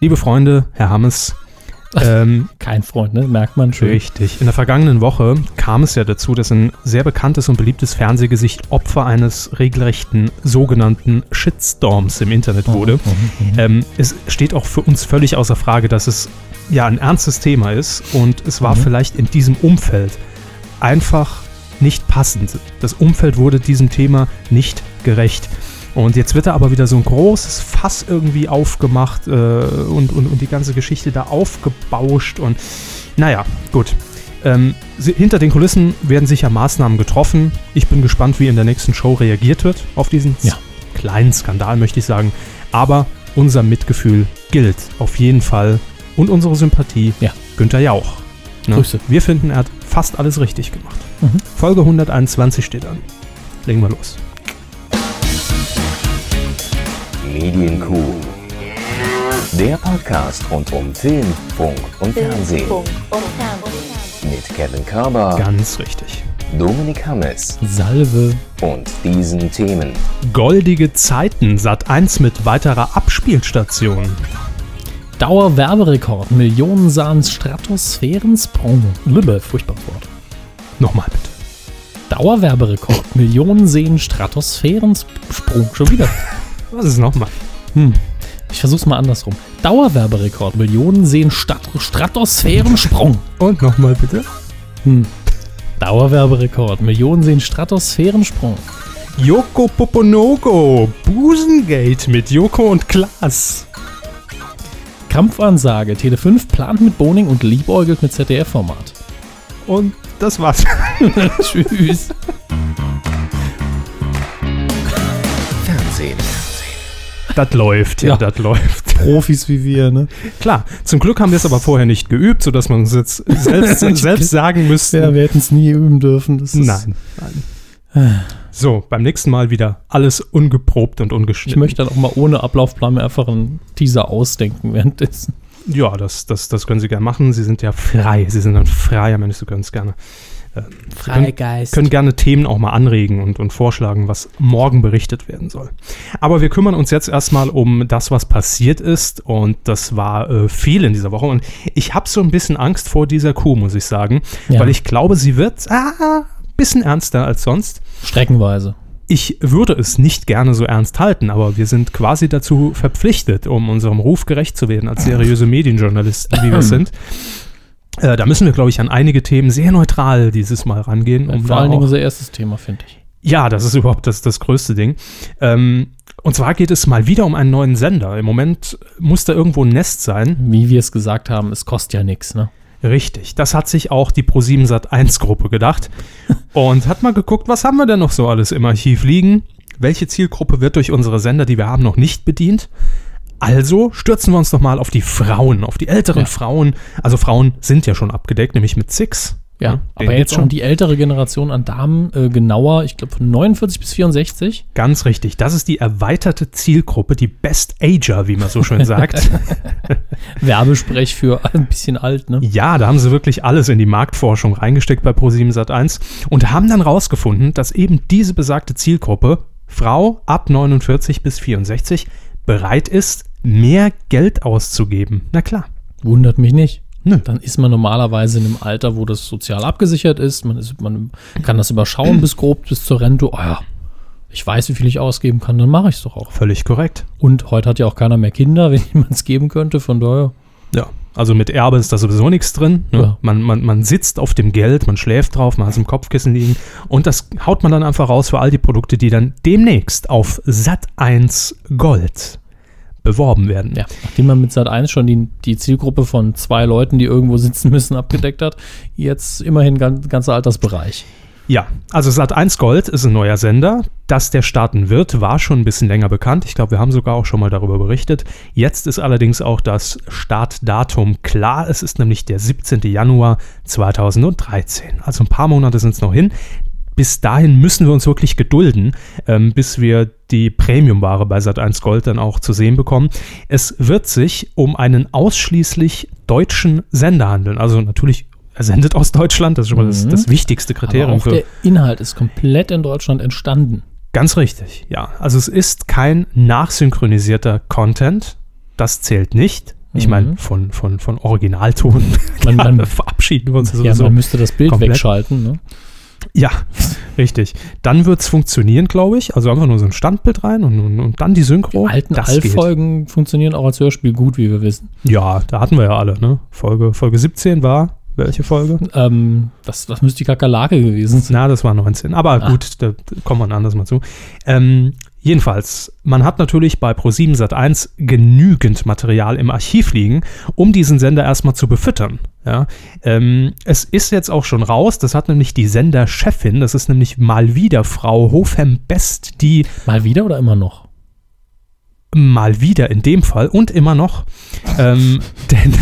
Liebe Freunde, Herr Hammes, ähm, Kein Freund, ne? Merkt man schon. Richtig. In der vergangenen Woche kam es ja dazu, dass ein sehr bekanntes und beliebtes Fernsehgesicht Opfer eines regelrechten sogenannten Shitstorms im Internet wurde. Ähm, es steht auch für uns völlig außer Frage, dass es ja ein ernstes Thema ist und es war Mhm. vielleicht in diesem Umfeld einfach nicht passend. Das Umfeld wurde diesem Thema nicht gerecht. Und jetzt wird da aber wieder so ein großes Fass irgendwie aufgemacht äh, und, und, und die ganze Geschichte da aufgebauscht. Und naja, gut. Ähm, si- hinter den Kulissen werden sicher Maßnahmen getroffen. Ich bin gespannt, wie in der nächsten Show reagiert wird auf diesen Ja. kleinen Skandal, möchte ich sagen. Aber unser Mitgefühl gilt auf jeden Fall und unsere Sympathie Ja. Günther Jauch. Ne? Grüße. Wir finden, er hat fast alles richtig gemacht. Mhm. Folge 121 steht an. Legen wir los. Medienkuh. Der Podcast rund um Film, Funk und Fernsehen. Funk und Fernsehen. Mit Kevin Ah. Körber, Ganz richtig. Dominik Hammes Salve. und diesen Themen. Goldige Zeiten, Sat 1 mit weiterer Abspielstation. Dauerwerberekord. Millionen sahen Stratosphärensprung. Lübbe, furchtbares Wort. Nochmal bitte. Dauerwerberekord. Millionen sehen Stratosphärensprung. Schon wieder. Was ist nochmal? Ich versuch's mal andersrum. Dauerwerberekord. Millionen sehen Stat Stratosphärensprung. Und nochmal bitte. Dauerwerberekord. Millionen sehen Stratosphärensprung. Joko Poponogo, Busengate mit Joko und Klaas. Kampfansage. Tele5 plant mit Boning und liebäugelt mit ZDF-Format. Und das war's. Tschüss. Fernsehen. Das läuft, ja, Ja. das läuft. Profis wie wir, ne? Klar, zum Glück haben wir es aber vorher nicht geübt, sodass man uns jetzt selbst, selbst sagen müsste. Ja, wir hätten es nie üben dürfen. Das ist Nein, nein. So, beim nächsten Mal wieder alles ungeprobt und Ich ungeschnitten. möchte dann auch mal ohne Ablaufplan mir einfach einen Teaser ausdenken währenddessen. ja, das, das, das können Sie gerne machen. Sie sind ja frei. Sie sind ein freier Mensch, Sie können es gerne. äh, Freigeist. können gerne Themen auch mal anregen und, und vorschlagen, was morgen berichtet werden soll. Aber wir kümmern uns jetzt erstmal um das, was passiert ist. Und das war äh, viel in dieser Woche. Und ich habe so ein bisschen Angst vor dieser Kuh, muss ich sagen. Ja. Weil ich glaube, sie wird ah, bisschen ernster als sonst. Streckenweise. Ich würde es nicht gerne so ernst halten, aber wir sind quasi dazu verpflichtet, um unserem Ruf gerecht zu werden als seriöse Medienjournalisten, Mhm. wie wir sind. Äh, da müssen wir, glaube ich, an einige Themen sehr neutral dieses Mal rangehen. Vor Um da allen Dingen auch- unser erstes Thema, finde ich. ja, das ist überhaupt das, das größte Ding. Ähm, und zwar geht es mal wieder um einen neuen Sender. Im Moment muss da irgendwo ein Nest sein. Wie wir es gesagt haben, es kostet ja nichts, ne? Richtig, das hat sich auch die Sat 1 Gruppe gedacht und hat mal geguckt, was haben wir denn noch so alles im Archiv liegen? Welche Zielgruppe wird durch unsere Sender, die wir haben, noch nicht bedient? Also stürzen wir uns doch mal auf die Frauen, auf die älteren Ja. Frauen. Also Frauen sind ja schon abgedeckt, nämlich mit Six. Ja, Den um. aber gibt's jetzt schon die ältere Generation an Damen, äh, genauer, ich glaube von 49 bis 64. Ganz richtig. Das ist die erweiterte Zielgruppe, die Best Ager, wie man so schön sagt. Werbesprech für ein bisschen alt, ne? ja, da haben sie wirklich alles in die Marktforschung reingesteckt bei Pro7 Sat1 und haben dann rausgefunden, dass eben diese besagte Zielgruppe, Frau ab 49 bis 64, bereit ist, mehr Geld auszugeben. Na klar. Wundert mich nicht. Nö. Dann ist man normalerweise in einem Alter, wo das sozial abgesichert ist. Man, ist, man kann das überschauen bis grob, bis zur Rente. Oh ja, ich weiß, wie viel ich ausgeben kann, dann mache ich es doch auch. Völlig korrekt. Und heute hat ja auch keiner mehr Kinder, wenn jemand es geben könnte. Von daher, Ja. Also mit Erbe ist da sowieso nichts drin. Ne? Ja. Man, man, man sitzt auf dem Geld, man schläft drauf, man hat es im Kopfkissen liegen und das haut man dann einfach raus für all die Produkte, die dann demnächst auf Sat1 Gold beworben werden. ja, nachdem man mit Sat 1 schon die, die Zielgruppe von zwei Leuten, die irgendwo sitzen müssen, abgedeckt hat, jetzt immerhin ganz, ganzer Altersbereich. Ja, also Sat1 Gold ist ein neuer Sender. Dass der starten wird, war schon ein bisschen länger bekannt. Ich glaube, wir haben sogar auch schon mal darüber berichtet. Jetzt ist allerdings auch das Startdatum klar. Es ist nämlich der 17. Januar 2013. Also ein paar Monate sind es noch hin. Bis dahin müssen wir uns wirklich gedulden, ähm, bis wir die Premiumware bei Sat1 Gold dann auch zu sehen bekommen. Es wird sich um einen ausschließlich deutschen Sender handeln. Also natürlich, er sendet aus Deutschland, das ist schon mal das, Mhm. das wichtigste Aber Kriterium auch für. der Inhalt ist komplett in Deutschland entstanden. Ganz richtig, ja. Also es ist kein nachsynchronisierter Content. Das zählt nicht. Ich Mhm. meine, von, von, von Originalton Klar, Man- man- da verabschieden wir uns ja, sowieso. man müsste das Bild also komplett. wegschalten. Ne? Ja, richtig. Dann wird es funktionieren, glaube ich. Also einfach nur so ein Standbild rein und, und, und dann die Synchro. Alten Oh, geht. All-Folgen funktionieren auch als Hörspiel gut, wie wir wissen. Ja, da hatten wir ja alle, ne? Folge, Folge 17 war, welche Folge? Ähm, das, das müsste die Kakerlake gewesen sein. Na, das war 19. Aber Ah. gut, da kommen wir ein anderes Mal zu. Ähm, jedenfalls, man hat natürlich bei Pro7 Sat1 genügend Material im Archiv liegen, um diesen Sender erstmal zu befüttern. Ja, ähm, es ist jetzt auch schon raus, das hat nämlich die Senderchefin, das ist nämlich mal wieder Frau Hofhem-Best, die Mal wieder oder immer noch? mal wieder in dem Fall und immer noch, ähm, denn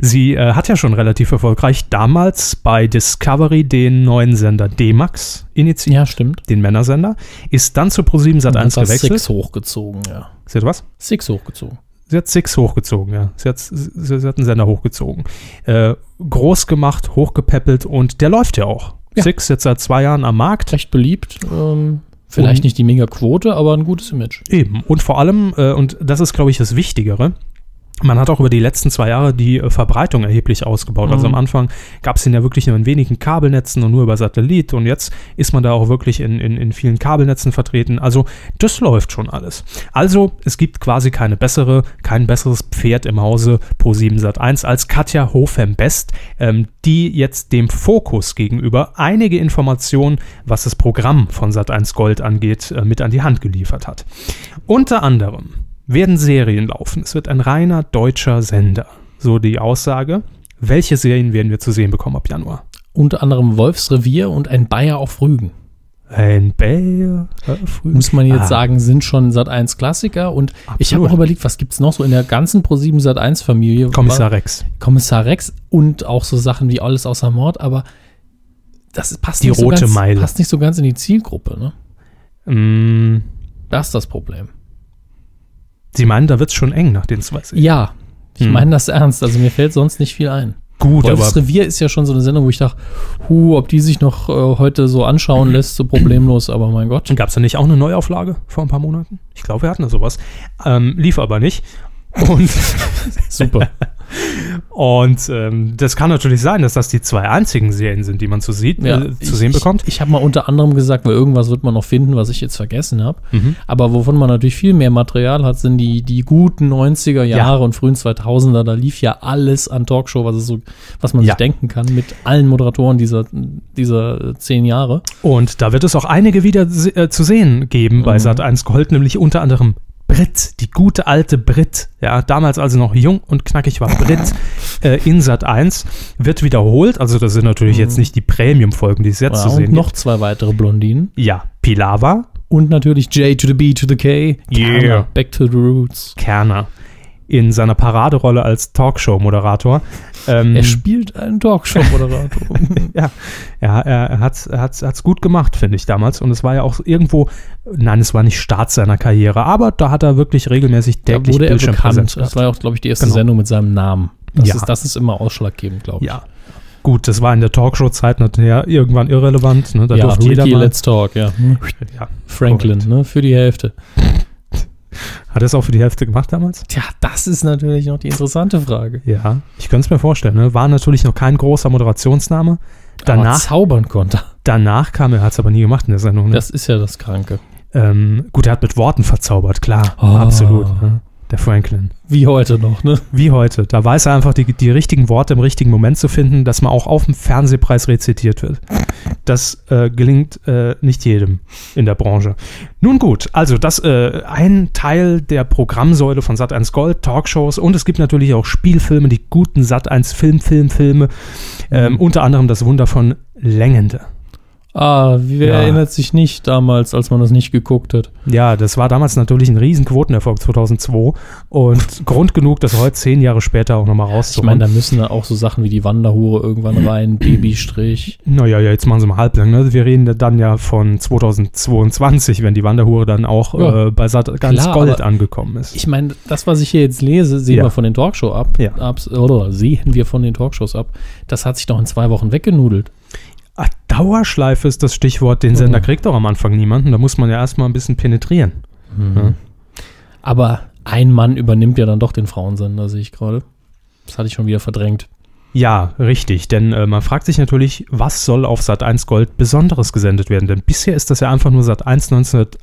sie äh, hat ja schon relativ erfolgreich damals bei Discovery den neuen Sender D-Max initiiert, Ja, stimmt. den Männersender, ist dann zu Pro7 Sat 1 Hat das gewechselt. Six hochgezogen, ja. Sie hat was? Six hochgezogen. Sie hat Six hochgezogen, ja. Sie hat, sie, sie hat einen Sender hochgezogen. Äh, groß gemacht, hochgepäppelt und der läuft ja auch. Ja. Six jetzt seit zwei Jahren am Markt. Recht beliebt. Ähm, vielleicht Und- nicht die Mega-Quote, aber ein gutes Image. Eben. Und vor allem, äh, und das ist, glaube ich, das Wichtigere, man hat auch über die letzten zwei Jahre die äh, Verbreitung erheblich ausgebaut. Also am Anfang gab es ihn ja wirklich nur in wenigen Kabelnetzen und nur über Satellit. Und jetzt ist man da auch wirklich in, in, in vielen Kabelnetzen vertreten. Also das läuft schon alles. Also es gibt quasi keine bessere, kein besseres Pferd im Hause pro 7 Sat 1 als Katja Hofem-Best, ähm, die jetzt dem Fokus gegenüber einige Informationen, was das Programm von Sat 1 Gold angeht, äh, mit an die Hand geliefert hat. Unter anderem werden Serien laufen. Es wird ein reiner deutscher Sender. So die Aussage. Welche Serien werden wir zu sehen bekommen ab Januar? Unter anderem Wolfsrevier und ein Bayer auf Rügen. Ein Bär. äh, früh. Muss man jetzt Ah. sagen, sind schon Sat 1 Klassiker. Und ich habe Absolut. auch überlegt, was gibt es noch so in der ganzen Pro7 Sat 1 Familie? Kommissar Rex. Kommissar Rex und auch so Sachen wie Alles außer Mord, aber das passt, Die nicht, rote so ganz, Meile. passt nicht so ganz in die Zielgruppe. Ne? Mm, Das ist das Problem. Sie meinen, da wird es schon eng nach den zwei Serien. Ja, ich Hm. meine das ernst. Also mir fällt sonst nicht viel ein. Gut, Wolfs aber Revier ist ja schon so eine Sendung, wo ich dachte, hu, ob die sich noch äh, heute so Mhm. anschauen lässt, so problemlos, aber mein Gott. gab es da nicht auch eine Neuauflage vor ein paar Monaten? Ich glaube, wir hatten da sowas. Ähm, lief aber nicht. Und Super. Und ähm, das kann natürlich sein, dass das die zwei einzigen Serien sind, die man zu, sieht, äh, zu sehen ich, bekommt. Ich, ich habe mal unter anderem gesagt, weil irgendwas wird man noch finden, was ich jetzt vergessen habe. Mhm. Aber wovon man natürlich viel mehr Material hat, sind die, die guten 90er Jahre und frühen 2000er. Da lief ja alles an Talkshow, was, es so, was man Ja. sich denken kann, mit allen Moderatoren dieser, dieser äh, zehn Jahre. Und da wird es auch einige wieder se- äh, zu sehen geben Mhm. bei Sat1 Gold, nämlich unter anderem Brit, die gute alte Brit, ja, damals also noch jung und knackig war Brit äh, in Sat1, wird wiederholt. Also, das sind natürlich jetzt nicht die Premium-Folgen, die es jetzt Ja, zu sehen und Mhm. noch zwei weitere Blondinen. gibt. Ja, Pilawa, Und natürlich J to the B to the K. Yeah. Turner, Back to the Roots. Kerner in seiner Paraderolle als Talkshow-Moderator. Ähm, Er spielt einen Talkshow-Moderator. Ja, ja er hat es hat's, hat's gut gemacht, finde ich damals. Und es war ja auch irgendwo, nein, es war nicht Start seiner Karriere, aber da hat er wirklich regelmäßig da täglich wurde er Bildschirmpräsenz bekannt. Das war ja auch, glaube ich, die erste Genau. Sendung mit seinem Namen. Das, Ja. ist, das ist immer ausschlaggebend, glaube ich. Ja. Gut, das war in der Talkshow-Zeit nachher irgendwann irrelevant. Ne? Da durfte jeder Ricky, mal. Let's Talk, ja. Hm. Ja. Franklin, ne, für die Hälfte. Hat er es auch für die Hälfte gemacht damals? Tja, das ist natürlich noch die interessante Frage. Ja, ich könnte es mir vorstellen. Ne? War natürlich noch kein großer Moderationsname. Aber Danach, Hm. zaubern konnte. danach kam er, hat es aber nie gemacht in der Sendung. Ne? Das ist ja das Kranke. ähm, gut, er hat mit Worten verzaubert, klar. Oh. Absolut. Ne? Der Franklin. Wie heute noch, ne? Wie heute. Da weiß er einfach, die, die richtigen Worte im richtigen Moment zu finden, dass man auch auf dem Fernsehpreis rezitiert wird. Das äh, gelingt äh, nicht jedem in der Branche. Nun gut, also das äh, ein Teil der Programmsäule von Sat1 Gold, Talkshows und es gibt natürlich auch Spielfilme, die guten Sat1 Film, Film, Filme. Mhm. Ähm, unter anderem das Wunder von Längende. Ah, wer Ja. erinnert sich nicht damals, als man das nicht geguckt hat? Ja, das war damals natürlich ein riesen Quotenerfolg 2002 und Grund genug, das heute zehn Jahre später auch nochmal Ich rauszuholen. meine, da müssen da auch so Sachen wie die Wanderhure irgendwann rein, Babystrich. Naja, ja, jetzt machen sie mal halblang. Ne? Wir reden da dann ja von 2022, wenn die Wanderhure dann auch Ja. äh, bei Sat ganz Klar, Gold aber angekommen ist. Ich meine, das, was ich hier jetzt lese, sehen Ja. wir von den Talkshow ab, Ja. abs, oder sehen wir von den Talkshows ab. Das hat sich doch in zwei Wochen weggenudelt. Ah, Dauerschleife ist das Stichwort. Den Sender kriegt doch am Anfang niemanden. Da muss man ja erstmal ein bisschen penetrieren. Aber ein Mann übernimmt ja dann doch den Frauensender, sehe ich gerade. Das hatte ich schon wieder verdrängt. Ja, richtig, denn äh, man fragt sich natürlich, was soll auf Sat1 Gold Besonderes gesendet werden? Denn bisher ist das ja einfach nur Sat1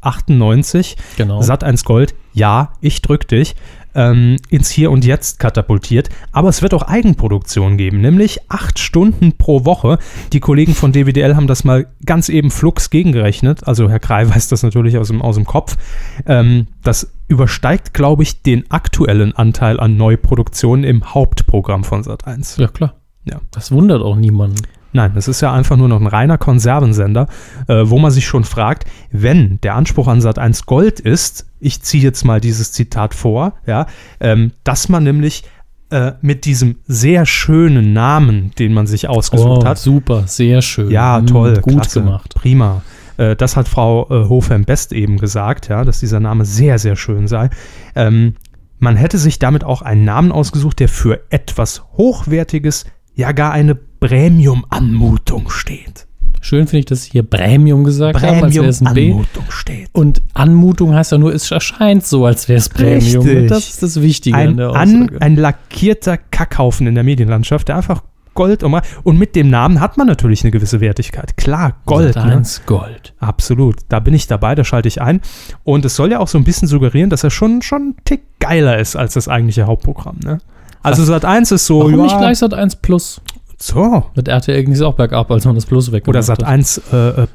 1998, Genau. Sat1 Gold, ja, ich drück dich, ähm, ins Hier und Jetzt katapultiert. Aber es wird auch Eigenproduktion geben, nämlich acht Stunden pro Woche. Die Kollegen von DWDL haben das mal ganz eben flux gegengerechnet. Also Herr Krei weiß das natürlich aus dem, aus dem Kopf. Ähm, das übersteigt, glaube ich, den aktuellen Anteil an Neuproduktionen im Hauptprogramm von Sat1. ja, klar. Ja. Das wundert auch niemanden. Nein, das ist ja einfach nur noch ein reiner Konservensender, äh, wo man sich schon fragt, wenn der Anspruch an Sat 1 Gold ist, ich ziehe jetzt mal dieses Zitat vor, ja, ähm, dass man nämlich äh, mit diesem sehr schönen Namen, den man sich Oh. ausgesucht hat, super, sehr schön. Oh. ja, Mm, toll, Gut klasse, gemacht. prima. Äh, das hat Frau äh, Hofem-Best eben gesagt, ja, dass dieser Name sehr, sehr schön sei. Ähm, man hätte sich damit auch einen Namen ausgesucht, der für etwas Hochwertiges, ja gar eine Premium-Anmutung steht. Schön finde ich, dass Sie hier Premium gesagt haben, als wäre es ein B. Premium-Anmutung steht. Und Anmutung heißt ja nur, es erscheint so, als wäre es Premium. Richtig. Das ist das Wichtige an Ein, der an, Aussage. ein lackierter Kackhaufen in der Medienlandschaft, der einfach Gold umra- Und mit dem Namen hat man natürlich eine gewisse Wertigkeit. Klar, Gold. Ne? Sat.1 Gold. Absolut, da bin ich dabei, da schalte ich ein. Und es soll ja auch so ein bisschen suggerieren, dass er schon, schon einen Tick geiler ist als das eigentliche Hauptprogramm. Ne? Also Sat 1 ist so, Warum ja, nicht gleich Sat1 Plus? so. Oh Mit RTL ging es auch bergab, als man das Plus weg Oder Sat 1 äh, äh,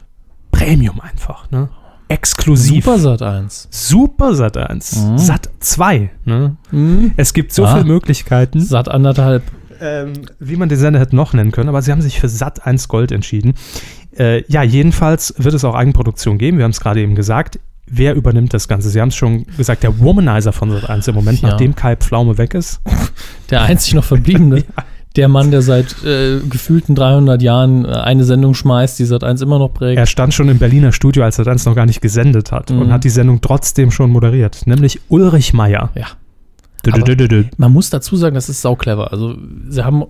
Premium einfach, ne? Exklusiv. Super Sat1. Super Sat 1. Mhm. Sat 2, ne? Es gibt so Ah. viele Möglichkeiten, Sat anderthalb. ähm, wie man den Sender hätte noch nennen können, aber sie haben sich für Sat 1 Gold entschieden. Äh, ja, jedenfalls wird es auch Eigenproduktion geben, wir haben es gerade eben gesagt. Wer übernimmt das Ganze? Sie haben es schon gesagt, der Womanizer von Sat 1 im Moment, Ja. nachdem Kai Pflaume weg ist. Der einzig noch verbliebene. Der Mann, der seit äh, gefühlten 300 Jahren äh, eine Sendung schmeißt, die Sat1 immer noch prägt. Er stand schon im Berliner Studio, als Sat 1 noch gar nicht gesendet hat und Mhm. hat die Sendung trotzdem schon moderiert, nämlich Ulrich Meier. Ja. Dü- Aber- dü- dü- dü- dü. Man muss dazu sagen, das ist sauclever. Also, sie haben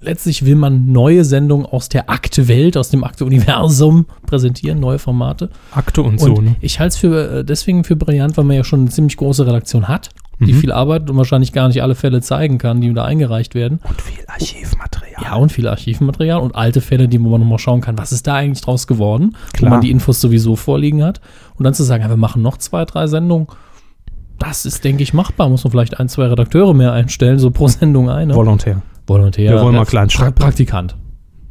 letztlich will man neue Sendungen aus der Akte-Welt, aus dem Akte-Universum präsentieren, neue Formate. Akte und, so. Und Ne? ich halte es für, äh, deswegen für brillant, weil man ja schon eine ziemlich große Redaktion hat, die Mhm. viel arbeitet und wahrscheinlich gar nicht alle Fälle zeigen kann, die da eingereicht werden. Und viel Archivmaterial. Ja, und viel Archivmaterial und alte Fälle, die wo man nochmal schauen kann, was ist da eigentlich draus geworden, Klar. wo man die Infos sowieso vorliegen hat. Und dann zu sagen, ja, wir machen noch zwei, drei Sendungen, das ist, denke ich, machbar. Muss man vielleicht ein, zwei Redakteure mehr einstellen, so pro Sendung eine. Volontär, Volontär. Mhm. Wir wollen mal äh, klein pra starten. Praktikant.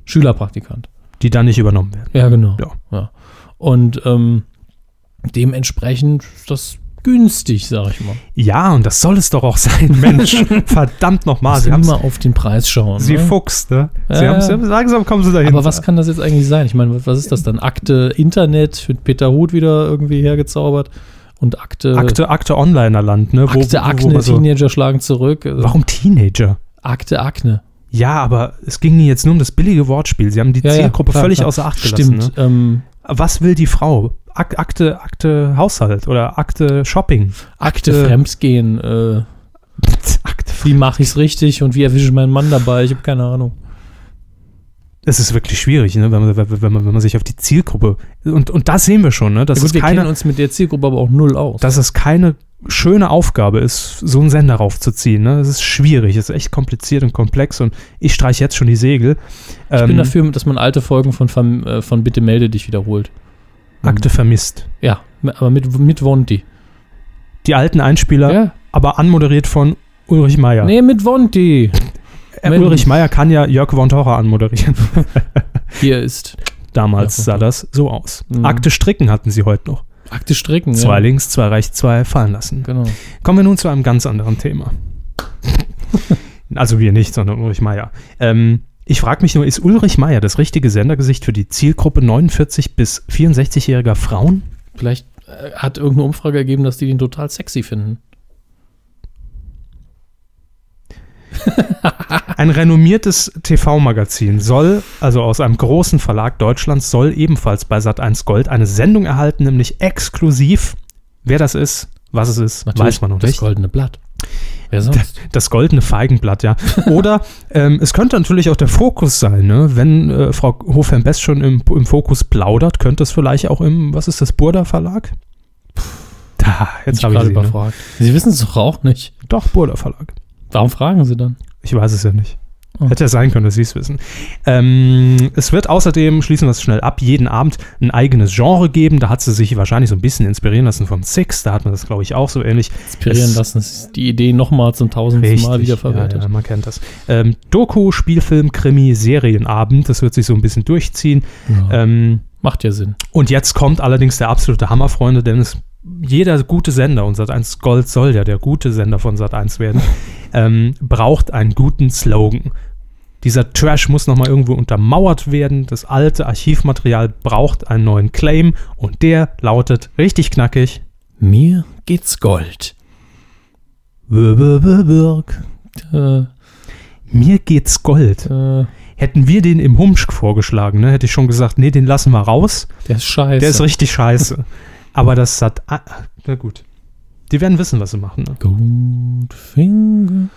Schülerpraktikant. die dann nicht übernommen werden. Ja, genau. Ja. Und ähm, dementsprechend ist das günstig, sag ich mal. Ja, und das soll es doch auch sein, Mensch. Verdammt nochmal, Muss Ah, Sie haben immer auf den Preis schauen. Sie ne? Fuchs, ne? Sie Ja, haben's, ja. langsam kommen Sie dahin. Aber was kann das jetzt eigentlich sein? Ich meine, was ist das dann? Akte Internet für Peter Huth wieder irgendwie hergezaubert und Akte Akte, Akte Onlinerland, ne? Akte Akne, man so, Teenager schlagen zurück. Also warum Teenager? Akte Akne. Ja, aber es ging Ihnen jetzt nur um das billige Wortspiel. Sie haben die Zielgruppe klar, völlig klar. außer Acht Stimmt. gelassen. Ne? Ähm, Was will die Frau? Ak Akte, Akte Haushalt oder Akte Shopping. Akte Akte- Fremdgehen. Äh, Akte. wie mache ich es richtig und wie erwische ich meinen Mann dabei? Ich habe keine Ahnung. Es ist wirklich schwierig, ne? wenn, man, wenn, man, wenn man sich auf die Zielgruppe. Und, und das sehen wir schon, ne? dass, Ja, gut, es wir kennen keine, uns mit der Zielgruppe aber auch null aus. dass es keine schöne Aufgabe ist, so einen Sender raufzuziehen. Ne? Das ist schwierig, es ist echt kompliziert und komplex und ich streiche jetzt schon die Segel. ich Ähm, bin dafür, dass man alte Folgen von, Verm- äh, von Bitte melde dich wiederholt. Akte vermisst. Ja, aber mit, mit Wonti. Die alten Einspieler, aber anmoderiert von Ulrich Meier. Nee, mit Wonti. äh, Mensch. Ulrich Meier kann ja Jörg von Torra anmoderieren. Hier ist Damals Ja, sah das so aus. Mhm. Akte Stricken hatten sie heute noch. Akte Stricken. Zwei links, zwei rechts, zwei fallen lassen. Genau. Kommen wir nun zu einem ganz anderen Thema. also wir nicht, sondern Ulrich Meier. Ähm, ich frage mich nur, ist Ulrich Meier das richtige Sendergesicht für die Zielgruppe 49 bis 64-jähriger Frauen? Vielleicht äh, hat irgendeine Umfrage ergeben, dass die den total sexy finden. Ein renommiertes TV-Magazin soll, also aus einem großen Verlag Deutschlands, soll ebenfalls bei Sat1 Gold eine Sendung erhalten, nämlich exklusiv. Wer das ist, was es ist, weiß man noch das nicht. goldene Blatt. Wer sonst? Das goldene Feigenblatt, ja. Oder ähm, es könnte natürlich auch der Fokus sein, ne? Wenn äh, Frau Hofem-Best schon im, im Fokus plaudert, könnte es vielleicht auch im, was ist das, Burda Verlag? Da, jetzt Jetzt habe ich habe gerade sie. Ne? überfragt. Sie wissen es doch auch nicht. Doch, Burda Verlag. Warum fragen Sie dann? Ich weiß es ja nicht. Oh. Hätte ja sein können, dass Sie es wissen. Ähm, es wird außerdem, schließen wir es schnell ab, jeden Abend ein eigenes Genre geben. Da hat sie sich wahrscheinlich so ein bisschen inspirieren lassen von Six. Da hat man das, glaube ich, auch so ähnlich. Inspirieren Es- lassen. Das ist die Idee nochmal zum tausendsten Mal wiederverwertet. Ja, ja, man kennt das. Ähm, Doku, Spielfilm, Krimi, Serienabend. Das wird sich so ein bisschen durchziehen. Ja. Ähm, Macht ja Sinn. Und jetzt kommt allerdings der absolute Hammer, Freunde, denn es, jeder gute Sender, und Sat1 Gold soll ja der gute Sender von Sat1 werden, ähm, braucht einen guten Slogan. Dieser Trash muss nochmal irgendwo untermauert werden. Das alte Archivmaterial braucht einen neuen Claim und der lautet richtig knackig. Mir geht's Gold. Bö, bö, bö, Birk. Äh, Mir geht's Gold. äh, Hätten wir den im Humschk vorgeschlagen, ne, hätte ich schon gesagt, nee, den lassen wir raus. der ist scheiße. Der ist richtig scheiße. Aber das hat. ah, Na gut. Die werden wissen, was sie machen. Ne? Goldfinger.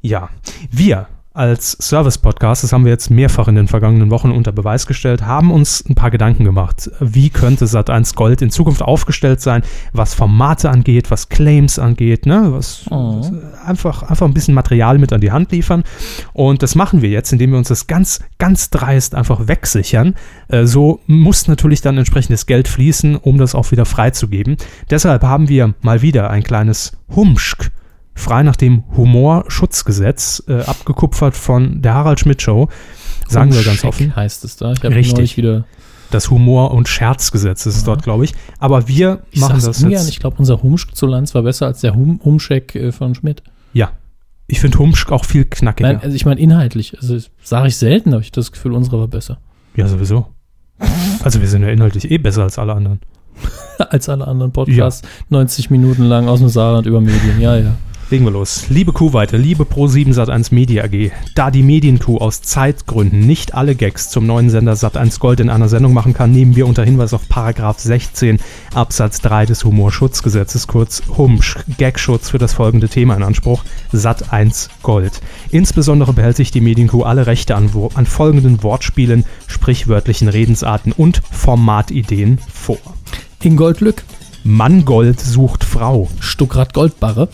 Ja, wir als Service-Podcast, das haben wir jetzt mehrfach in den vergangenen Wochen unter Beweis gestellt, haben uns ein paar Gedanken gemacht. Wie könnte Sat1 Gold in Zukunft aufgestellt sein, was Formate angeht, was Claims angeht, ne? was, Oh. was einfach, einfach ein bisschen Material mit an die Hand liefern. Und das machen wir jetzt, indem wir uns das ganz, ganz dreist einfach wegsichern. Äh, So muss natürlich dann entsprechendes Geld fließen, um das auch wieder freizugeben. Deshalb haben wir mal wieder ein kleines Humschk, frei nach dem Humorschutzgesetz, äh, abgekupfert von der Harald Schmidt Show. Sagen wir ganz Schick offen. heißt es da. Ich habe Richtig. neulich wieder. Das Humor- und Scherzgesetz ist es dort, glaube ich. Aber wir Ich machen sag's das ungern. jetzt. Ich glaube, unser Humschk zu Lanz war besser als der hum Humscheck äh, von Schmidt. Ja. Ich finde Humschk auch viel knackiger. Nein, also ich meine inhaltlich. Also sage ich selten, aber ich das Gefühl, unsere war besser ja, sowieso. Also wir sind ja inhaltlich eh besser als alle anderen. als alle anderen Podcasts. 90 Minuten lang aus dem Saarland über Medien. Ja, ja. Legen wir los. Liebe Kuhweite, liebe Pro7 Sat1 Media AG, da die Medienkuh aus Zeitgründen nicht alle Gags zum neuen Sender Sat1 Gold in einer Sendung machen kann, nehmen wir unter Hinweis auf Paragraph 16 Absatz 3 des Humorschutzgesetzes, kurz HUMSCH, Gagschutz für das folgende Thema in Anspruch, Sat1 Gold. Insbesondere behält sich die Medienkuh alle Rechte an, wo- an folgenden Wortspielen, sprichwörtlichen Redensarten und Formatideen vor. Ingold Lück, Mangold sucht Frau, Stuckrad Goldbarre,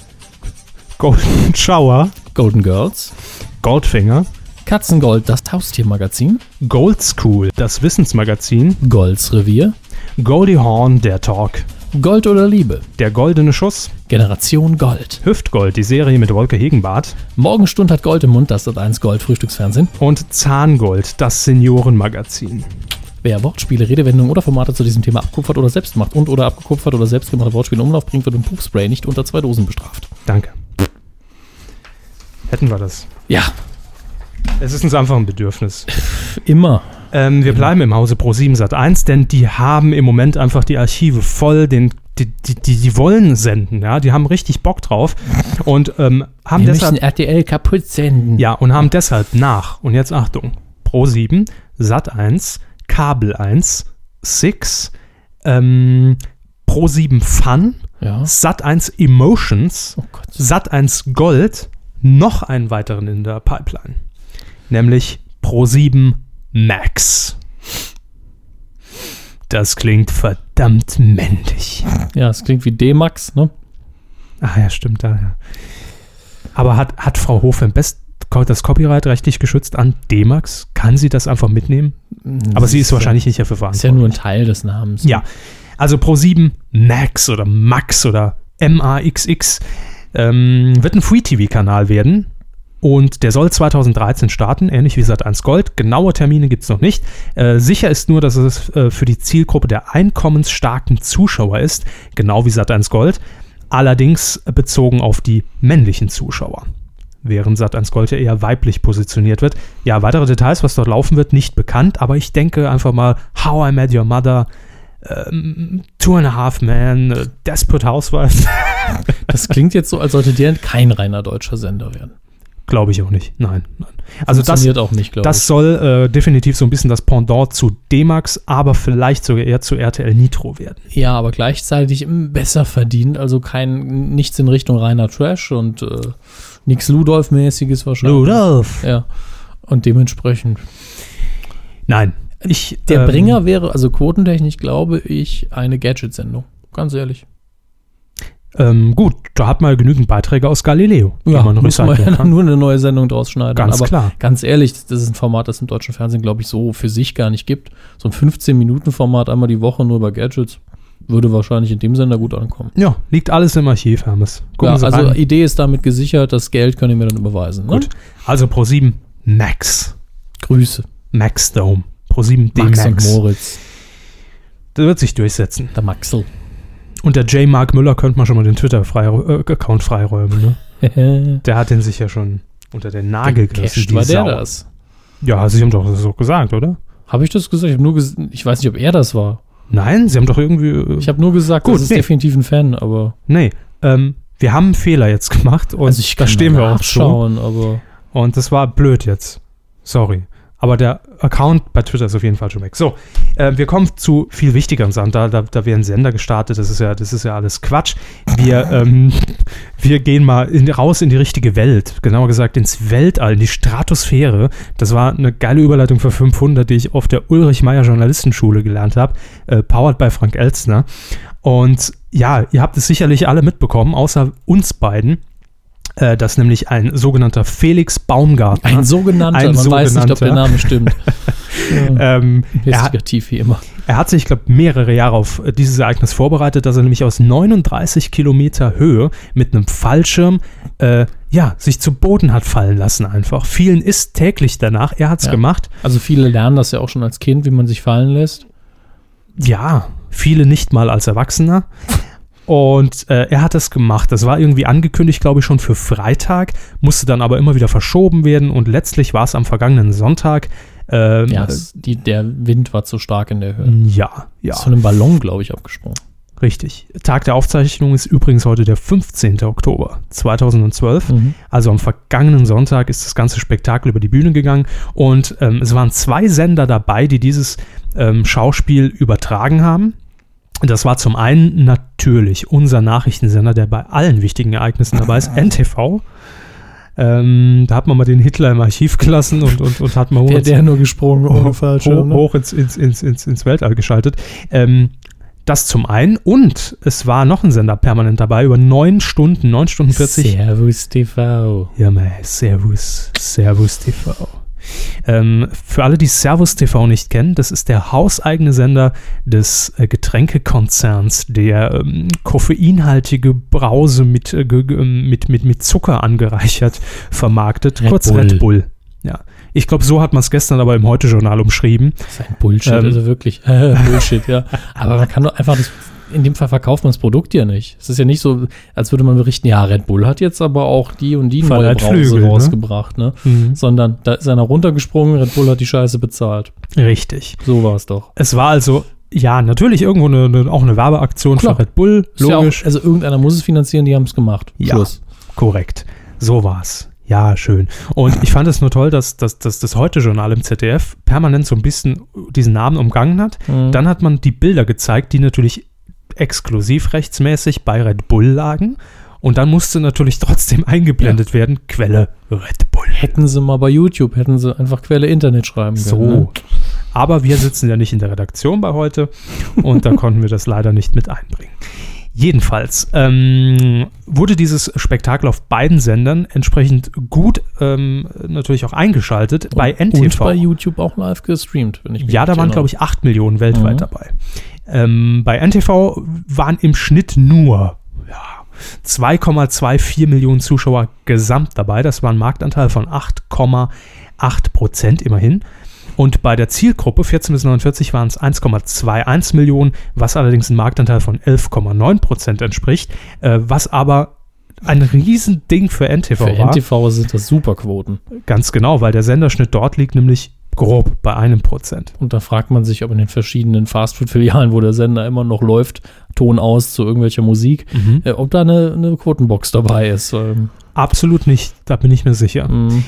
Golden Shower, Golden Girls, Goldfinger, Katzengold, das Haustiermagazin, Gold School, das Wissensmagazin, Golds Revier, Goldie Horn, der Talk, Gold oder Liebe, der goldene Schuss, Generation Gold, Hüftgold, die Serie mit Wolke Hegenbart Morgenstund hat Gold im Mund, das hat 1 Gold Frühstücksfernsehen. und Zahngold, das Seniorenmagazin. Wer Wortspiele, Redewendungen oder Formate zu diesem Thema abkupfert oder selbst macht und oder abgekupfert oder selbstgemachte Wortspiele in Umlauf bringt, wird im Pupspray nicht unter zwei Dosen bestraft. Danke. Hätten wir das. Ja, Es ist uns einfach ein Bedürfnis. immer. Ähm, Genau. wir bleiben im Hause Pro7 Sat1, denn die haben im Moment einfach die Archive voll, den, die, die, die, die wollen senden, ja. Die haben richtig Bock drauf und ähm, haben Wir deshalb. müssen RTL kaputt senden. Ja, und haben deshalb nach, und jetzt Achtung, Pro7, Sat1, Kabel 1, Six, ähm, Pro7 Fun, ja. Sat1 Emotions, Oh Gott. Sat1 Gold, noch einen weiteren in der Pipeline. Nämlich Pro7 Max. Das klingt verdammt männlich. Ja, es klingt wie D-Max, ne? Ah ja, stimmt, da, ja. Aber hat, hat Frau Hofem best das Copyright rechtlich geschützt an D-Max? Kann sie das einfach mitnehmen? Aber Hm, sie ist wahrscheinlich nicht dafür Ist ja verantwortlich. nur ein Teil des Namens. Ja, also Pro7 Max oder Max oder MAXX ähm, wird ein Free-TV-Kanal werden. Und der soll 2013 starten, ähnlich wie Sat1 Gold. Genaue Termine gibt es noch nicht. Äh, sicher ist nur, dass es äh, für die Zielgruppe der einkommensstarken Zuschauer ist, genau wie Sat1 Gold. Allerdings bezogen auf die männlichen Zuschauer, während Sat1 Gold ja eher weiblich positioniert wird. Ja, weitere Details, was dort laufen wird, nicht bekannt, aber ich denke einfach mal How I Met Your Mother, ähm, Two and a Half Men, äh, Desperate Housewives. Das klingt jetzt so, als sollte der kein reiner deutscher Sender werden. Glaube ich auch nicht. Nein, nein. Also das, Funktioniert auch nicht, glaube das soll äh, definitiv so ein bisschen das Pendant zu D-Max, aber vielleicht sogar eher zu RTL Nitro werden. ich. Ja, aber gleichzeitig mm, besser verdient, also kein nichts in Richtung reiner Trash und äh, nichts Ludolf-mäßiges wahrscheinlich. Rudolf. Ja. Und dementsprechend. Nein. Ich, Der ähm, Bringer wäre, also quotentechnisch glaube ich, eine Gadget-Sendung. Ganz ehrlich. Ähm, gut, da hat man genügend Beiträge aus Galileo, Ja, man muss man ja recyceln dann kann. nur eine neue Sendung draus schneiden. Ganz klar. Ganz ehrlich, das ist ein Format, das im deutschen Fernsehen, glaube ich, so für sich gar nicht gibt. So ein 15-Minuten-Format einmal die Woche nur über Gadgets würde wahrscheinlich in dem Sender gut ankommen. Ja, liegt alles im Archiv, Hermes. Ja, Gucken Sie also rein. Idee ist damit gesichert, das Geld könnt ihr mir dann überweisen. Ne? Gut. Also Pro7 Max. Grüße, Max Dome. Pro7 D Max, und Max. Moritz, Der wird sich durchsetzen. der Maxel. Und der J. Mark Müller könnte man schon mal den Twitter-Account freiräumen. Ne? Nagel Der hat den sich ja schon unter den Nagel gerissen. die war der Sau. das? Ja, Sie haben doch das auch gesagt, oder? Habe ich das gesagt? Ich, hab nur ges ich weiß nicht, ob er das war. Nein, Sie haben doch irgendwie. äh, Ich habe nur gesagt, Gut, das ist nee. definitiv ein Fan, aber nee, ähm, wir haben einen Fehler jetzt gemacht Also und da stehen wir auch schon. schauen, aber Und das war blöd jetzt. Sorry. Aber der Account bei Twitter ist auf jeden Fall schon weg. So, äh, wir kommen zu viel wichtigerem Sand. Da, da, da werden Sender gestartet. Das ist ja, das ist ja alles Quatsch. Wir, ähm, wir gehen mal in, raus in die richtige Welt. Genauer gesagt ins Weltall, in die Stratosphäre. Das war eine geile Überleitung für 500, die ich auf der Ulrich-Meyer-Journalistenschule gelernt habe. Äh, powered by Frank Elstner. Und ja, ihr habt es sicherlich alle mitbekommen, außer uns beiden. Äh, dass nämlich ein sogenannter Felix Baumgartner. ein sogenannter, Äh, Ein man weiß nicht, ob der sogenannter. Name stimmt. ja, ähm, er, hat- investigativ wie immer. er hat sich, glaube mehrere Jahre auf äh, dieses Ereignis vorbereitet, dass er nämlich aus 39 Kilometer Höhe mit einem Fallschirm äh, ja, sich zu Boden hat fallen lassen einfach. Vielen ist täglich danach, er hat es Ja. gemacht. Also viele lernen das ja auch schon als Kind, wie man sich fallen lässt. Ja, viele nicht mal als Erwachsener. Und äh, er hat das gemacht. Das war irgendwie angekündigt, glaube ich, schon für Freitag, musste dann aber immer wieder verschoben werden und letztlich war es am vergangenen Sonntag. ähm, Ja, Mhm. es- die, der Wind war zu stark in der Höhe. ja, ja. Ist von einem Ballon, glaube ich, abgesprungen. Richtig. Tag der Aufzeichnung ist übrigens heute der 15. Oktober 2012. Mhm. Also am vergangenen Sonntag ist das ganze Spektakel über die Bühne gegangen und ähm, es waren zwei Sender dabei, die dieses ähm, Schauspiel übertragen haben. Das war zum einen natürlich unser Nachrichtensender, der bei allen wichtigen Ereignissen dabei ist, NTV. Ähm, da hat man mal den Hitler im Archiv gelassen und, und, und hat mal Der, 100 der nur gesprungen ohne Fallschirm. ne? hoch, hoch ins, ins, ins, ins, ins Weltall geschaltet. Ähm, das zum einen und es war noch ein Sender permanent dabei, über neun Stunden, neun Stunden 40. Servus TV. Ja, mei, Servus, Servus TV. Ähm, für alle, die Servus TV nicht kennen, das ist der hauseigene Sender des äh, Getränkekonzerns, der ähm, koffeinhaltige Brause mit, äh, ge, ge- ähm, mit, mit, mit Zucker angereichert vermarktet, Red kurz Bull. Red Bull. Ja. Ich glaube, so hat man es gestern aber im Heute-Journal umschrieben. Das ist ein Bullshit, Ähm. also wirklich. Bullshit, ja. Aber man kann doch einfach das. In dem Fall verkauft man das Produkt ja nicht. Es ist ja nicht so, als würde man berichten, ja, Red Bull hat jetzt aber auch die und die neue Verleiht Brause Flügel, ne? rausgebracht, ne? Mhm. Sondern da ist einer runtergesprungen, Red Bull hat die Scheiße bezahlt. Richtig. So war es doch. Es war also, ja, natürlich irgendwo eine, eine, auch eine Werbeaktion Klar. für Red Bull, Ist ja logisch. Auch, also irgendeiner muss es finanzieren, die haben es gemacht. Ja. Korrekt. So war's. Ja, schön. Und ich fand es nur toll, dass, dass, dass das Heute-Journal im ZDF permanent so ein bisschen diesen Namen umgangen hat. Mhm. Hm. Dann hat man die Bilder gezeigt, die natürlich exklusiv rechtsmäßig bei Red Bull lagen. Und dann musste natürlich trotzdem eingeblendet werden, Quelle Red Bull. Hätten sie mal bei YouTube, hätten sie einfach Quelle Internet schreiben können. Ne? So. Aber wir sitzen ja nicht in der Redaktion bei heute und da konnten wir das leider nicht mit einbringen. Jedenfalls ähm, wurde dieses Spektakel auf beiden Sendern entsprechend gut ähm, natürlich auch eingeschaltet bei NTV. Und bei YouTube auch live gestreamt, wenn ich mich Ja, da richtig waren, erinnere. glaube ich, 8 Millionen weltweit Genau. Mhm. dabei. Ähm, bei NTV waren im Schnitt nur ja, 2,24 Millionen Zuschauer gesamt dabei. Das war ein Marktanteil von 8,8 Prozent immerhin. Und bei der Zielgruppe 14 bis 49 waren es 1,21 Millionen, was allerdings einem Marktanteil von 11,9 Prozent entspricht, äh, was aber ein Riesending für NTV Für war. NTV sind das Superquoten. Ganz genau, weil der Senderschnitt dort liegt nämlich grob bei einem Prozent. Und da fragt man sich, ob in den verschiedenen Fastfood-Filialen, wo der Sender immer noch läuft, Ton aus zu irgendwelcher Musik, äh, ob da eine, eine Quotenbox dabei ist. Ähm, hm. Absolut nicht, da bin ich mir sicher. mh.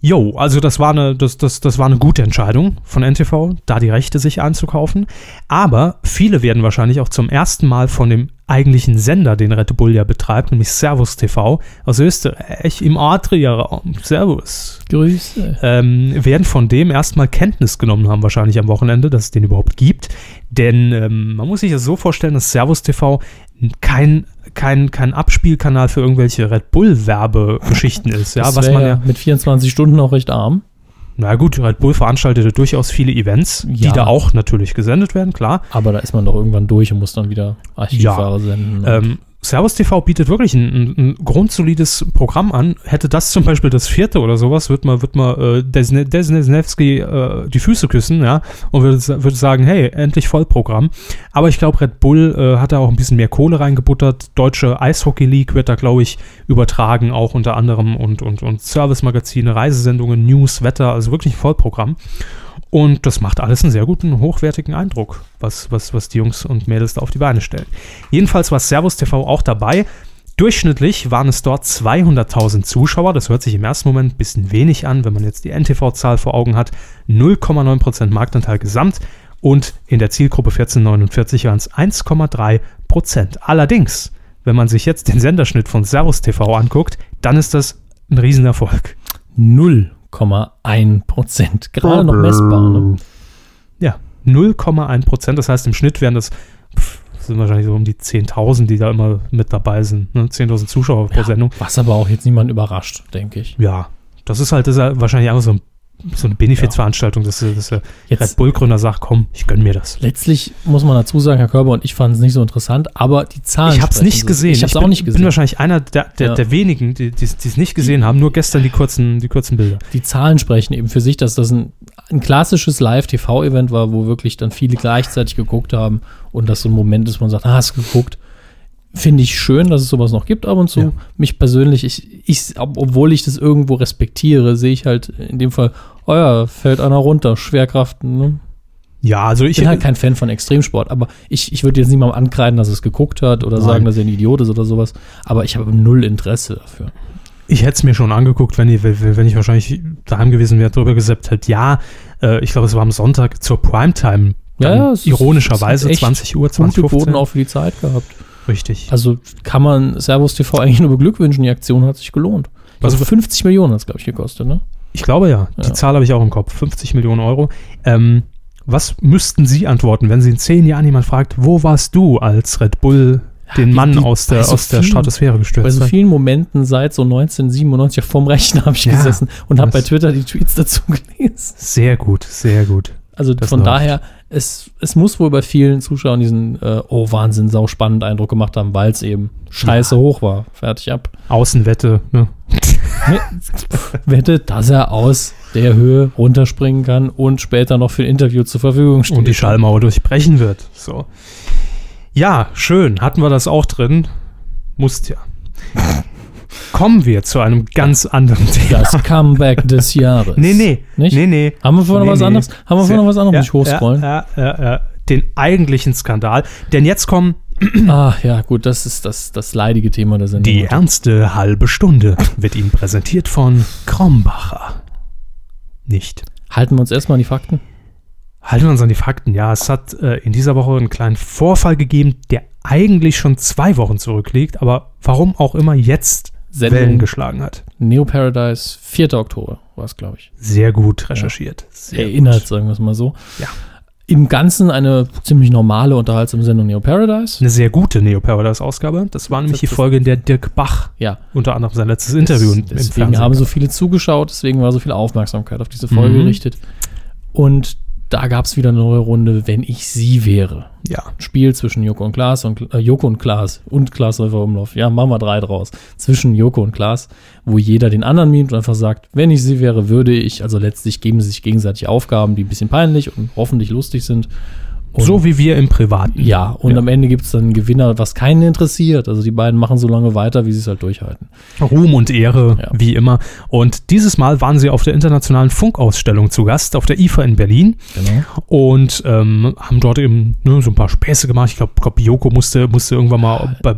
Jo, also das war, eine, das, das, das war eine gute Entscheidung von NTV, da die Rechte sich einzukaufen. Aber viele werden wahrscheinlich auch zum ersten Mal von dem eigentlichen Sender, den Red Bull ja betreibt, nämlich Servus TV aus Österreich im Adria-Raum, Servus, Grüße. ähm, werden von dem erstmal Kenntnis genommen haben, wahrscheinlich am Wochenende, dass es den überhaupt gibt. Denn ähm, man muss sich das so vorstellen, dass Servus TV kein, kein, kein Abspielkanal für irgendwelche Red Bull-Werbegeschichten ist. Ja, Das was wär man ja, mit 24 Stunden auch recht arm. na gut, Red Bull veranstaltete durchaus viele Events, die Ja. da auch natürlich gesendet werden, klar. Aber da ist man doch irgendwann durch und muss dann wieder Archivware senden. Ähm, Servus TV bietet wirklich ein, ein, ein grundsolides Programm an. Hätte das zum Beispiel das vierte oder sowas, wird man, wird man äh, Desne- Desnesnevsky äh, die Füße küssen, ja, und würde, sa- würde sagen, hey, endlich Vollprogramm. Aber ich glaube, Red Bull äh, hat da auch ein bisschen mehr Kohle reingebuttert. Deutsche Eishockey League wird da, glaube ich, übertragen, auch unter anderem und, und, und Service-Magazine, Reisesendungen, News, Wetter, also wirklich Vollprogramm. Und das macht alles einen sehr guten, hochwertigen Eindruck, was, was, was die Jungs und Mädels da auf die Beine stellen. Jedenfalls war Servus TV auch dabei. Durchschnittlich waren es dort 200.000 Zuschauer. Das hört sich im ersten Moment ein bisschen wenig an, wenn man jetzt die NTV-Zahl vor Augen hat. 0,9% Marktanteil gesamt und in der Zielgruppe 1449 waren es 1,3%. Allerdings, wenn man sich jetzt den Senderschnitt von Servus TV anguckt, dann ist das ein Riesenerfolg. 0,1 Prozent. Gerade noch messbar. Ne? Ja, 0,1 Prozent. Das heißt, im Schnitt wären das pff, sind wahrscheinlich so um die 10.000, die da immer mit dabei sind. Ne? 10.000 Zuschauer pro Sendung. Was aber auch jetzt niemand überrascht, denke ich. Ja, das ist halt das ist ja wahrscheinlich einfach so, ein, so eine Benefizveranstaltung, dass, der- dass der Red Jetzt, Bull-Gründer sagt, komm, ich gönn mir das. letztlich muss man dazu sagen, Herr Körber und ich fanden es nicht so interessant, aber die Zahlen. Ich habe es sprechen nicht so. gesehen. Ich habe es auch bin- nicht bin gesehen. wahrscheinlich einer der, der, Ja. der wenigen, die die es nicht gesehen haben. Nur gestern die kurzen, die kurzen Bilder. Die Zahlen sprechen eben für sich, dass das ein, ein klassisches Live-TV-Event war, wo wirklich dann viele gleichzeitig geguckt haben und das so ein Moment ist, wo man sagt, ah, hast geguckt. Finde ich schön, dass es sowas noch gibt ab und zu. Ja. Mich persönlich, ich, ich, ob- obwohl ich das irgendwo respektiere, sehe ich halt in dem Fall, oh ja, fällt einer runter, Schwerkraften. Ne? Ja, also ich Ich bin halt kein Fan von Extremsport, aber ich, ich würde jetzt niemandem ankreiden, dass er es geguckt hat oder Nein. sagen, dass er ein Idiot ist oder sowas. Aber ich habe null Interesse dafür. Ich hätte es mir schon angeguckt, wenn ich, wenn ich wahrscheinlich daheim gewesen wäre, drüber gesagt hätte, ja, äh, ich glaube, es war am Sonntag zur Primetime. Ja, Dann ja, es ist- es ironischerweise hat echt 20 Uhr, Gute 20 Quoten auch für die Zeit gehabt. Richtig. Also kann man Servus TV eigentlich nur beglückwünschen, die Aktion hat sich gelohnt. Was- Also 50 Millionen hat es, glaube ich, gekostet, ne? Ich glaube ja. Die Ja. Zahl habe ich auch im Kopf. 50 Millionen Euro. Ähm, was müssten Sie antworten, wenn Sie in zehn Jahren jemand fragt, wo warst du, als Red Bull den wie- Mann wie- aus der, bei so aus der vielen- Stratosphäre Bei gestürzt so hat? vielen Momenten seit so 1997 vorm Rechner habe ich Ja, gesessen und habe das- bei Twitter die Tweets dazu gelesen. Sehr gut, sehr gut. Also Das von läuft. daher, es, es muss wohl bei vielen Zuschauern diesen äh, Oh Wahnsinn, sau spannend Eindruck gemacht haben, weil es eben scheiße hoch war. Fertig ab. Außenwette. Ne? Wette, dass er aus der Höhe runterspringen kann und später noch für ein Interview zur Verfügung steht. und die Schallmauer durchbrechen wird. So. Ja, schön. Hatten wir das auch drin. Musst ja. Kommen wir zu einem ganz anderen Thema. Das Comeback des Jahres. Nee, nee. Nicht? Nee, nee. Haben wir vorhin Nee, noch was nee. anderes? Haben wir vorhin noch was anderes? Ja, Muss ich hochscrollen? Ja, ja, ja, ja. Den eigentlichen Skandal. Denn jetzt kommen Ah, ja, gut, das ist das, das leidige Thema der Sendung. die ernste halbe Stunde. Wird Ihnen präsentiert von Krombacher. Nicht. Halten wir uns erstmal an die Fakten. Halten wir uns an die Fakten. Ja, es hat äh, in dieser Woche einen kleinen Vorfall gegeben, der eigentlich schon zwei Wochen zurückliegt, aber warum auch immer jetzt Sendung. Wellen geschlagen hat. Neo Paradise, 4. Oktober war es, glaube ich. Sehr gut recherchiert. Sehr Erinnert, Gut. sagen wir es mal so. Ja. Im Ganzen eine ziemlich normale, unterhaltsame Sendung Neo Paradise. Eine sehr gute Neo Paradise-Ausgabe. Das war nämlich die Das- das- Folge, in der Dirk Bach Ja. unter anderem sein letztes Interview im deswegen Fernsehen haben so gab. viele zugeschaut, deswegen war so viel Aufmerksamkeit auf diese Folge Mhm. gerichtet. Und da gab es wieder eine neue Runde, wenn ich sie wäre. Ja, Spiel zwischen Joko und Klaas und äh, Joko und Klaas und Klaas Läufer Umlauf. Ja, machen wir drei draus. Zwischen Joko und Klaas, wo jeder den anderen mimt und einfach sagt, wenn ich sie wäre, würde ich. Also letztlich geben sie sich gegenseitig Aufgaben, die ein bisschen peinlich und hoffentlich lustig sind. Und so wie wir im Privaten. ja, und Ja. am Ende gibt es dann einen Gewinner, was keinen interessiert. Also die beiden machen so lange weiter, wie sie es halt durchhalten. Ruhm und Ehre, Ja. wie immer. Und dieses Mal waren sie auf der internationalen Funkausstellung zu Gast, auf der IFA in Berlin. Genau. und ähm, haben dort eben ne, so ein paar Späße gemacht. Ich glaube, glaub, Joko musste, musste irgendwann mal ein paar,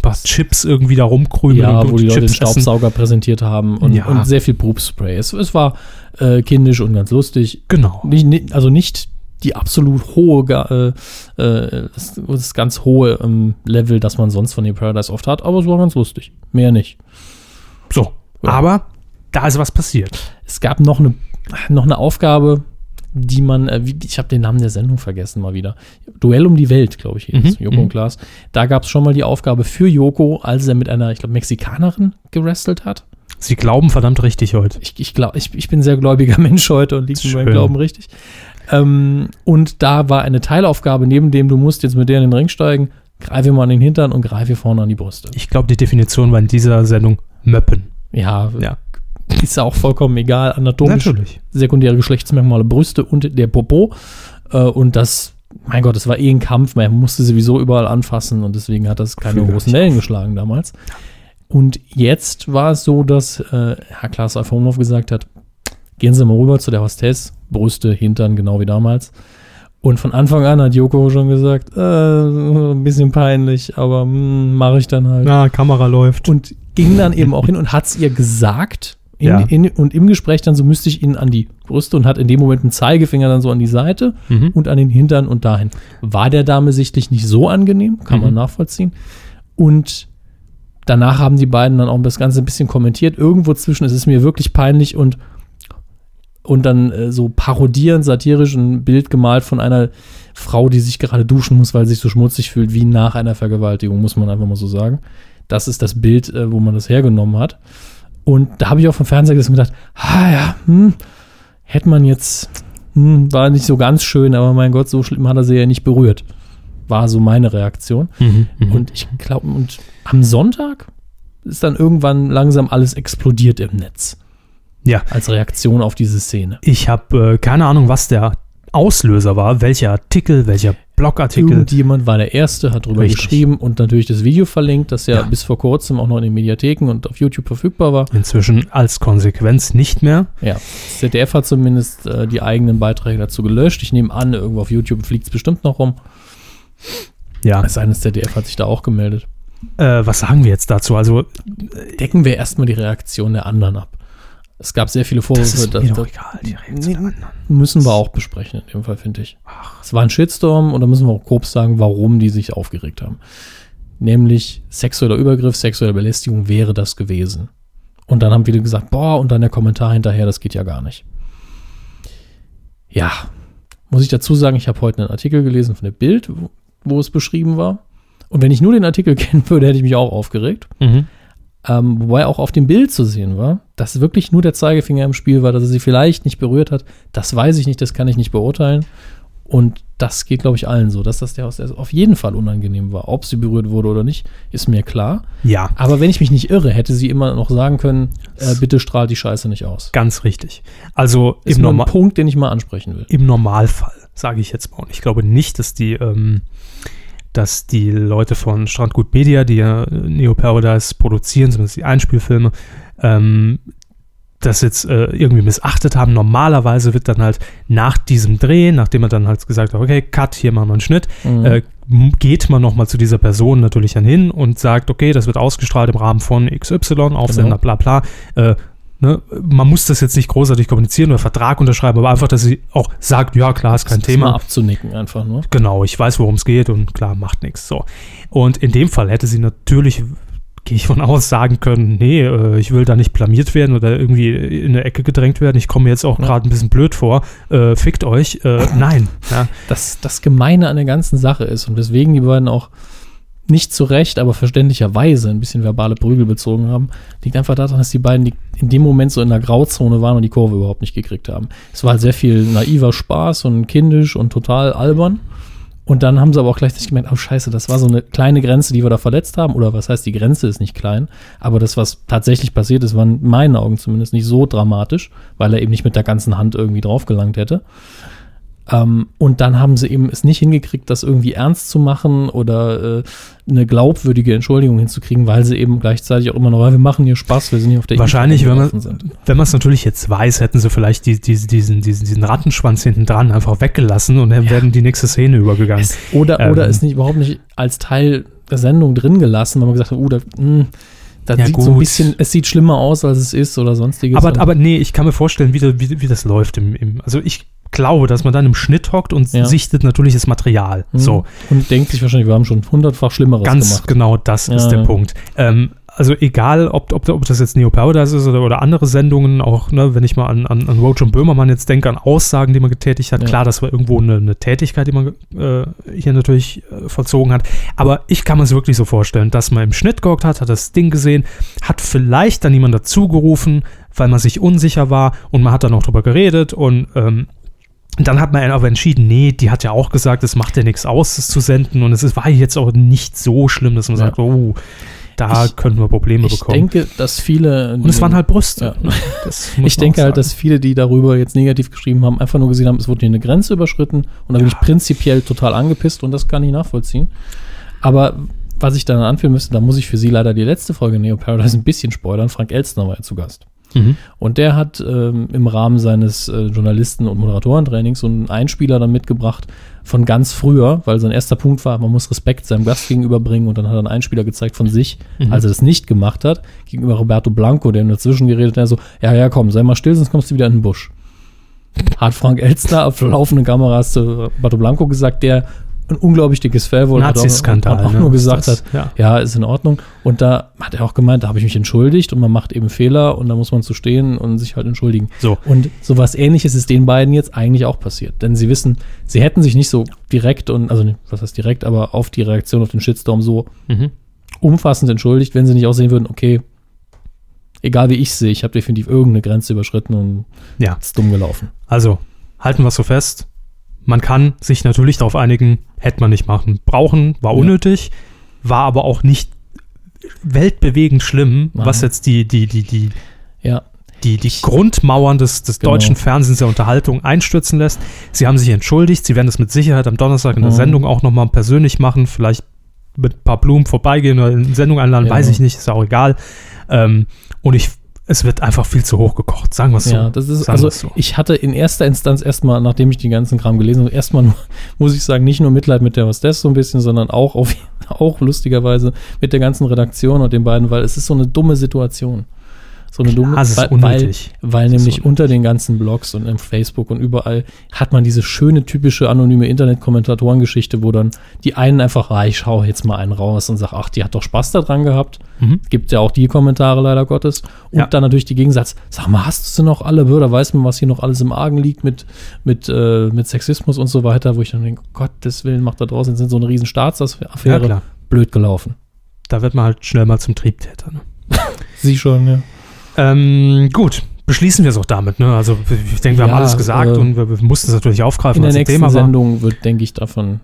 paar Chips irgendwie da rumkrümeln Ja, und, wo die Leute den Chips essen. Staubsauger präsentiert haben und, Ja. und sehr viel Poopspray. Es, es war äh, kindisch und ganz lustig. Genau. nicht, nicht, also nicht die absolut hohe, Ga- äh, äh, das, das ganz hohe ähm, Level, das man sonst von dem Paradise oft hat, aber es war ganz lustig. Mehr nicht. So. Ja. Aber da ist was passiert. Es gab noch eine, noch eine Aufgabe, die man, äh, wie, ich habe den Namen der Sendung vergessen mal wieder. Duell um die Welt, glaube ich, hieß Mhm, Joko und Klaas. Da gab es schon mal die Aufgabe für Joko, als er mit einer, ich glaube, Mexikanerin gerestelt hat. Sie glauben verdammt richtig heute. Ich, ich, glaub, ich, ich bin ein sehr gläubiger Mensch heute und liegt mit meinem Schön. Glauben richtig. Ähm, und da war eine Teilaufgabe, neben dem du musst jetzt mit der in den Ring steigen, greife mal an den Hintern und greife vorne an die Brüste. Ich glaube, die Definition war in dieser Sendung Möppen. Ja, Ja. ist ja auch vollkommen egal, anatomisch Natürlich. sekundäre Geschlechtsmerkmale Brüste und der Popo. Äh, und das, mein Gott, es war eh ein Kampf, man musste sowieso überall anfassen und deswegen hat das keine Fühl gar großen nicht Wellen geschlagen damals. Und jetzt war es so, dass äh, Herr Klaas Alfomov gesagt hat, gehen Sie mal rüber zu der Hostess, Brüste, Hintern, genau wie damals. Und von Anfang an hat Joko schon gesagt, äh, ein bisschen peinlich, aber mache ich dann halt. Na, Kamera läuft. Und ging dann eben auch hin und hat es ihr gesagt. In, Ja. in, und im Gespräch dann so müsste ich ihn an die Brüste und hat in dem Moment einen Zeigefinger dann so an die Seite Mhm. und an den Hintern und dahin. War der Dame sichtlich nicht so angenehm, kann man Mhm. nachvollziehen. Und danach haben die beiden dann auch das Ganze ein bisschen kommentiert. Irgendwo zwischen, es ist mir wirklich peinlich und, und dann äh, so parodierend, satirisch ein Bild gemalt von einer Frau, die sich gerade duschen muss, weil sie sich so schmutzig fühlt, wie nach einer Vergewaltigung, muss man einfach mal so sagen. Das ist das Bild, äh, wo man das hergenommen hat. Und da habe ich auch vom Fernseher gesessen und gedacht, ah ja, hm, hätte man jetzt, hm, war nicht so ganz schön, aber mein Gott, so schlimm hat er sie ja nicht berührt. War so meine Reaktion. Mhm. Mhm. Und ich glaube, und am Sonntag ist dann irgendwann langsam alles explodiert im Netz. Ja. Als Reaktion auf diese Szene. ich habe äh, keine Ahnung, was der Auslöser war, welcher Artikel, welcher Blogartikel. Irgendjemand war der Erste, hat drüber Richtig. geschrieben und natürlich das Video verlinkt, das ja, Ja. bis vor kurzem auch noch in den Mediatheken und auf YouTube verfügbar war. Inzwischen als Konsequenz nicht mehr. Ja, das ZDF hat zumindest äh, die eigenen Beiträge dazu gelöscht. Ich nehme an, irgendwo auf YouTube fliegt es bestimmt noch rum. Ja. Es sei denn, das ZDF hat sich da auch gemeldet. Äh, was sagen wir jetzt dazu? Also, Decken wir erstmal die Reaktion der anderen ab. Es gab sehr viele Vorwürfe, das ist das- mir doch das egal. Die Reaktion der anderen. müssen wir auch besprechen, in dem Fall, finde ich. Es war ein Shitstorm und da müssen wir auch grob sagen, warum die sich aufgeregt haben. Nämlich sexueller Übergriff, sexuelle Belästigung wäre das gewesen. Und dann haben viele gesagt, boah, und dann der Kommentar hinterher, das geht ja gar nicht. Ja, muss ich dazu sagen, ich habe heute einen Artikel gelesen von der Bild, wo, wo es beschrieben war. Und wenn ich nur den Artikel kennen würde, hätte ich mich auch aufgeregt. Ähm, wobei auch auf dem Bild zu sehen war, dass wirklich nur der Zeigefinger im Spiel war, dass er sie vielleicht nicht berührt hat. Das weiß ich nicht, das kann ich nicht beurteilen. Und das geht, glaube ich, allen so, dass das der Hostess auf jeden Fall unangenehm war. Ob sie berührt wurde oder nicht, ist mir klar. Ja, Aber wenn ich mich nicht irre, hätte sie immer noch sagen können, äh, bitte strahlt die Scheiße nicht aus. ganz richtig. Also Ist im, nur ein Norma Punkt, den ich mal ansprechen will. im Normalfall, sage ich jetzt mal. Und ich glaube nicht, dass die, ähm, dass die Leute von Strandgut Media, die ja äh, Neo Paradise produzieren, zumindest die Einspielfilme, ähm, das jetzt äh, irgendwie missachtet haben. Normalerweise wird dann halt nach diesem Dreh, nachdem er dann halt gesagt hat, okay, Cut, hier machen wir einen Schnitt, Mhm. äh, m- geht man nochmal zu dieser Person natürlich dann hin und sagt, okay, das wird ausgestrahlt im Rahmen von XY, Aufsender, bla bla. Äh, ne? Man muss das jetzt nicht großartig kommunizieren oder Vertrag unterschreiben, aber einfach, dass sie auch sagt, ja klar, ist kein Das mal Thema. abzunicken einfach nur. Genau, ich weiß, worum es geht und klar, macht nichts. So. Und in dem Fall hätte sie natürlich, gehe ich von aus, sagen können, nee, äh, ich will da nicht blamiert werden oder irgendwie in eine Ecke gedrängt werden. Ich komme mir jetzt auch Ja. gerade ein bisschen blöd vor. Äh, fickt euch. Äh, nein. Ja. das, das Gemeine an der ganzen Sache ist und weswegen die beiden auch nicht zu Recht, aber verständlicherweise ein bisschen verbale Prügel bezogen haben, liegt einfach daran, dass die beiden die in dem Moment so in der Grauzone waren und die Kurve überhaupt nicht gekriegt haben. Es war halt sehr viel naiver Spaß und kindisch und total albern. Und dann haben sie aber auch gleichzeitig gemerkt, oh scheiße, das war so eine kleine Grenze, die wir da verletzt haben. Oder was heißt, die Grenze ist nicht klein. Aber das, was tatsächlich passiert ist, war in meinen Augen zumindest nicht so dramatisch, weil er eben nicht mit der ganzen Hand irgendwie drauf gelangt hätte. Ähm, und dann haben sie eben es nicht hingekriegt, das irgendwie ernst zu machen oder äh, eine glaubwürdige Entschuldigung hinzukriegen, weil sie eben gleichzeitig auch immer noch, "Ja, wir machen hier Spaß, wir sind hier auf der Wahrscheinlich, wenn man gelaufen sind." wenn man es natürlich jetzt weiß, hätten sie vielleicht die, die, diesen, diesen, diesen Rattenschwanz hinten dran einfach weggelassen und dann Ja. wären die nächste Szene übergegangen. Es, oder Ähm. oder ist nicht überhaupt nicht als Teil der Sendung drin gelassen, weil man gesagt hat, oh, da, mh, das Ja, sieht so ein gut. bisschen, es sieht schlimmer aus, als es ist oder sonstiges. aber, Und- aber nee, ich kann mir vorstellen, wie, da- wie, wie das läuft. Im, im, also ich glaube, dass man dann im Schnitt hockt und Ja. sichtet natürlich das Material. Mhm. So, Und denkt sich wahrscheinlich, wir haben schon hundertfach Schlimmeres ganz gemacht. genau das Ja, ist der ja. Punkt. Ähm, also egal, ob, ob, ob das jetzt Neo Paradise ist oder, oder andere Sendungen, auch ne, wenn ich mal an, an, an Roach und Böhmermann jetzt denke, an Aussagen, die man getätigt hat. Ja. Klar, das war irgendwo eine, eine Tätigkeit, die man äh, hier natürlich äh, vollzogen hat. Aber ich kann mir es wirklich so vorstellen, dass man im Schnitt gehockt hat, hat das Ding gesehen, hat vielleicht dann jemand dazugerufen, weil man sich unsicher war und man hat dann auch drüber geredet und ähm, dann hat man aber entschieden, nee, die hat ja auch gesagt, es macht ja nichts aus, es zu senden. Und es ist, war jetzt auch nicht so schlimm, dass man Ja. sagt, oh, da Ich- könnten wir Probleme Ich genau bekommen. denke, dass viele. und es waren halt Brüste. Ja. Das muss ich man denke auch halt, sagen. dass viele, die darüber jetzt negativ geschrieben haben, einfach nur gesehen haben, es wurde hier eine Grenze überschritten und da bin ich prinzipiell total angepisst und das kann ich nachvollziehen. Aber was ich dann anführen müsste, da muss ich für Sie leider die letzte Folge Neo Paradise ein bisschen spoilern. Frank Elstner war ja zu Gast. Mhm. Und der hat ähm, im Rahmen seines äh, Journalisten- und Moderatorentrainings so einen Einspieler dann mitgebracht von ganz früher, weil sein erster Punkt war, man muss Respekt seinem Gast gegenüber bringen und dann hat er einen Einspieler gezeigt von sich, als er das nicht gemacht hat, gegenüber Roberto Blanco, der ihm dazwischen geredet hat, er so, ja, ja, komm, sei mal still, sonst kommst du wieder in den Busch. Hat Frank Elstner auf laufenden Kameras zu Roberto Blanco gesagt, der ein unglaublich dickes Fell wollte Nazi-Skandal. und auch ne? nur gesagt Das- hat, Ja. ja, ist in Ordnung. Und da hat er auch gemeint, da habe ich mich entschuldigt und man macht eben Fehler und da muss man zu stehen und sich halt entschuldigen. So. Und sowas ähnliches ist den beiden jetzt eigentlich auch passiert. Denn sie wissen, sie hätten sich nicht so direkt und, also was heißt direkt, aber auf die Reaktion auf den Shitstorm so Mhm. umfassend entschuldigt, wenn sie nicht auch sehen würden, okay, egal wie ich sehe, ich habe definitiv irgendeine Grenze überschritten und ja. ist dumm gelaufen. Also, halten wir es so fest. Man kann sich natürlich darauf einigen, hätte man nicht machen brauchen, war Ja. unnötig, war aber auch nicht weltbewegend schlimm, Nein. was jetzt die, die, die, die, Ja, die, die Grundmauern des, des Genau. deutschen Fernsehens der Unterhaltung einstürzen lässt. Sie haben sich entschuldigt, sie werden es mit Sicherheit am Donnerstag in der Mhm. Sendung auch nochmal persönlich machen, vielleicht mit ein paar Blumen vorbeigehen oder in die Sendung einladen, Ja. weiß ich nicht, ist auch egal. Ähm, und ich, es wird einfach viel zu hoch gekocht, sagen wir es so. Ja, das ist, Sagen also wir's so. ich hatte in erster Instanz erstmal, nachdem ich den ganzen Kram gelesen habe, erstmal, nur, muss ich sagen, nicht nur Mitleid mit der Hostess so ein bisschen, sondern auch, auf, auch lustigerweise mit der ganzen Redaktion und den beiden, weil es ist so eine dumme Situation. So eine dumme, Klar, Ah, es ist weil, weil, unnötig. weil Es ist nämlich unter den ganzen Blogs und im Facebook und überall hat man diese schöne typische anonyme Internetkommentatoren-Geschichte, wo dann die einen einfach, ah, ich schau jetzt mal einen raus und sag, ach, die hat doch Spaß daran gehabt. Mhm. Gibt ja auch die Kommentare leider Gottes. Und Ja. dann natürlich die Gegensatz, sag mal, hast du sie noch alle? Oder weiß man, was hier noch alles im Argen liegt mit, mit, äh, mit Sexismus und so weiter, wo ich dann denke, Gottes Willen, macht da draußen sind so eine riesen Ja, Staatsaffäre. klar. Blöd gelaufen. Da wird man halt schnell mal zum Triebtäter. Ne? Sie schon, ja. Ähm, gut, beschließen wir es auch damit. Ne? Also ich denke, wir Ja, haben alles gesagt äh, und wir, wir mussten es natürlich aufgreifen, In der als ein nächsten Sendung wird, denke ich, davon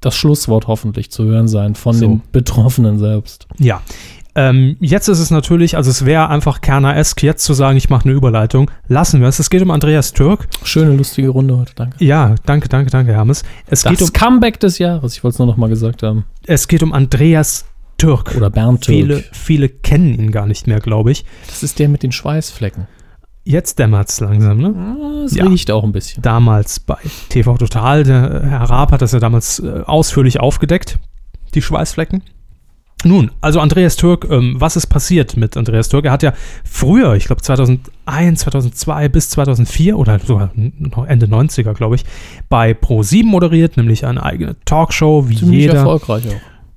das Schlusswort hoffentlich zu hören sein von So. den Betroffenen selbst. Ja. Ähm, jetzt ist es natürlich, also es wäre einfach Kerner-esk, jetzt zu sagen, ich mache eine Überleitung. Lassen wir es. Es geht um Andreas Türk. Schöne, lustige Runde heute, danke. Ja, danke, danke, danke, Hermes. Es geht, um, Comeback des Jahres, ich wollte es nur noch mal gesagt haben. es geht um Andreas Türk. Oder Bernd Türk. Viele, viele kennen ihn gar nicht mehr, glaube ich. Das ist der mit den Schweißflecken. Jetzt dämmert es langsam, ne? Es Ja. riecht auch ein bisschen. damals bei TV Total, der äh, Herr Raab hat das ja damals äh, ausführlich aufgedeckt, die Schweißflecken. Nun, also Andreas Türk, ähm, was ist passiert mit Andreas Türk? Er hat ja früher, ich glaube 2001, 2002 bis 2004 oder sogar noch Ende 90er, glaube ich, bei Pro7 moderiert, nämlich eine eigene Talkshow, wie Ziemlich jeder. erfolgreich auch.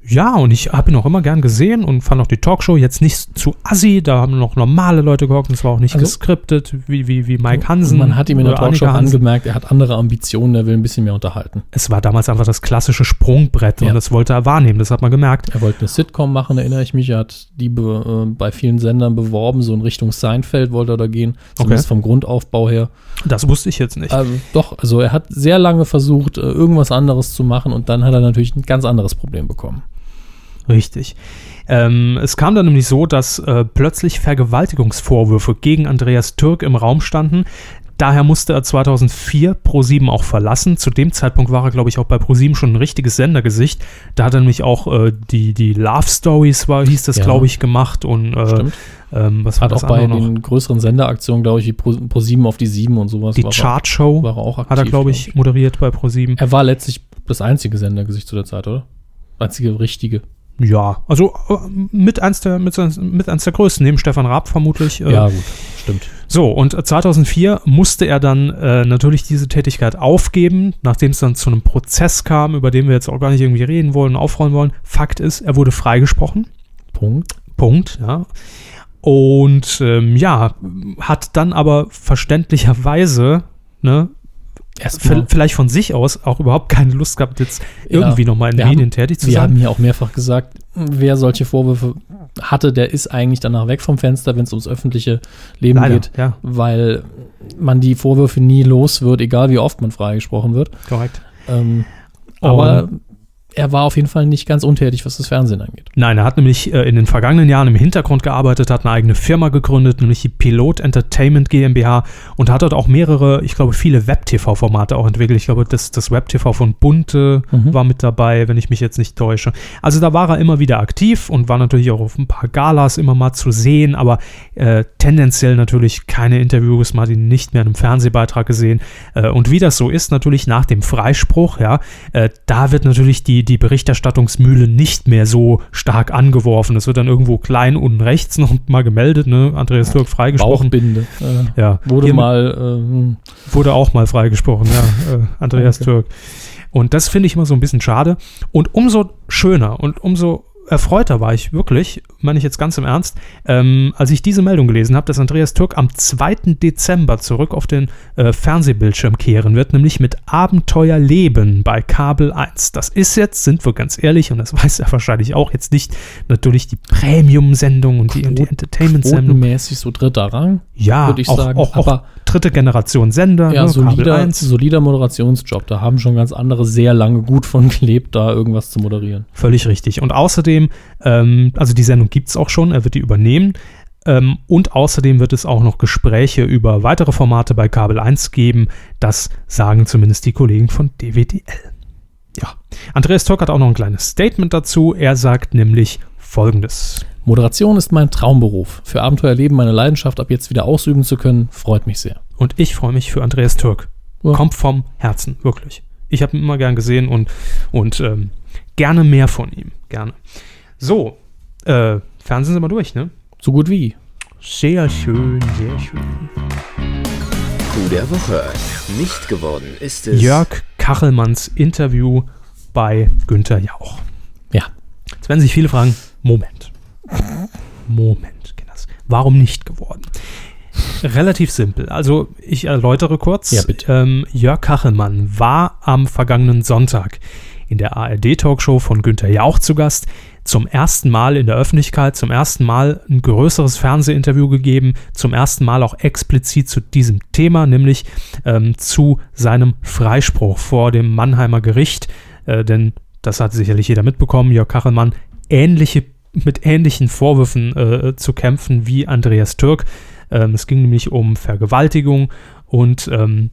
Ja, und ich habe ihn auch immer gern gesehen und fand auch die Talkshow jetzt nicht zu assi. Da haben noch normale Leute gehockt und es war auch nicht Also- geskriptet, wie, wie, wie Mike Hansen. Und man hat ihm in der oder Talkshow Annika Hansen. angemerkt, er hat andere Ambitionen, er will ein bisschen mehr unterhalten. Es war damals einfach das klassische Sprungbrett Ja. und das wollte er wahrnehmen, das hat man gemerkt. Er wollte eine Sitcom machen, erinnere ich mich. Er hat die be, äh, bei vielen Sendern beworben, so in Richtung Seinfeld wollte er da gehen. Zumindest vom Grundaufbau her. Das wusste ich jetzt nicht. Ähm, doch, also er hat sehr lange versucht, äh, irgendwas anderes zu machen und dann hat er natürlich ein ganz anderes Problem bekommen. Richtig. Ähm, es kam dann nämlich so, dass äh, plötzlich Vergewaltigungsvorwürfe gegen Andreas Türk im Raum standen. Daher musste er 2004 ProSieben auch verlassen. Zu dem Zeitpunkt war er, glaube ich, auch bei ProSieben schon ein richtiges Sendergesicht. Da hat er nämlich auch äh, die, die Love Stories, war, hieß das, Ja. glaube ich, gemacht. Und äh, Stimmt. ähm, was war Hat das auch bei andere noch? den größeren Senderaktionen, glaube ich, wie Pro, Pro 7 auf die 7 und sowas. Die war er- Chart Show war er auch aktiv. hat er, glaube ich, moderiert bei ProSieben. Er war letztlich das einzige Sendergesicht zu der Zeit, oder? Einzige richtige. Ja, also äh, mit eins der, mit, eins- mit eins der größten, neben Stefan Raab vermutlich. äh, gut, stimmt. So, und 2004 musste er dann äh, natürlich diese Tätigkeit aufgeben, nachdem es dann zu einem Prozess kam, über den wir jetzt auch gar nicht irgendwie reden wollen, aufrollen wollen. Fakt ist, er wurde freigesprochen. Punkt. Punkt, ja. Und ähm, ja, hat dann aber verständlicherweise, ne, Erstmal. v- vielleicht von sich aus auch überhaupt keine Lust gehabt, jetzt Ja, irgendwie nochmal in wir Medien haben- tätig zu Wir haben sein. hier auch mehrfach gesagt, wer solche Vorwürfe hatte, der ist eigentlich danach weg vom Fenster, wenn es ums öffentliche Leben geht, ja, weil man die Vorwürfe nie los wird, egal wie oft man freigesprochen wird. korrekt. Ähm, aber er war auf jeden Fall nicht ganz untätig, was das Fernsehen angeht. Nein, er hat nämlich äh, in den vergangenen Jahren im Hintergrund gearbeitet, hat eine eigene Firma gegründet, nämlich die Pilot Entertainment GmbH und hat dort auch mehrere, ich glaube, viele Web-TV-Formate auch entwickelt. Ich glaube, das, das Web-TV von Bunte Mhm. war mit dabei, wenn ich mich jetzt nicht täusche. Also da war er immer wieder aktiv und war natürlich auch auf ein paar Galas immer mal zu sehen, aber äh, tendenziell natürlich keine Interviews, man hat ihn nicht mehr in einem Fernsehbeitrag gesehen. Äh, und wie das so ist, natürlich nach dem Freispruch, ja, äh, da wird natürlich die, die Berichterstattungsmühle nicht mehr so stark angeworfen. Es wird dann irgendwo klein unten rechts noch mal gemeldet, ne? Andreas Türk freigesprochen. Bauchbinde. Äh, Ja, wurde Hiermit- mal. ähm, Wurde auch mal freigesprochen, ja, äh, Andreas Türk. Und das finde ich immer so ein bisschen schade. Und umso schöner und umso erfreuter war ich wirklich, meine ich jetzt ganz im Ernst, ähm, als ich diese Meldung gelesen habe, dass Andreas Türk am 2. Dezember zurück auf den äh, Fernsehbildschirm kehren wird, nämlich mit Abenteuer Leben bei Kabel 1. Das ist jetzt, sind wir ganz ehrlich, und das weiß er wahrscheinlich auch jetzt nicht, natürlich die Premium-Sendung und die, und die Entertainment-Sendung. quotenmäßig so dritter Rang. Ja, würd ich auch, sagen. auch, auch Aber- dritte Generation Sender, Ja, ne, Kabel solider, 1. solider Moderationsjob. Da haben schon ganz andere sehr lange gut von gelebt, da irgendwas zu moderieren. Völlig richtig. Und außerdem, ähm, also die Sendung gibt es auch schon, er wird die übernehmen. Ähm, und außerdem wird es auch noch Gespräche über weitere Formate bei Kabel 1 geben. Das sagen zumindest die Kollegen von DWDL. Ja. Andreas Türk hat auch noch ein kleines Statement dazu. Er sagt nämlich folgendes. Moderation ist mein Traumberuf. Für Abenteuerleben meine Leidenschaft ab jetzt wieder ausüben zu können, freut mich sehr. Und ich freue mich für Andreas Türk. Ja. Kommt vom Herzen, wirklich. Ich habe ihn immer gern gesehen und, und ähm, gerne mehr von ihm. Gerne. So, äh, Fernsehen sind wir durch, ne? So gut wie. Sehr schön, sehr schön. Coup der Woche. Nicht geworden ist es. Jörg Kachelmanns Interview bei Günther Jauch. Ja. Jetzt werden sich viele fragen, Moment. Moment, Kinders. Warum nicht geworden? Relativ simpel. Also ich erläutere kurz. Ja, bitte. Ähm, Jörg Kachelmann war am vergangenen Sonntag in der ARD-Talkshow von Günther Jauch zu Gast. Zum ersten Mal in der Öffentlichkeit, zum ersten Mal ein größeres Fernsehinterview gegeben, zum ersten Mal auch explizit zu diesem Thema, nämlich ähm, zu seinem Freispruch vor dem Mannheimer Gericht. Äh, denn das hat sicherlich jeder mitbekommen, Jörg Kachelmann ähnliche, mit ähnlichen Vorwürfen äh, zu kämpfen wie Andreas Türk. Ähm, es ging nämlich um Vergewaltigung und ähm,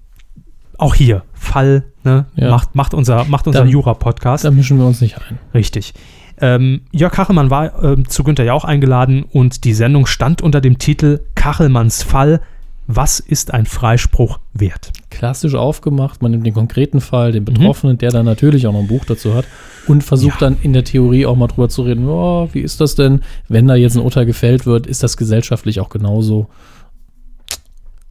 auch hier Fall ne, Ja. macht, macht unser, macht unser Dann- Jura-Podcast. Da mischen wir uns nicht ein. Richtig. Ähm, Jörg Kachelmann war ähm, zu Günther Jauch eingeladen und die Sendung stand unter dem Titel Kachelmanns Fall. Was ist ein Freispruch wert? Klassisch aufgemacht, man nimmt den konkreten Fall, Mhm. den Betroffenen, der dann natürlich auch noch ein Buch dazu hat und versucht dann in der Theorie auch mal drüber zu reden, oh, wie ist das denn, wenn da jetzt ein Urteil gefällt wird, ist das gesellschaftlich auch genauso.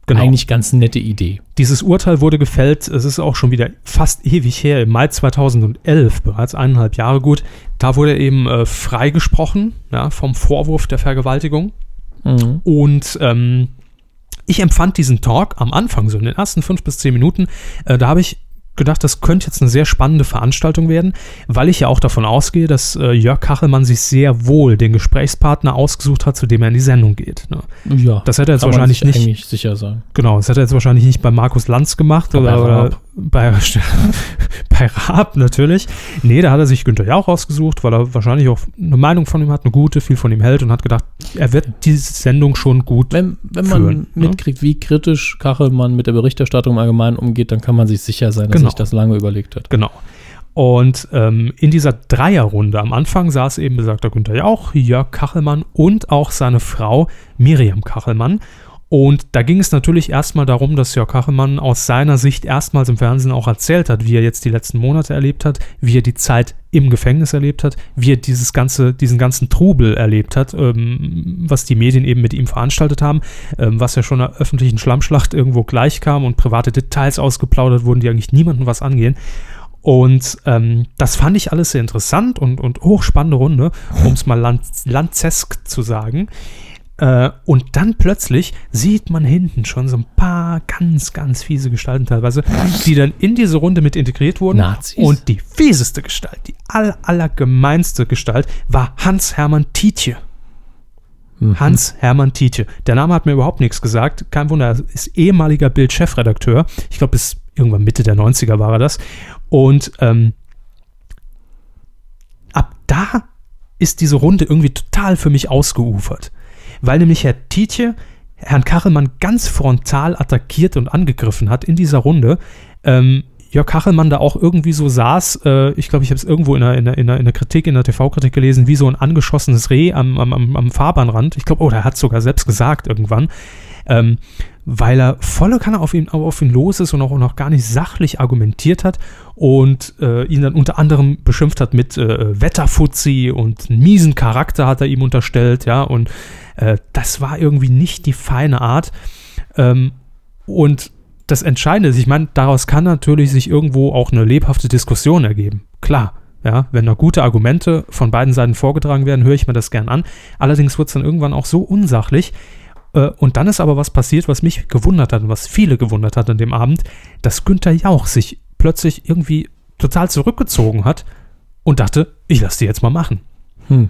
Genau. Eigentlich ganz nette Idee. Dieses Urteil wurde gefällt, es ist auch schon wieder fast ewig her, im Mai 2011, bereits eineinhalb Jahre gut. Da wurde er eben äh, freigesprochen ja, vom Vorwurf der Vergewaltigung. Mhm. Und ähm, ich empfand diesen Talk am Anfang, so in den ersten fünf bis zehn Minuten, äh, da habe ich gedacht, das könnte jetzt eine sehr spannende Veranstaltung werden, weil ich ja auch davon ausgehe, dass äh, Jörg Kachelmann sich sehr wohl den Gesprächspartner ausgesucht hat, zu dem er in die Sendung geht. Ne? Ja, Das hätte er jetzt kann man wahrscheinlich sich nicht eigentlich sicher sein. Genau, das hat er jetzt wahrscheinlich nicht bei Markus Lanz gemacht Aber oder, bei oder Raab. bei, bei Raab natürlich. Nee, da hat er sich Günther Jauch rausgesucht, weil er wahrscheinlich auch eine Meinung von ihm hat, eine gute, viel von ihm hält und hat gedacht, er wird diese Sendung schon gut. Wenn, wenn man Führen, ne? mitkriegt, wie kritisch Kachelmann mit der Berichterstattung im Allgemeinen umgeht, dann kann man sich sicher sein, dass Genau. sich das lange überlegt hat. Genau. Und ähm, in dieser Dreierrunde am Anfang saß eben besagter Günther Jauch, Jörg Kachelmann und auch seine Frau Miriam Kachelmann. Und da ging es natürlich erstmal darum, dass Jörg Kachelmann aus seiner Sicht erstmals im Fernsehen auch erzählt hat, wie er jetzt die letzten Monate erlebt hat, wie er die Zeit im Gefängnis erlebt hat, wie er dieses ganze, diesen ganzen Trubel erlebt hat, ähm, was die Medien eben mit ihm veranstaltet haben, ähm, was ja schon einer öffentlichen Schlammschlacht irgendwo gleichkam und private Details ausgeplaudert wurden, die eigentlich niemandem was angehen. Und ähm, das fand ich alles sehr interessant und, und hochspannende Runde, um es mal lanz lanzesk zu sagen. Äh, und dann plötzlich sieht man hinten schon so ein paar ganz, ganz fiese Gestalten teilweise, die dann in diese Runde mit integriert wurden. Nazis? Und die fieseste Gestalt, die all, allergemeinste Gestalt war Hans-Hermann Tietje. Hans-Hermann Tietje. Der Name hat mir überhaupt nichts gesagt. Kein Wunder, er ist ehemaliger Bild-Chefredakteur. Ich glaube, bis irgendwann Mitte der 90er war er das. Und ähm, ab da ist diese Runde irgendwie total für mich ausgeufert. Weil nämlich Herr Tietje Herrn Kachelmann ganz frontal attackiert und angegriffen hat in dieser Runde. Ähm, Jörg Kachelmann da auch irgendwie so saß, äh, ich glaube, ich habe es irgendwo in der, in, der, in der in der Kritik, in der TV-Kritik gelesen, wie so ein angeschossenes Reh am, am, am, am Fahrbahnrand. Ich glaube, oh, der hat sogar selbst gesagt irgendwann. Ähm, weil er volle Kanne auf ihn, auf ihn los ist und auch noch gar nicht sachlich argumentiert hat und äh, ihn dann unter anderem beschimpft hat mit äh, Wetterfuzzi und einen miesen Charakter hat er ihm unterstellt, ja, und äh, das war irgendwie nicht die feine Art. Ähm, und das Entscheidende ist, ich meine, daraus kann natürlich sich irgendwo auch eine lebhafte Diskussion ergeben. Klar. Ja, wenn da gute Argumente von beiden Seiten vorgetragen werden, höre ich mir das gern an. Allerdings wird es dann irgendwann auch so unsachlich, äh, Und dann ist aber was passiert, was mich gewundert hat und was viele gewundert hat an dem Abend, dass Günther Jauch sich plötzlich irgendwie total zurückgezogen hat und dachte, ich lasse die jetzt mal machen. Hm.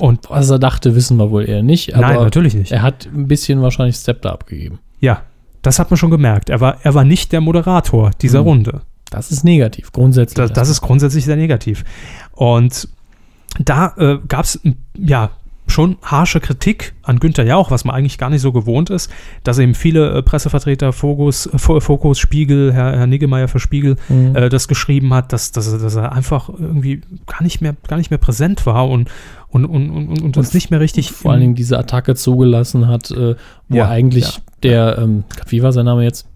Und Was er dachte, wissen wir wohl eher nicht. Nein, natürlich nicht. Er hat ein bisschen wahrscheinlich Step da abgegeben. ja, das hat man schon gemerkt. Er war, er war nicht der Moderator dieser Hm. Runde. Das ist negativ, grundsätzlich. Das, das ist grundsätzlich sehr negativ. Und da äh, gab es ja schon harsche Kritik an Günther Jauch, was man eigentlich gar nicht so gewohnt ist, dass eben viele äh, Pressevertreter, Fokus, äh, Fo- Fokus Spiegel, Herr, Herr Niggemeier für Spiegel, Mhm. äh, das geschrieben hat, dass, dass, er- dass er einfach irgendwie gar nicht mehr, gar nicht mehr präsent war und, und, und, und, und, und das nicht mehr richtig vor allen Dingen diese Attacke zugelassen hat, äh, wo Ja, eigentlich ja. der, ähm, Gott, wie war sein Name jetzt?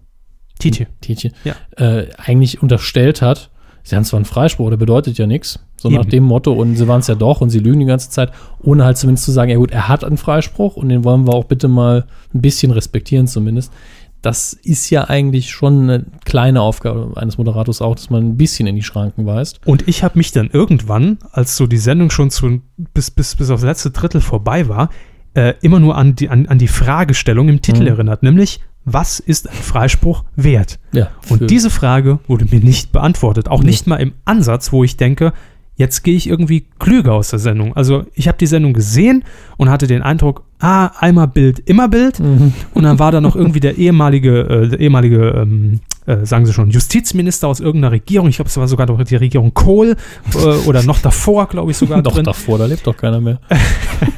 Titi. Tietje, Ja. äh, eigentlich unterstellt hat, sie haben zwar einen Freispruch, der bedeutet ja nichts, so nach Eben. dem Motto, und sie waren es ja doch und sie lügen die ganze Zeit, ohne halt zumindest zu sagen, ja gut, er hat einen Freispruch und den wollen wir auch bitte mal ein bisschen respektieren zumindest. Das ist ja eigentlich schon eine kleine Aufgabe eines Moderators auch, dass man ein bisschen in die Schranken weist. Und ich habe mich dann irgendwann, als so die Sendung schon zu, bis, bis, bis aufs letzte Drittel vorbei war, äh, immer nur an die, an, an die Fragestellung im Titel Mhm. erinnert, nämlich, was ist ein Freispruch wert? Ja, für- Und diese Frage wurde mir nicht beantwortet, auch Nee. nicht mal im Ansatz, wo ich denke, jetzt gehe ich irgendwie klüger aus der Sendung. Also ich habe die Sendung gesehen und hatte den Eindruck, ah, einmal Bild, immer Bild. Mhm. Und dann war da noch irgendwie der ehemalige, äh, der ehemalige ähm, äh, sagen Sie schon, Justizminister aus irgendeiner Regierung. Ich glaube, es war sogar noch die Regierung Kohl äh, oder noch davor, glaube ich, sogar doch drin. davor, da lebt doch keiner mehr.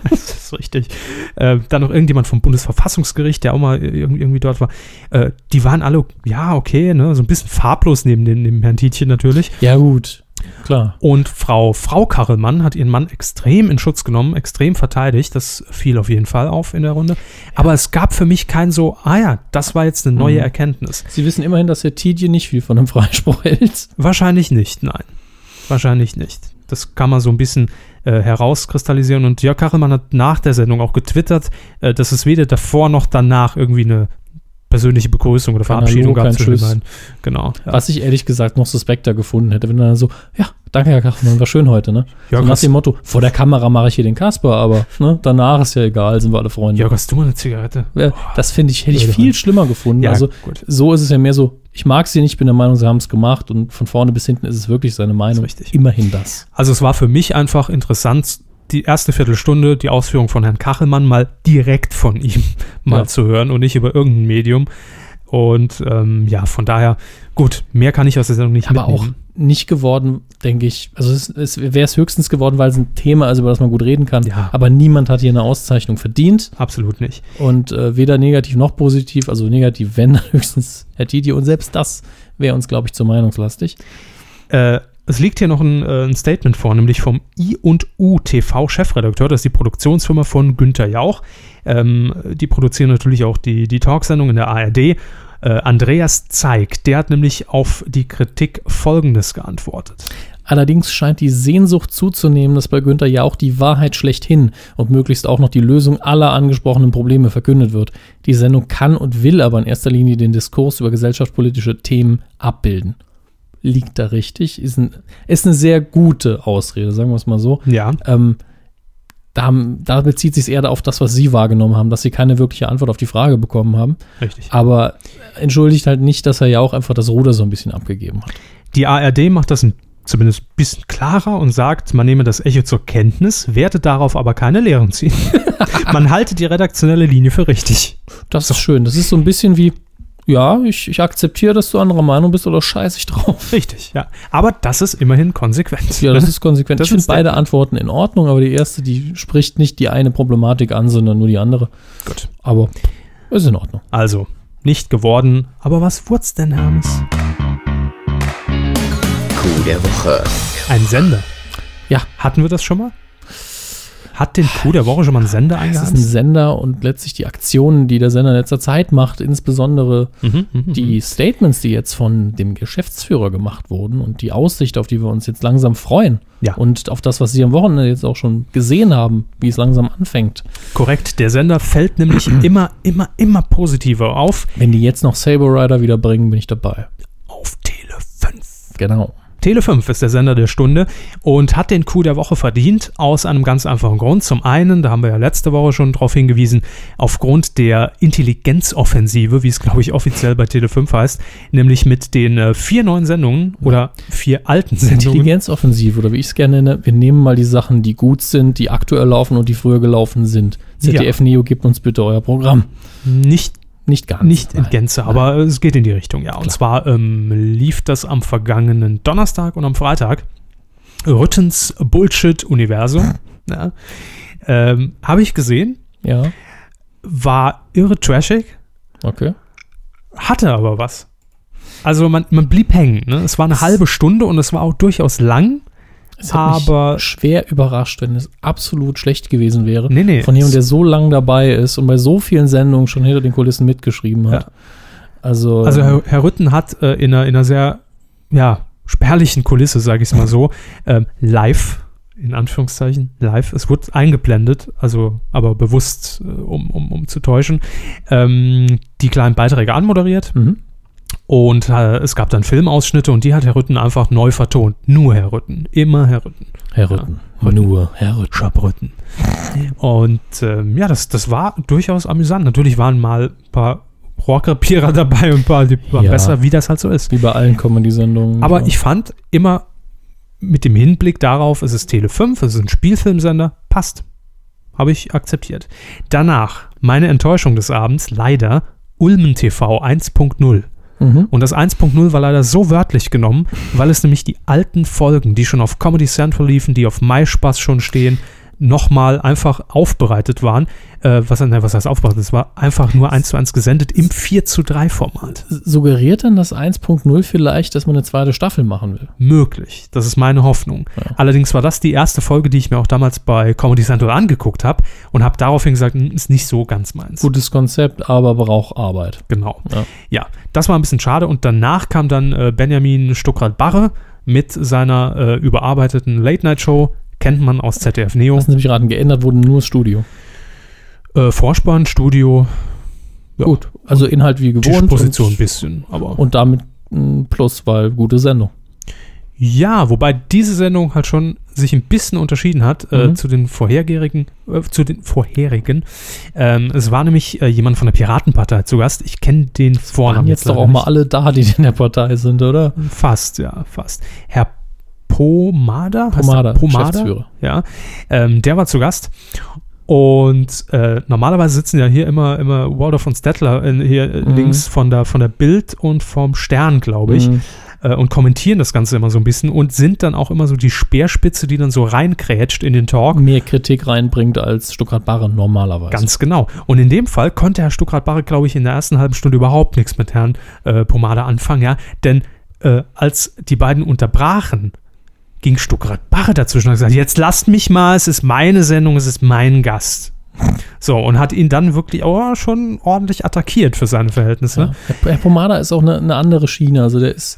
Das ist richtig. Äh, dann noch irgendjemand vom Bundesverfassungsgericht, der auch mal ir- irgendwie dort war. Äh, die waren alle, ja, okay, ne, so ein bisschen farblos neben dem, neben Herrn Tietjen natürlich. Ja gut, klar. Und Frau, Frau Karelmann hat ihren Mann extrem in Schutz genommen, extrem verteidigt. Das fiel auf jeden Fall auf in der Runde. Aber es gab für mich kein so, ah ja, das war jetzt eine neue Mhm. Erkenntnis. Sie wissen immerhin, dass der Tidje nicht viel von einem Freispruch hält. Wahrscheinlich nicht, nein. Wahrscheinlich nicht. Das kann man so ein bisschen äh, herauskristallisieren. Und Jörg Kachelmann hat nach der Sendung auch getwittert, äh, dass es weder davor noch danach irgendwie eine persönliche Begrüßung oder Kein Verabschiedung Hallo, gab. kein zwischen den Tschüss. beiden. Genau. Ja. Was ich ehrlich gesagt noch suspekter gefunden hätte, wenn er so, ja, danke Herr Kachelmann, war schön heute, ne? Jörg, so nach hast- dem Motto, vor der Kamera mache ich hier den Kasper, aber ne, danach ist ja egal, sind wir alle Freunde. Jörg, hast du mal eine Zigarette? Äh, Das finde ich, hätte ich Blöde viel Mann. schlimmer gefunden. also gut. so ist es ja mehr so, ich mag sie nicht, bin der Meinung, sie haben es gemacht und von vorne bis hinten ist es wirklich seine Meinung. Ist richtig. Immerhin das. Also es war für mich einfach interessant, die erste Viertelstunde, die Ausführung von Herrn Kachelmann mal direkt von ihm mal Ja. zu hören und nicht über irgendein Medium. Und ähm, ja, von daher, gut, mehr kann ich aus der Sendung nicht Aber auch mitnehmen. nicht geworden, denke ich. Also es, es wäre es höchstens geworden, weil es ein Thema ist, über das man gut reden kann. Ja. Aber niemand hat hier eine Auszeichnung verdient. Absolut nicht. Und äh, weder negativ noch positiv, also negativ, wenn, dann höchstens Herr Didi. Und selbst das wäre uns, glaube ich, zu meinungslastig. Äh, es liegt hier noch ein, äh, ein Statement vor, nämlich vom I&U TV Chefredakteur, das ist die Produktionsfirma von Günther Jauch. Ähm, die produzieren natürlich auch die, die Talksendung in der ARD. Äh, Andreas Zeig, der hat nämlich auf die Kritik Folgendes geantwortet. Allerdings scheint die Sehnsucht zuzunehmen, dass bei Günther ja auch die Wahrheit schlechthin und möglichst auch noch die Lösung aller angesprochenen Probleme verkündet wird. Die Sendung kann und will aber in erster Linie den Diskurs über gesellschaftspolitische Themen abbilden. liegt da richtig. Ist, ein, ist eine sehr gute Ausrede, sagen wir es mal so. Ja. Ähm, da, haben, da bezieht sich eher auf das, was Sie wahrgenommen haben, dass Sie keine wirkliche Antwort auf die Frage bekommen haben. Richtig. Aber entschuldigt halt nicht, dass er ja auch einfach das Ruder so ein bisschen abgegeben hat. Die ARD macht das ein, zumindest ein bisschen klarer und sagt, man nehme das Echo zur Kenntnis, werde darauf aber keine Lehren ziehen. man halte die redaktionelle Linie für richtig. Das ist schön. Das ist so ein bisschen wie, ja, ich, ich akzeptiere, dass du anderer Meinung bist oder scheiß ich drauf. Richtig, ja. Aber das ist immerhin konsequent. Ne? Ja, das ist konsequent. Das ich finde ist der- beide Antworten in Ordnung, aber die erste, die spricht nicht die eine Problematik an, sondern nur die andere. Gut. Aber ist in Ordnung. Also, nicht geworden. Aber was wurd's denn, Hermes? Coup der Woche. Ein Sender. Ja. Hatten wir das schon mal? Hat den Coup der Woche schon mal ein Sender Es ist ein eingehangen? Sender und letztlich die Aktionen, die der Sender in letzter Zeit macht, insbesondere die Statements, die jetzt von dem Geschäftsführer gemacht wurden und die Aussicht, auf die wir uns jetzt langsam freuen Ja. und auf das, was Sie am Wochenende jetzt auch schon gesehen haben, wie es langsam anfängt. Korrekt. Der Sender fällt nämlich immer, immer, immer positiver auf. Wenn die jetzt noch Saber Rider wieder bringen, bin ich dabei. Auf Tele 5. Genau. Tele 5 ist der Sender der Stunde und hat den Coup der Woche verdient aus einem ganz einfachen Grund. Zum einen, da haben wir ja letzte Woche schon darauf hingewiesen, aufgrund der Intelligenzoffensive, wie es glaube ich offiziell bei Tele 5 heißt, nämlich mit den äh, vier neuen Sendungen oder vier alten Sendungen. Intelligenzoffensive oder wie ich es gerne nenne, wir nehmen mal die Sachen, die gut sind, die aktuell laufen und die früher gelaufen sind. ZDF Neo gibt uns bitte euer Programm. Nicht Nicht ganz. Nicht in Nein. Gänze, aber es geht in die Richtung, ja. Und zwar ähm, lief das am vergangenen Donnerstag und am Freitag. Rüttens Bullshit-Universum. ja. ähm, Habe ich gesehen, Ja, war irre trashig, okay. hatte aber was. Also man, man blieb hängen. Ne? Es war eine halbe Stunde und es war auch durchaus lang. Es hat Aber- mich schwer überrascht, wenn es absolut schlecht gewesen wäre. Nee, nee. Von jemandem, der so lang dabei ist und bei so vielen Sendungen schon hinter den Kulissen mitgeschrieben hat. Ja. Also, Also Herr, Herr Rütten hat äh, in, einer, in einer sehr, ja, spärlichen Kulisse, sage ich es mal so, ähm, live, in Anführungszeichen, live, es wurde eingeblendet, also aber bewusst, äh, um, um, um zu täuschen, ähm, die kleinen Beiträge anmoderiert Mhm. und äh, es gab dann Filmausschnitte und die hat Herr Rütten einfach neu vertont. Nur Herr Rütten, immer Herr Rütten. Herr Rütten. Nur Herr Rütten. Schabrütten. Und ähm, ja, das, das war durchaus amüsant. Natürlich waren mal ein paar Rohrkrepierer dabei und ein paar, die waren Ja. besser, wie das halt so ist. Wie bei allen Comedy-Sendungen. Aber Ja. ich fand immer mit dem Hinblick darauf, es ist Tele 5, es ist ein Spielfilmsender, passt. Habe ich akzeptiert. Danach, meine Enttäuschung des Abends, leider Ulmen TV 1.0. Mhm. Und das 1.0 war leider so wörtlich genommen, weil es nämlich die alten Folgen, die schon auf Comedy Central liefen, die auf MySpaß schon stehen, nochmal einfach aufbereitet waren. Äh, was, ne, was heißt aufbereitet? Es war einfach nur 1 zu 1 gesendet im 4 zu 3 Format. Suggeriert dann das 1.0 vielleicht, dass man eine zweite Staffel machen will? möglich. Das ist meine Hoffnung. Allerdings war das die erste Folge, die ich mir auch damals bei Comedy Central angeguckt habe und habe daraufhin gesagt, "Hm, ist nicht so ganz meins. Gutes Konzept, aber braucht Arbeit. Genau. Ja. Ja. das war ein bisschen schade. Und danach kam dann äh, Benjamin Stuckrad-Barre mit seiner äh, überarbeiteten Late-Night-Show. Kennt man aus ZDF Neo. Lassen Sie mich raten, geändert wurde nur das Studio. Äh, Vorspann, Studio, Ja. Gut, also Inhalt wie gewohnt. Tischposition ein bisschen. Aber Und, und damit ein Plus, weil gute Sendung. ja, wobei diese Sendung halt schon sich ein bisschen unterschieden hat äh, Mhm. zu den vorhergehenden. Äh, zu den vorherigen. Ähm, es war nämlich äh, jemand von der Piratenpartei zu Gast. Ich kenne den Vornamen Waren jetzt doch leider auch mal nicht. alle da, die in der Partei sind, oder? Fast, ja, fast. Herr Pomada? heißt er? Pomada, Pomada? Hm. Geschäftsführer. Ja, ähm, der war zu Gast. Und äh, normalerweise sitzen ja hier immer, immer Waldorf und Stettler in, hier äh, Mhm. links von der, von der Bild und vom Stern, glaube ich, Mhm. äh, und kommentieren das Ganze immer so ein bisschen und sind dann auch immer so die Speerspitze, die dann so reinkrätscht in den Talk. Mehr Kritik reinbringt als Stuttgart Barre normalerweise. Ganz genau. Und in dem Fall konnte Herr Stuckrad-Barre, glaube ich, in der ersten halben Stunde überhaupt nichts mit Herrn äh, Pomada anfangen, ja. Denn äh, als die beiden unterbrachen, ging Stuckrad-Barre dazwischen und hat gesagt, jetzt lasst mich mal, es ist meine Sendung, es ist mein Gast. So, und hat ihn dann wirklich oh, schon ordentlich attackiert für seine Verhältnisse. ne? Ja. Herr, Herr Pomada ist auch eine, eine andere Schiene. Also der ist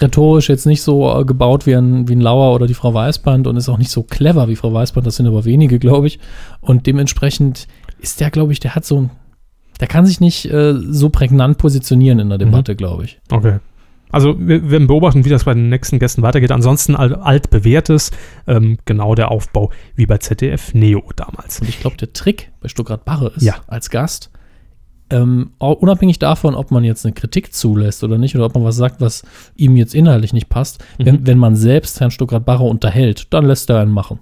rhetorisch jetzt nicht so äh, gebaut wie ein, wie ein Lauer oder die Frau Weißband und ist auch nicht so clever wie Frau Weißband. Das sind aber wenige, glaube ich. Und dementsprechend ist der, glaube ich, der hat Mhm. so ein. Der kann sich nicht äh, so prägnant positionieren in der Debatte, glaube ich. Okay. Also wir werden beobachten, wie das bei den nächsten Gästen weitergeht. Ansonsten alt, altbewährtes, ähm, genau der Aufbau wie bei ZDF Neo damals. Und ich glaube, der Trick bei Stuttgart Barre ist, Ja. als Gast, ähm, au- unabhängig davon, ob man jetzt eine Kritik zulässt oder nicht, oder ob man was sagt, was ihm jetzt inhaltlich nicht passt, Mhm. wenn, wenn man selbst Herrn Stuttgart Barre unterhält, dann lässt er einen machen.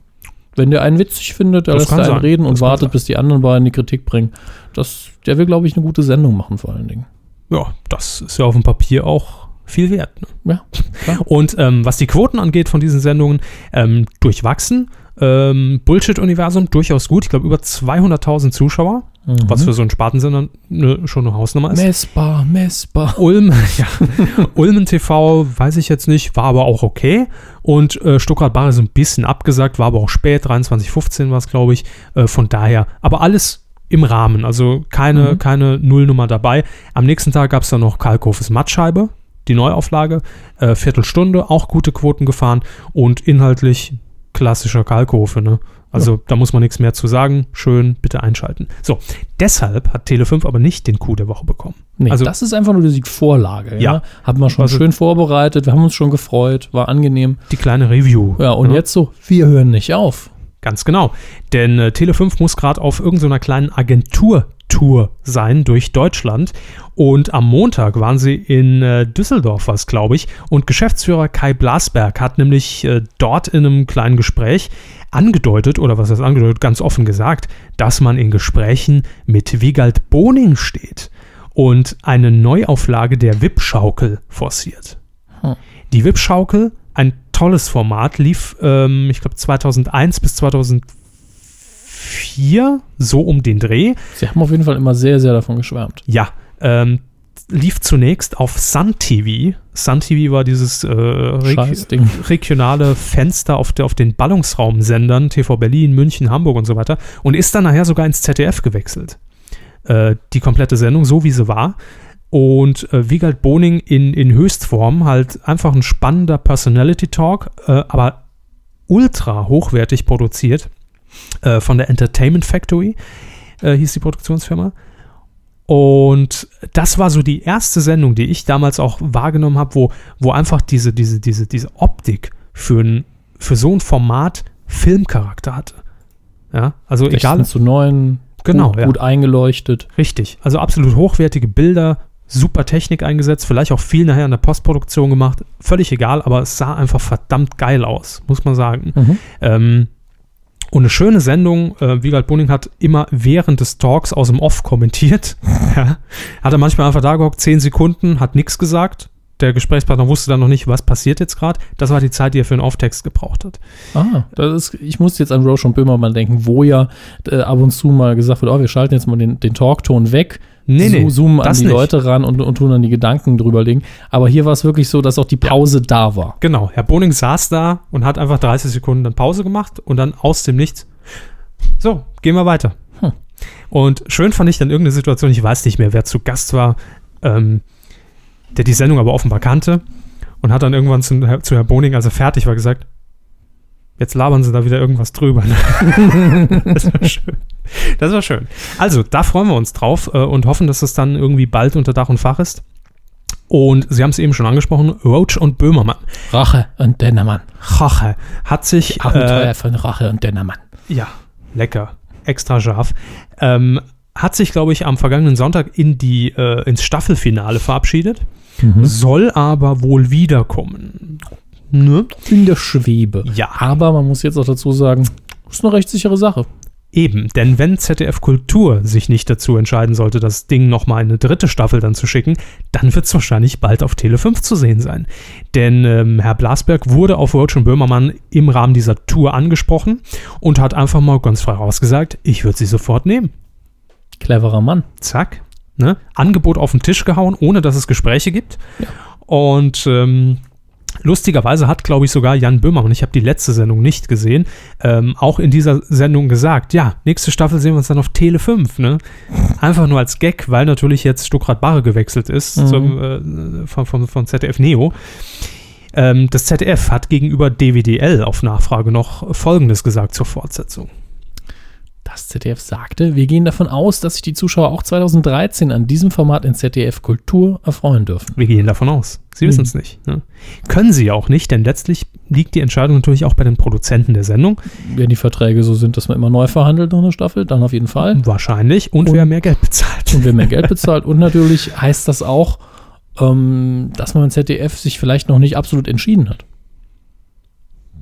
Wenn der einen witzig findet, der Das lässt er kann einen sein. reden und Das kann sein. wartet, bis die anderen beiden die Kritik bringen. Das, der will, glaube ich, eine gute Sendung machen, vor allen Dingen. Ja, das ist ja auf dem Papier auch viel wert. Ne? Ja, Und ähm, was die Quoten angeht von diesen Sendungen, ähm, durchwachsen. Ähm, Bullshit-Universum durchaus gut. Ich glaube, über 200.000 Zuschauer, was für so einen Spartensender ne, schon eine Hausnummer ist. messbar, messbar. Ulm, ja, Ulmen TV, weiß ich jetzt nicht, war aber auch okay. Und äh, Stuttgart Bar ist ein bisschen abgesagt, war aber auch spät, 23.15 war es, glaube ich. Äh, von daher, aber alles im Rahmen, also keine, Mhm. keine Nullnummer dabei. Am nächsten Tag gab es dann noch Kalkofes Mattscheibe, die Neuauflage, äh, Viertelstunde, auch gute Quoten gefahren und inhaltlich klassischer Kalkofe, ne? Also da muss man nichts mehr zu sagen. Schön, bitte einschalten. So, deshalb hat Tele5 aber nicht den Coup der Woche bekommen. Nee, Also- also, das ist einfach nur die Siegvorlage. Ja. Ja. Haben wir schon Also- schön vorbereitet, wir haben uns schon gefreut, war angenehm. Die kleine Review. Ja, und Ja. jetzt so, wir hören nicht auf. Ganz genau. Denn äh, Tele5 muss gerade auf irgendeiner kleinen Agenturtour sein durch Deutschland. Und am Montag waren sie in äh, Düsseldorf, was glaube ich. Und Geschäftsführer Kai Blasberg hat nämlich äh, dort in einem kleinen Gespräch angedeutet, oder was heißt angedeutet, ganz offen gesagt, dass man in Gesprächen mit Wiegald Boning steht und eine Neuauflage der WIP-Schaukel forciert. Die Wipschaukel, ein tolles Format, lief, ähm, ich glaube, 2001 bis 2004, so um den Dreh. Sie haben auf jeden Fall immer sehr, sehr davon geschwärmt. Ja, ähm, lief zunächst auf Sun TV. Sun TV war dieses äh, reg Scheiß Ding. regionale Fenster auf, der, auf den Ballungsraumsendern, TV Berlin, München, Hamburg und so weiter, und ist dann nachher sogar ins ZDF gewechselt. Äh, die komplette Sendung, so wie sie war. Und äh, Wiegald Boning in, in Höchstform, halt einfach ein spannender Personality Talk, äh, aber ultra hochwertig produziert äh, von der Entertainment Factory, äh, hieß die Produktionsfirma. Und das war so die erste Sendung, die ich damals auch wahrgenommen habe, wo, wo einfach diese, diese, diese, diese Optik für, ein, für so ein Format Filmcharakter hatte. Ja, also 16 egal. zu 9, Genau, gut, ja. gut eingeleuchtet. Richtig. Also absolut hochwertige Bilder, super Technik eingesetzt, vielleicht auch viel nachher in der Postproduktion gemacht. Völlig egal, aber es sah einfach verdammt geil aus, muss man sagen. Ähm, und eine schöne Sendung. Äh, Wiegald Boning hat immer während des Talks aus dem Off kommentiert. ja. Hat er manchmal einfach da gehockt, zehn Sekunden, hat nichts gesagt. Der Gesprächspartner wusste dann noch nicht, was passiert jetzt gerade. Das war die Zeit, die er für einen Auftext gebraucht hat. Ah, das ist, ich musste jetzt an Roche und Böhmermann denken, wo ja äh, ab und zu mal gesagt wird, oh, wir schalten jetzt mal den, den Talkton weg, Nee, nee, zoomen an das die nicht. Leute ran und, und tun dann die Gedanken drüberlegen. Aber hier war es wirklich so, dass auch die Pause da war. Genau, Herr Boning saß da und hat einfach 30 Sekunden dann Pause gemacht und dann aus dem Nichts. So, gehen wir weiter. Hm. Und schön fand ich dann irgendeine Situation, ich weiß nicht mehr, wer zu Gast war, ähm, der die Sendung aber offenbar kannte und hat dann irgendwann zu, zu Herr Boning, als er fertig war, gesagt, jetzt labern sie da wieder irgendwas drüber. ne? das war schön. Das war schön. Also, da freuen wir uns drauf äh, und hoffen, dass es dann irgendwie bald unter Dach und Fach ist. Und Sie haben es eben schon angesprochen, Roach und Böhmermann. Rache und Dennermann. Rache hat sich Abenteuer äh, von Rache und Dennermann. ja lecker extra scharf ähm, hat sich glaube ich am vergangenen Sonntag in die äh, ins Staffelfinale verabschiedet soll aber wohl wiederkommen ne? In der Schwebe. Ja. Aber man muss jetzt auch dazu sagen, ist eine recht sichere Sache. eben denn wenn ZDF Kultur sich nicht dazu entscheiden sollte das Ding noch mal in eine dritte Staffel dann zu schicken dann wird es wahrscheinlich bald auf Tele 5 zu sehen sein denn ähm, Herr Blasberg wurde auf Roach und Böhmermann im Rahmen dieser Tour angesprochen und hat einfach mal ganz frei rausgesagt ich würde sie sofort nehmen Cleverer Mann. zack, ne, Angebot auf den Tisch gehauen, ohne dass es Gespräche gibt. Und ähm, lustigerweise hat, glaube ich, sogar Jan Böhmermann, ich habe die letzte Sendung nicht gesehen, ähm, auch in dieser Sendung gesagt, ja, nächste Staffel sehen wir uns dann auf Tele 5, ne? Einfach nur als Gag, weil natürlich jetzt Stuckrad Barre gewechselt ist zum, äh, von, von, von ZDF Neo. Ähm, das ZDF hat gegenüber DWDL auf Nachfrage noch Folgendes gesagt zur Fortsetzung. Das ZDF sagte, wir gehen davon aus, dass sich die Zuschauer auch 2013 an diesem Format in ZDF Kultur erfreuen dürfen. Wir gehen davon aus. Mhm. Sie wissen es nicht. Ne? Können sie auch nicht, denn letztlich liegt die Entscheidung natürlich auch bei den Produzenten der Sendung. Wenn die Verträge so sind, dass man immer neu verhandelt nach einer Staffel, dann auf jeden Fall. Wahrscheinlich. Und, Und- wer mehr Geld bezahlt. Und wer mehr Geld bezahlt. Und natürlich heißt das auch, ähm, dass man im ZDF sich vielleicht noch nicht absolut entschieden hat.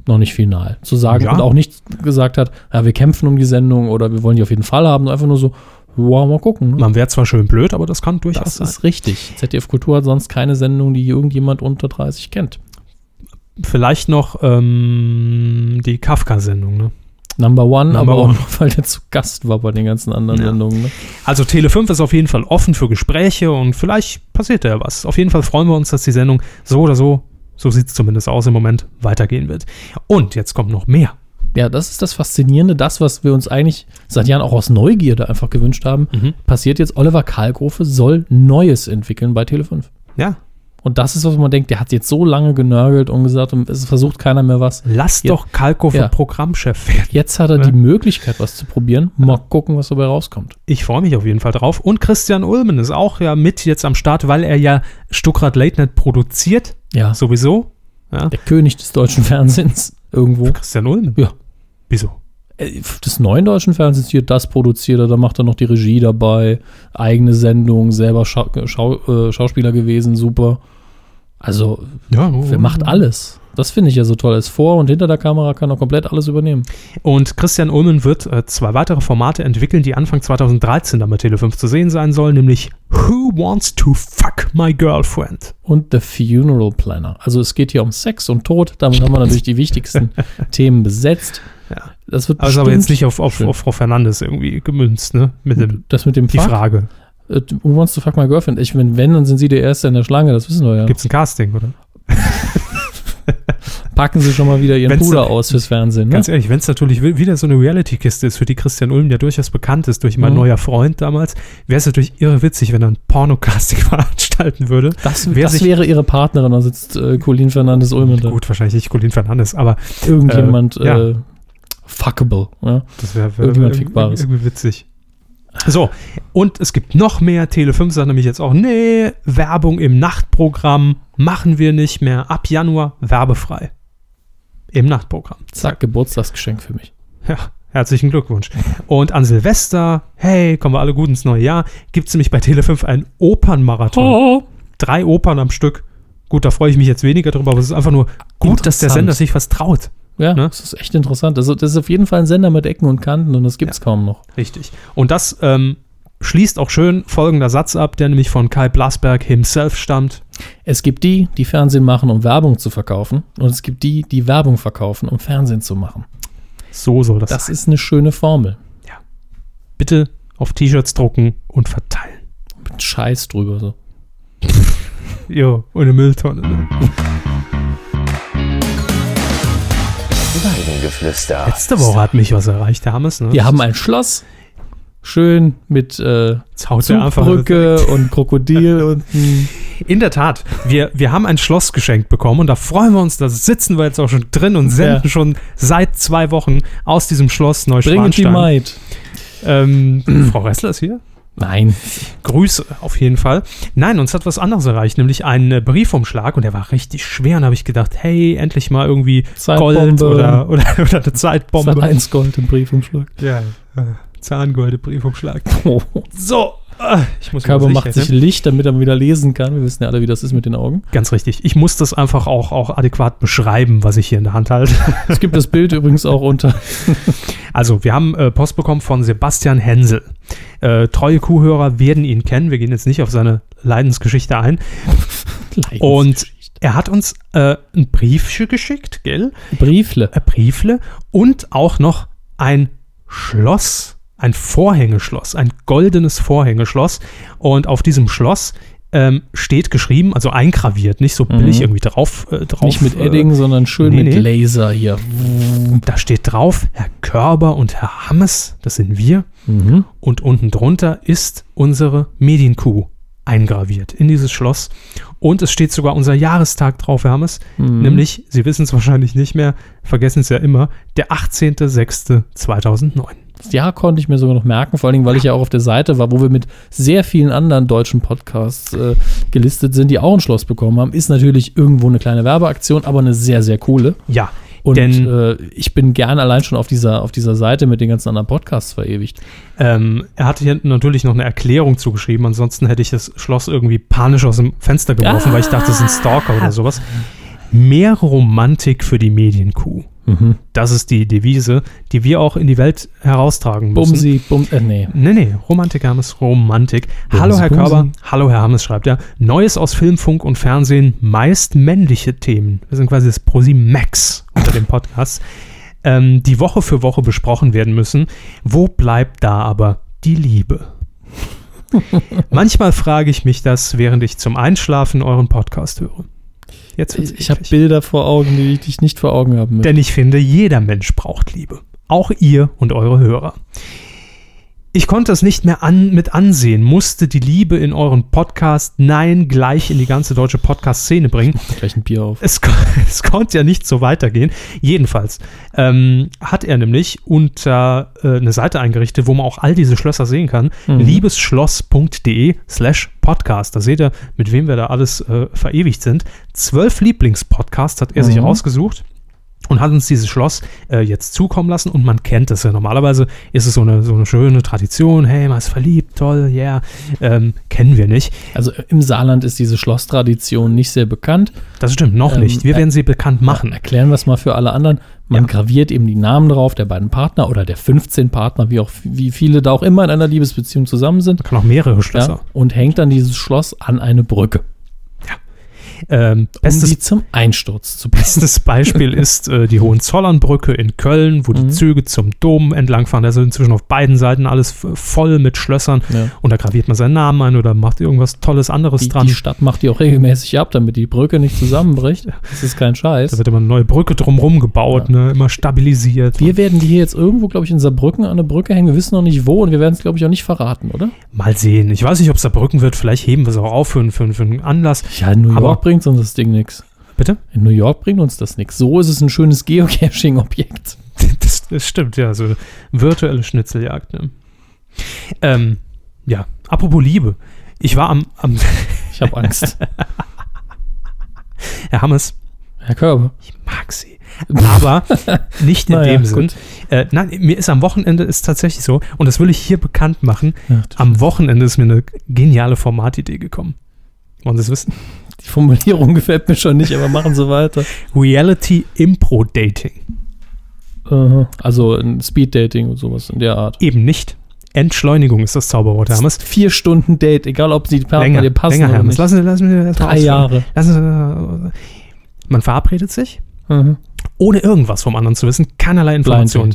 Noch nicht final. Zu sagen Ja. und auch nicht gesagt hat, ja, wir kämpfen um die Sendung oder wir wollen die auf jeden Fall haben. Einfach nur so, ja, mal gucken. Ne? Man wäre zwar schön blöd, aber das kann durchaus Das sein. ist richtig. ZDF Kultur hat sonst keine Sendung, die irgendjemand unter 30 kennt. Vielleicht noch ähm, die Kafka-Sendung. Ne? Number One, Number aber auch One. nur, weil der zu Gast war bei den ganzen anderen Ja. Sendungen. Ne? Also Tele5 ist auf jeden Fall offen für Gespräche und vielleicht passiert da ja was. Auf jeden Fall freuen wir uns, dass die Sendung so oder so, so sieht es zumindest aus im Moment, weitergehen wird. Und jetzt kommt noch mehr. Ja, das ist das Faszinierende, das, was wir uns eigentlich seit Jahren auch aus Neugierde einfach gewünscht haben, Mhm. passiert jetzt. Oliver Kalkofe soll Neues entwickeln bei Tele5. Ja, Und das ist, was man denkt, der hat jetzt so lange genörgelt und gesagt, um, es versucht keiner mehr was. lass Ja. doch Kalkofe Ja. Programmchef werden. Jetzt hat er Ja. die Möglichkeit, was zu probieren. Mal gucken, was dabei rauskommt. Ich freue mich auf jeden Fall drauf. Und Christian Ulmen ist auch ja mit jetzt am Start, weil er ja Stuckrad Late Night produziert, Ja, sowieso. der König des deutschen Fernsehens irgendwo. Christian Ulmen? Ja. Wieso? Äh, des neuen deutschen Fernsehens hier, das produziert er, da macht er noch die Regie dabei, eigene Sendung, selber Schau Schau äh, Schauspieler gewesen, super. Also, Ja, wer Mhm. macht alles? Das finde ich ja so toll. Er Ist vor und hinter der Kamera kann er komplett alles übernehmen. Und Christian Ulmen wird äh, zwei weitere Formate entwickeln, die Anfang 2013 dann bei Tele5 zu sehen sein sollen, nämlich Who Wants to Fuck My Girlfriend? Und The Funeral Planner. Also es geht hier um Sex und Tod. Damit haben wir natürlich die wichtigsten Themen besetzt. Ja. Das wird Also aber jetzt bestimmt- nicht auf, auf, auf Frau Fernandes irgendwie gemünzt, ne? Mit dem, das mit dem die Hm. Fuck. Frage. Äh, Who wants to fuck my girlfriend? Ich, wenn, wenn, dann sind sie der Erste in der Schlange, das wissen wir ja. Gibt es ein Casting, oder? Packen sie schon mal wieder ihren Wenn's- Puder aus fürs Fernsehen. Ne? Ganz ehrlich, wenn es natürlich wi- wieder so eine Reality-Kiste ist, für die Christian Ulm ja durchaus bekannt ist, durch mein Mhm. neuer Freund damals, wäre es natürlich irre witzig, wenn er ein Pornocasting veranstalten würde. Das, Wer das sich- wäre ihre Partnerin, da sitzt äh, Colin Fernandes Ulmen da. Gut, wahrscheinlich nicht Colin Fernandes, aber Irgendjemand Äh, ja. äh, fuckable. Ja? das wäre wär, Irgendjemand irg- Fickbares. irgendwie witzig. So, und es gibt noch mehr. Tele5 sagt nämlich jetzt auch, nee, Werbung im Nachtprogramm machen wir nicht mehr. Ab Januar werbefrei. Im Nachtprogramm. Zack, Geburtstagsgeschenk für mich. Ja, herzlichen Glückwunsch. Und an Silvester, hey, kommen wir alle gut ins neue Jahr, gibt es nämlich bei Tele5 einen Opernmarathon. Oh. Drei Opern am Stück. Gut, da freue ich mich jetzt weniger drüber, aber es ist einfach nur gut, dass der Interessant. Sender sich was traut. Ja, Ne? das ist echt interessant. Also, das ist auf jeden Fall ein Sender mit Ecken und Kanten und das gibt es kaum noch. Richtig. Und das ähm, schließt auch schön folgender Satz ab, der nämlich von Kai Blasberg himself stammt. Es gibt die, die Fernsehen machen, um Werbung zu verkaufen und es gibt die, die Werbung verkaufen, um Fernsehen zu machen. So soll das, Das sein. ist eine schöne Formel. Bitte auf T-Shirts drucken und verteilen. Mit Scheiß drüber so. Jo, und eine Mülltonne. Ne? Weidengeflüster. Letzte Woche hat mich was erreicht, der Hammes, ne? Wir haben ein Schloss, schön mit äh, Jetzt haut der einfach Zugbrücke und Krokodil und In der Tat, wir, wir haben ein Schloss geschenkt bekommen und da freuen wir uns, da sitzen wir jetzt auch schon drin und senden Ja. schon seit zwei Wochen aus diesem Schloss bringt die Neuschwanstein. Maid. Ähm, Frau Ressler ist hier. Nein, Grüße auf jeden Fall. Nein, uns hat was anderes erreicht, nämlich einen äh, Briefumschlag und der war richtig schwer und da habe ich gedacht, hey, endlich mal irgendwie Gold Zeitbombe. oder, oder, oder eine es war Zeitbombe. eins Gold im Briefumschlag. Ja, äh, Zahngold, Briefumschlag. Oh. So, äh, ich muss mir Körper das ne? macht sich helfen. Licht, damit er wieder lesen kann. Wir wissen ja alle, wie das ist mit den Augen. Ganz richtig. Ich muss das einfach auch, auch adäquat beschreiben, was ich hier in der Hand halte. Es gibt das Bild übrigens auch unter. Also, wir haben äh, Post bekommen von Sebastian Hensel. Äh, treue Kuhhörer werden ihn kennen. Wir gehen jetzt nicht auf seine Leidensgeschichte ein. Und er hat uns äh, ein Briefchen geschickt, gell? Briefle. Ein Briefle und auch noch ein Schloss, ein Vorhängeschloss, ein goldenes Vorhängeschloss. Und auf diesem Schloss ähm, steht geschrieben, also eingraviert, nicht so billig Mhm. irgendwie drauf. Äh, drauf Nicht mit äh, Edding, sondern schön nee, mit nee. Laser hier. Da steht drauf, Herr Körber und Herr Hammes, das sind wir. Mhm. Und unten drunter ist unsere Medienkuh eingraviert in dieses Schloss. Und es steht sogar unser Jahrestag drauf, Herr Hammes. Mhm. Nämlich, Sie wissen es wahrscheinlich nicht mehr, vergessen es ja immer, der 18.06.2009. Das Jahr konnte ich mir sogar noch merken, vor allen Dingen, weil ich ja auch auf der Seite war, wo wir mit sehr vielen anderen deutschen Podcasts äh, gelistet sind, die auch ein Schloss bekommen haben. Ist natürlich irgendwo eine kleine Werbeaktion, aber eine sehr, sehr coole. Ja, Und denn äh, ich bin gern allein schon auf dieser, auf dieser Seite mit den ganzen anderen Podcasts verewigt. ähm, er hatte hier natürlich noch eine Erklärung zugeschrieben, ansonsten hätte ich das Schloss irgendwie panisch aus dem Fenster geworfen, weil ich dachte, es ist ein Stalker oder sowas. Mehr Romantik für die Medienkuh. Das ist die Devise, die wir auch in die Welt heraustragen müssen. Bumsi, bum, äh, nee. Nee, nee, Romantik, Hermes, Romantik. Bumsi, hallo, Herr bumsi. Körber. Hallo, Herr Hammes, schreibt er. Neues aus Film, Funk und Fernsehen, meist männliche Themen. Wir sind quasi das ProSimax unter dem Podcast. Ähm, die Woche für Woche besprochen werden müssen. Wo bleibt da aber die Liebe? Manchmal frage ich mich das, während ich zum Einschlafen euren Podcast höre. Jetzt wird's Ich, ich habe eklig. Bilder vor Augen, die ich dich nicht vor Augen haben möchte. Denn ich finde, jeder Mensch braucht Liebe. Auch ihr und eure Hörer. Ich konnte es nicht mehr an, mit ansehen, musste die Liebe in euren Podcast, nein, gleich in die ganze deutsche Podcast-Szene bringen. Gleich ein Bier auf. Es, ko- es konnte ja nicht so weitergehen. Jedenfalls ähm, hat er nämlich unter äh, eine Seite eingerichtet, wo man auch all diese Schlösser sehen kann. Mhm. Liebesschloss.de slash Podcast. Da seht ihr, mit wem wir da alles äh, verewigt sind. Zwölf Lieblingspodcasts hat er sich Mhm. rausgesucht. Und hat uns dieses Schloss äh, jetzt zukommen lassen und man kennt es ja. Normalerweise ist es so eine, so eine schöne Tradition. Hey, man ist verliebt, toll, yeah. Ähm, kennen wir nicht. Also im Saarland ist diese Schlosstradition nicht sehr bekannt. Das stimmt, noch Ähm, nicht. Wir äh, werden sie bekannt machen. Erklären wir es mal für alle anderen. Man Ja. graviert eben die Namen drauf der beiden Partner oder der 15 Partner, wie auch wie viele da auch immer in einer Liebesbeziehung zusammen sind. Kann auch mehrere Schlösser. Ja, und hängt dann dieses Schloss an eine Brücke, Ähm, um bestes, die zum Einsturz zu bringen. bestes Beispiel ist äh, die Hohenzollernbrücke in Köln, wo die Mhm. Züge zum Dom entlangfahren. Da sind inzwischen auf beiden Seiten alles f- voll mit Schlössern. Ja. Und da graviert man seinen Namen ein oder macht irgendwas Tolles anderes Die, dran. die Stadt macht die auch regelmäßig ab, damit die Brücke nicht zusammenbricht. Das ist kein da Scheiß. wird immer eine neue Brücke drumherum gebaut, ne? immer stabilisiert. Wir werden die hier jetzt irgendwo, glaube ich, in Saarbrücken an eine Brücke hängen. Wir wissen noch nicht wo und wir werden es, glaube ich, auch nicht verraten, oder? Mal sehen. Ich weiß nicht, ob es da Brücken wird. Vielleicht heben wir es auch auf für, für, für einen Anlass. Ja, in New Aber- York bringt uns das Ding nichts. Bitte? In New York bringt uns das nichts. So ist es ein schönes Geocaching-Objekt. Das, das stimmt, ja. So virtuelle Schnitzeljagd. Ne? Ähm, ja, apropos Liebe. Ich war am, am Ich habe Angst. Herr Hammers, Herr Körbe. Ich mag sie. Aber nicht in Naja, dem gut. Sinn. Äh, nein, mir ist am Wochenende ist tatsächlich so, und das will ich hier bekannt machen. Ach, du- Am Wochenende ist mir eine geniale Formatidee gekommen. Wollen Sie es wissen? die Formulierung gefällt mir schon nicht, aber machen Sie weiter. Reality Impro Dating. Aha. Also ein Speed-Dating und sowas in der Art. Eben nicht. Entschleunigung ist das Zauberwort, Herr Hammes. Vier Stunden Date, egal ob sie die Partner dir passen länger, Herr oder Hammes. nicht. Lassen Sie, lassen Sie das mal Drei ausführen. Jahre. Lassen Sie, man verabredet sich, Mhm. ohne irgendwas vom anderen zu wissen, keinerlei Informationen.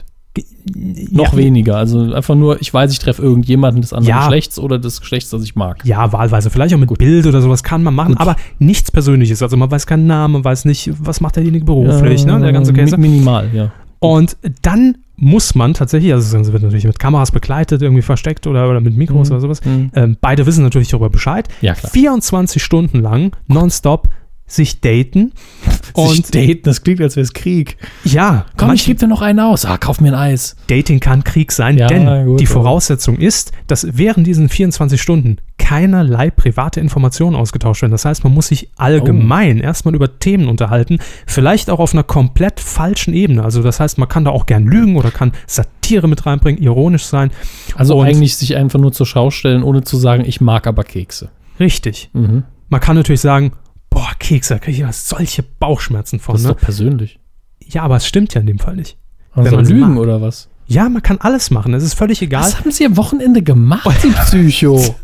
Noch ja, weniger. Also einfach nur, ich weiß, ich treffe irgendjemanden des anderen Ja. Geschlechts oder des Geschlechts, das ich mag. Ja, wahlweise. Vielleicht auch mit Bild oder sowas kann man machen, Gut. aber nichts Persönliches. Also man weiß keinen Namen, man weiß nicht, was macht derjenige beruflich, ne? Der ganze Ähm, mi- Käse. Minimal, ja. Und dann muss man tatsächlich, also das wird natürlich mit Kameras begleitet, irgendwie versteckt oder, oder mit Mikros Mhm. oder sowas. Mhm. Ähm, beide wissen natürlich darüber Bescheid. Ja, klar. 24 Stunden lang, nonstop, sich daten. Sich Und daten, das klingt, als wäre es Krieg. ja, Komm, ich manche- gebe dir noch einen aus. Ah, kauf mir ein Eis. Dating kann Krieg sein, Ja, denn gut, die ja. Voraussetzung ist, dass während diesen 24 Stunden keinerlei private Informationen ausgetauscht werden. Das heißt, man muss sich Oh. allgemein erstmal über Themen unterhalten, vielleicht auch auf einer komplett falschen Ebene. Also das heißt, man kann da auch gern lügen oder kann Satire mit reinbringen, ironisch sein. Also Und- eigentlich sich einfach nur zur Schau stellen, ohne zu sagen, ich mag aber Kekse. Richtig. Mhm. Man kann natürlich sagen, boah, Kekse, da krieg ich ja solche Bauchschmerzen von. Das ist Ne? doch persönlich. Ja, aber es stimmt ja in dem Fall nicht. Also man sie lügen mag. oder was? Ja, man kann alles machen. Es ist völlig egal. Was haben sie am Wochenende gemacht, die Psycho?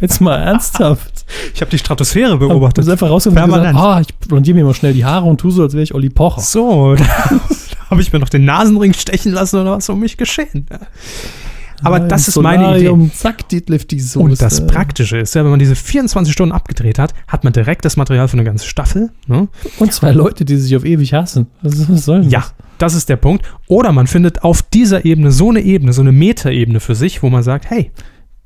Jetzt mal ernsthaft. Ich habe die Stratosphäre Haben sie einfach rausgefunden und gesagt, Permanent. ah, ich blondiere mir mal schnell die Haare und tu so, als wäre ich Olli Pocher. So, da habe ich mir noch den Nasenring stechen lassen oder was um mich geschehen. Aber Ja, das im ist meine Idee. Solarium, Zack, Dietliff, die Soße. Und das Praktische ist ja, wenn man diese 24 Stunden abgedreht hat, hat man direkt das Material für eine ganze Staffel. Ne? Und zwei Leute, die sich auf ewig hassen. Was, was soll denn Ja, das? das ist der Punkt. Oder man findet auf dieser Ebene so eine Ebene, so eine Metaebene für sich, wo man sagt, hey,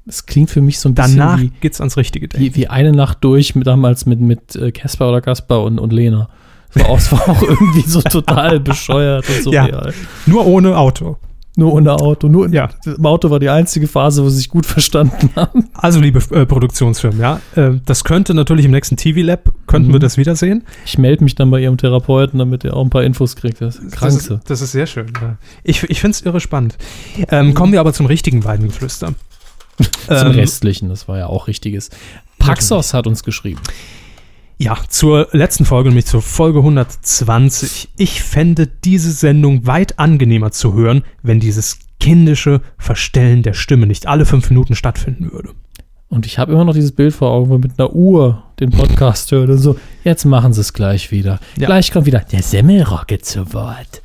Das klingt für mich so ein bisschen danach wie, geht's ans richtige Ding. wie, wie eine Nacht durch, mit, damals mit, mit äh, Casper oder Kasper und, und Lena. Das war auch, das war auch irgendwie so total bescheuert und so Ja. real. Nur ohne Auto. Nur ohne Auto. Nur Ja. im Auto war die einzige Phase, wo sie sich gut verstanden haben. Also, liebe äh, Produktionsfirmen, ja, äh, das könnte natürlich im nächsten TV-Lab, könnten Mhm. wir das wiedersehen. Ich melde mich dann bei ihrem Therapeuten, damit er auch ein paar Infos kriegt. Das ist Das ist, Kranke. das ist sehr schön. Ja. Ich, ich finde es irre spannend. Ähm, kommen wir aber zum richtigen Weidengeflüster. Zum Ähm, Restlichen, das war ja auch richtiges. Paxos hat uns geschrieben. Ja, zur letzten Folge, nämlich zur Folge 120. Ich fände diese Sendung weit angenehmer zu hören, wenn dieses kindische Verstellen der Stimme nicht alle fünf Minuten stattfinden würde. Und ich habe immer noch dieses Bild vor Augen, wo ich mit einer Uhr den Podcast hört und so. Jetzt machen sie es gleich wieder. Ja. Gleich kommt wieder der Semmelrocke zu Wort.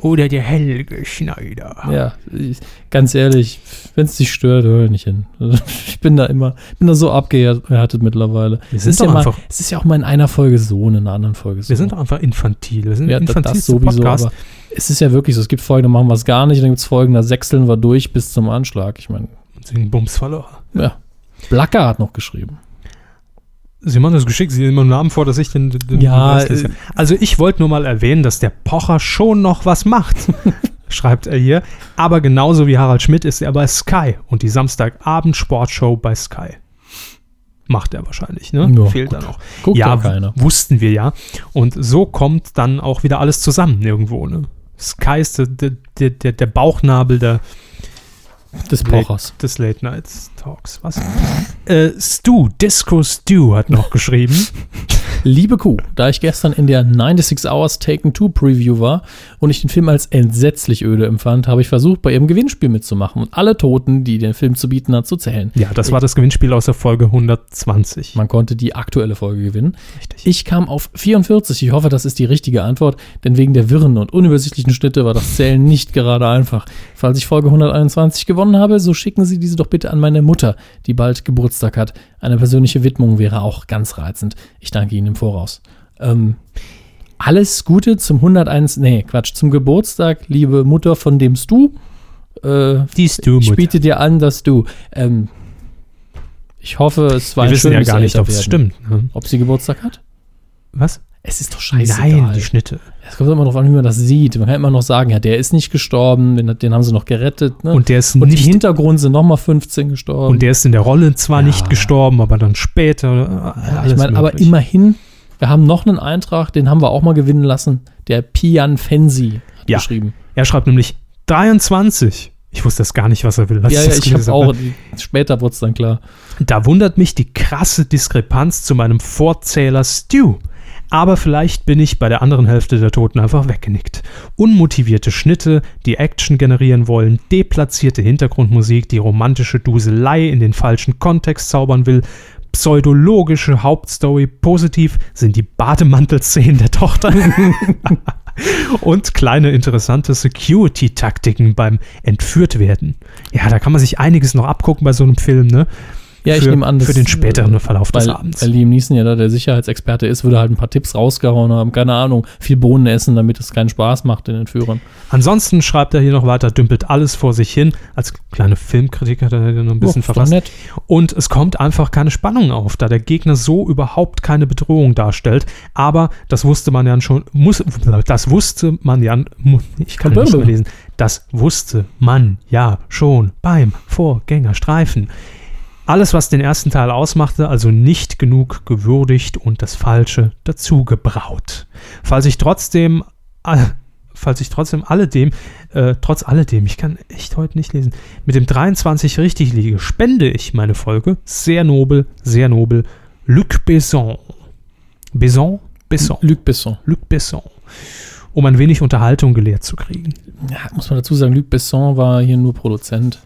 Oder der Helge Schneider. Ja, ich, ganz ehrlich, wenn es dich stört, hör nicht hin. Ich bin da immer, bin da so abgehärtet mittlerweile. Wir Es sind ist, doch ja mal, einfach- es ist ja auch mal in einer Folge so und in einer anderen Folge so. Wir sind doch einfach infantil. Wir sind ja, das, das sowieso, aber es ist ja wirklich so. Es gibt Folgen, da machen wir es gar nicht, und dann gibt es Folgen, da sechseln wir durch bis zum Anschlag. Ich meine, Und den Bums verloren. ja. Blacker hat noch geschrieben. Sie machen das geschickt, sie nehmen einen Namen vor, dass ich den. den Ja, den- äh, also ich wollte nur mal erwähnen, dass der Pocher schon noch was macht, schreibt er hier. Aber genauso wie Harald Schmidt ist er bei Sky und die Samstagabend-Sportshow bei Sky. Macht er wahrscheinlich, ne? Ja, Fehlt gut. da noch. Guckt ja, ja keiner. w- wussten wir ja. Und so kommt dann auch wieder alles zusammen irgendwo, ne? Sky ist der, der, der- der, der Bauchnabel der, Des Pochers. des Late Night Talks. Was? äh, Stu, Disco Stu hat noch geschrieben. Liebe Kuh, da ich gestern in der 96 Hours Taken 2 Preview war und ich den Film als entsetzlich öde empfand, habe ich versucht, bei ihrem Gewinnspiel mitzumachen und alle Toten, die den Film zu bieten hat, zu zählen. Ja, das war das Gewinnspiel aus der Folge 120. Man konnte die aktuelle Folge gewinnen. Richtig. Ich kam auf 44. Ich hoffe, das ist die richtige Antwort, denn wegen der wirren und unübersichtlichen Schnitte war das Zählen nicht gerade einfach. Falls ich Folge 121 gewonnen habe, so schicken Sie diese doch bitte an meine Mutter, die bald Geburtstag hat. Eine persönliche Widmung wäre auch ganz reizend. Ich danke Ihnen im Voraus. Ähm, alles Gute zum 101. Nee, Quatsch, zum Geburtstag, liebe Mutter von dem Stu. Äh, Die Stu ich biete dir an, dass du. Ähm, ich hoffe, es war Wir ein wissen ja schönes gar nicht, ob es Älterwerden. stimmt. Ne? Ob sie Geburtstag hat? Was? Es ist doch Nein, scheißegal. die Schnitte. Es kommt immer darauf an, wie man das sieht. Man kann immer noch sagen, ja, der ist nicht gestorben, den, hat- den haben sie noch gerettet. Ne? Und der ist Und im nicht. Hintergrund sind nochmal 15 gestorben. Und der ist in der Rolle zwar Ja. nicht gestorben, aber dann später. äh, ja, ich alles meine, aber möglich. immerhin, wir haben noch einen Eintrag, den haben wir auch mal gewinnen lassen. Der Pian Fensi hat Ja. geschrieben. Er schreibt nämlich 23. Ich wusste das gar nicht, was er will. als ja, ja, das ich gelesen habe auch, ne? später wurde es dann klar. Da wundert mich die krasse Diskrepanz zu meinem Vorzähler Stu. Aber vielleicht bin ich bei der anderen Hälfte der Toten einfach weggenickt. Unmotivierte Schnitte, die Action generieren wollen, deplatzierte Hintergrundmusik, die romantische Duselei in den falschen Kontext zaubern will, pseudologische Hauptstory positiv sind die Bademantelszenen der Tochter und kleine interessante Security-Taktiken beim Entführtwerden. Ja, da kann man sich einiges noch abgucken bei so einem Film, ne? Ja, ich für, nehme an, äh, Für den späteren Verlauf des weil, Abends. weil Liam Neeson ja da der Sicherheitsexperte ist, würde halt ein paar Tipps rausgehauen haben. Keine Ahnung, viel Bohnen essen, damit es keinen Spaß macht den Entführern. Ansonsten schreibt er hier noch weiter, dümpelt alles vor sich hin. Als kleine Filmkritik hat er hier noch ein bisschen ist doch verfasst. nett. Und es kommt einfach keine Spannung auf, da der Gegner so überhaupt keine Bedrohung darstellt. Aber das wusste man ja schon, muss, das wusste man ja, mu- ich kann nicht mehr lesen, das wusste man ja schon beim Vorgängerstreifen. Alles, was den ersten Teil ausmachte, also nicht genug gewürdigt und das Falsche dazugebraut. Falls ich trotzdem, äh, all- falls ich trotzdem alledem, äh, trotz alledem, ich kann echt heute nicht lesen, mit dem 23 richtig liege, spende ich meine Folge. Sehr nobel, sehr nobel. Luc Besson. Besson? Besson. Luc Besson. Luc Besson. Um ein wenig Unterhaltung gelehrt zu kriegen. Ja, muss man dazu sagen, Luc Besson war hier nur Produzent.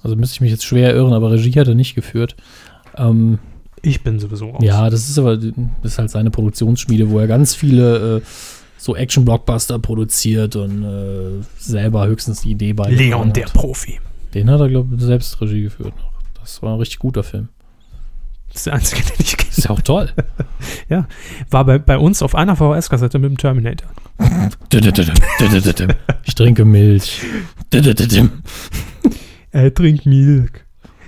Also müsste ich mich jetzt schwer irren, aber Regie hat er nicht geführt. Ähm, Ich bin sowieso raus. ja, das ist aber das ist halt seine Produktionsschmiede, wo er ganz viele äh, so Action-Blockbuster produziert und äh, selber höchstens die Idee bei. Leon, der hat. Profi. Den hat er, glaube ich, selbst Regie geführt noch. Das war ein richtig guter Film. Das ist der einzige, den ich kenne. Ist ja auch toll. War bei, bei uns auf einer VHS-Kassette mit dem Terminator. Ich trinke Milch. Er trinkt Milk.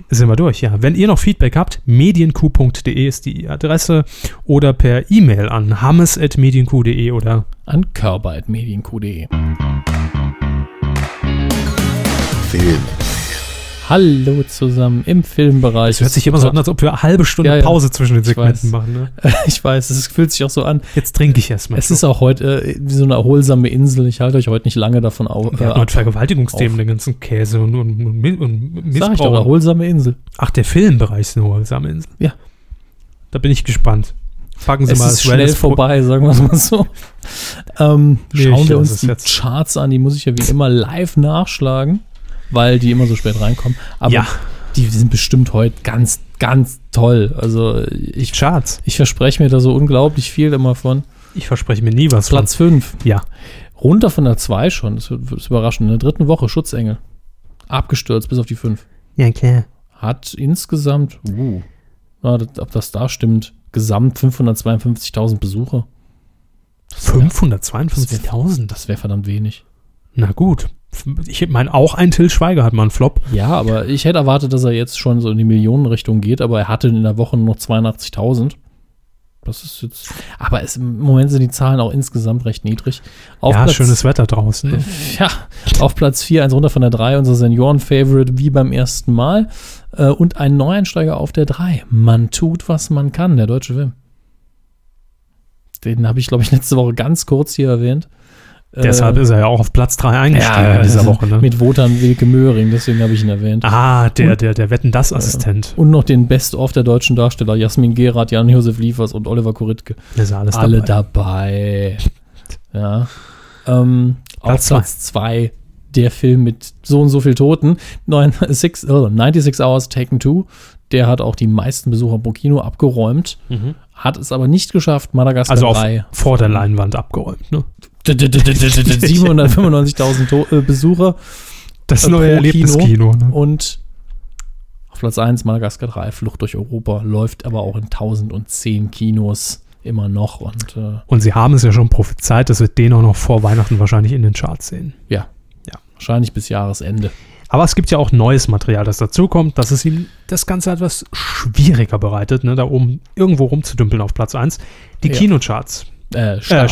Sind wir durch, ja. Wenn ihr noch Feedback habt, medienq.de ist die Adresse oder per E-Mail an hammes.medienq.de oder An körper.medienq.de. Film. Hallo zusammen im Filmbereich. Es hört sich immer so an, als ob wir eine halbe Stunde Ja, ja. Pause zwischen den Ich Segmenten weiß. machen. Ne? Ich weiß, es fühlt sich auch so an. Jetzt trinke ich erstmal. Es ist auch heute äh, wie so eine erholsame Insel. Ich halte euch heute nicht lange davon auf. Wir äh, hatten ab. heute Vergewaltigungsthemen, den ganzen Käse und, und, und, Mi- und Sag ich doch, Missbrauch. erholsame Insel. Ach, der Filmbereich ist eine holsame Insel. Ja. Da bin ich gespannt. Packen Sie es mal ist das schnell Wellness- vorbei, sagen wir es mal so. Ähm, Nee, ich schauen wir lass uns es die jetzt. Charts an, die muss ich ja wie immer live nachschlagen, weil die immer so spät reinkommen. Aber Ja. die sind bestimmt heute ganz, ganz toll. Also ich, Charts. ich verspreche mir da so unglaublich viel immer von. Ich verspreche mir nie was. von- Platz 5. Ja. Runter von der 2 schon, das wird, wird überraschend. In der dritten Woche Schutzengel. Abgestürzt bis auf die 5. Ja, klar. Hat insgesamt, uh, na, das- ob das da stimmt, gesamt 552.000 Besucher. Das wär- 552.000. Das wäre verdammt wenig. Na gut. Ich meine, auch ein Till Schweiger hat mal einen Flop. Ja, aber ich hätte erwartet, dass er jetzt schon so in die Millionenrichtung geht, aber er hatte in der Woche nur noch 82.000. Das ist jetzt. Aber es, im Moment sind die Zahlen auch insgesamt recht niedrig. Auf ja, Platz- schönes Wetter draußen. Ne? Ja, auf Platz 4, eins runter von der 3, unser Senioren-Favorite wie beim ersten Mal. Äh, und ein Neueinsteiger auf der 3. Man tut, was man kann, der deutsche Film. Den habe ich, glaube ich, letzte Woche ganz kurz hier erwähnt. Äh, Äh, Deshalb ist er ja auch auf Platz 3 eingestiegen in dieser Woche. Ne? Mit Wotan Wilke Möhring, deswegen habe ich ihn erwähnt. ah, der, der, der Wetten-Das-Assistent. Und noch den Best-of der deutschen Darsteller, Jasmin Gerard, Jan-Josef Liefers und Oliver Kuritke. Da ist ja alles Alle dabei. dabei. Ja. Ähm, Platz auf Platz 2 der Film mit so und so viel Toten. Neun- six- oh, 96 Hours Taken 2. Der hat auch die meisten Besucher pro Kino abgeräumt. Mhm. Hat es aber nicht geschafft, Madagaskar Also auf 3. vor der Leinwand abgeräumt. Ne? 795.000 To- äh, Besucher Das Äh, neue pro Erlebniskino. Ne? und auf Platz 1 Madagaskar 3, Flucht durch Europa, läuft aber auch in 1010 Kinos immer noch und äh, Und sie haben es ja schon prophezeit, dass wir den auch noch vor Weihnachten wahrscheinlich in den Charts sehen. ja, Ja. wahrscheinlich bis Jahresende. Aber es gibt ja auch neues Material, das dazukommt, dass es ihm das Ganze etwas schwieriger bereitet, ne? da oben irgendwo rumzudümpeln auf Platz 1. Die Ja. Kinocharts. Äh, Äh, Starts, Starts,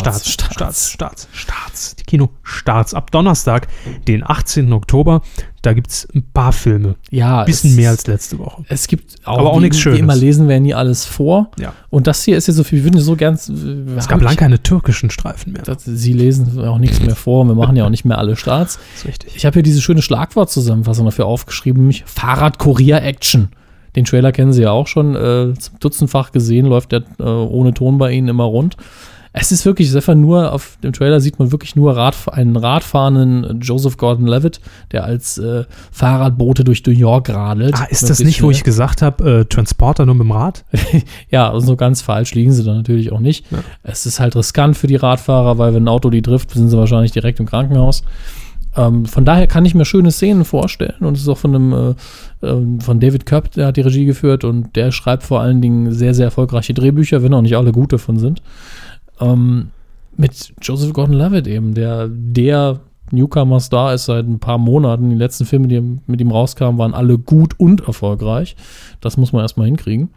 Starts. Starts, Starts, Starts, Die Kinostarts ab Donnerstag, den 18. Oktober. Da gibt es ein paar Filme. Ja, Bisschen es- mehr als letzte Woche. es gibt auch, Aber auch wie- nichts Schönes. Wie immer lesen wir nie alles vor. Ja. Und das hier ist ja so viel, wir würden so gern. Es Es gab lange keine türkischen Streifen mehr. Das, Sie lesen auch nichts mehr vor und wir machen ja auch nicht mehr alle Starts. ist richtig. Ich habe hier diese schöne Schlagwortzusammenfassung dafür aufgeschrieben, nämlich Fahrradkurier-Action. Den Trailer kennen Sie ja auch schon, äh, dutzendfach gesehen, läuft der äh, ohne Ton bei Ihnen immer rund. Es ist wirklich, es ist einfach nur, auf dem Trailer sieht man wirklich nur Radf einen radfahrenden äh, Joseph Gordon-Levitt, der als äh, Fahrradbote durch New York radelt. Ah, ist Möglichst das nicht, wo schnell. ich gesagt habe, äh, Transporter nur mit dem Rad? Ja, also so ganz falsch liegen sie da natürlich auch nicht. Ja. Es ist halt riskant für die Radfahrer, weil wenn ein Auto die trifft, sind sie wahrscheinlich direkt im Krankenhaus. Ähm, von daher kann ich mir schöne Szenen vorstellen und es ist auch von einem äh, ähm, von David Köpp, der hat die Regie geführt und der schreibt vor allen Dingen sehr, sehr erfolgreiche Drehbücher, wenn auch nicht alle gut davon sind. Ähm, mit Joseph Gordon-Levitt eben, der der Newcomer-Star ist seit ein paar Monaten. Die letzten Filme, die mit ihm rauskamen, waren alle gut und erfolgreich. Das muss man erstmal hinkriegen.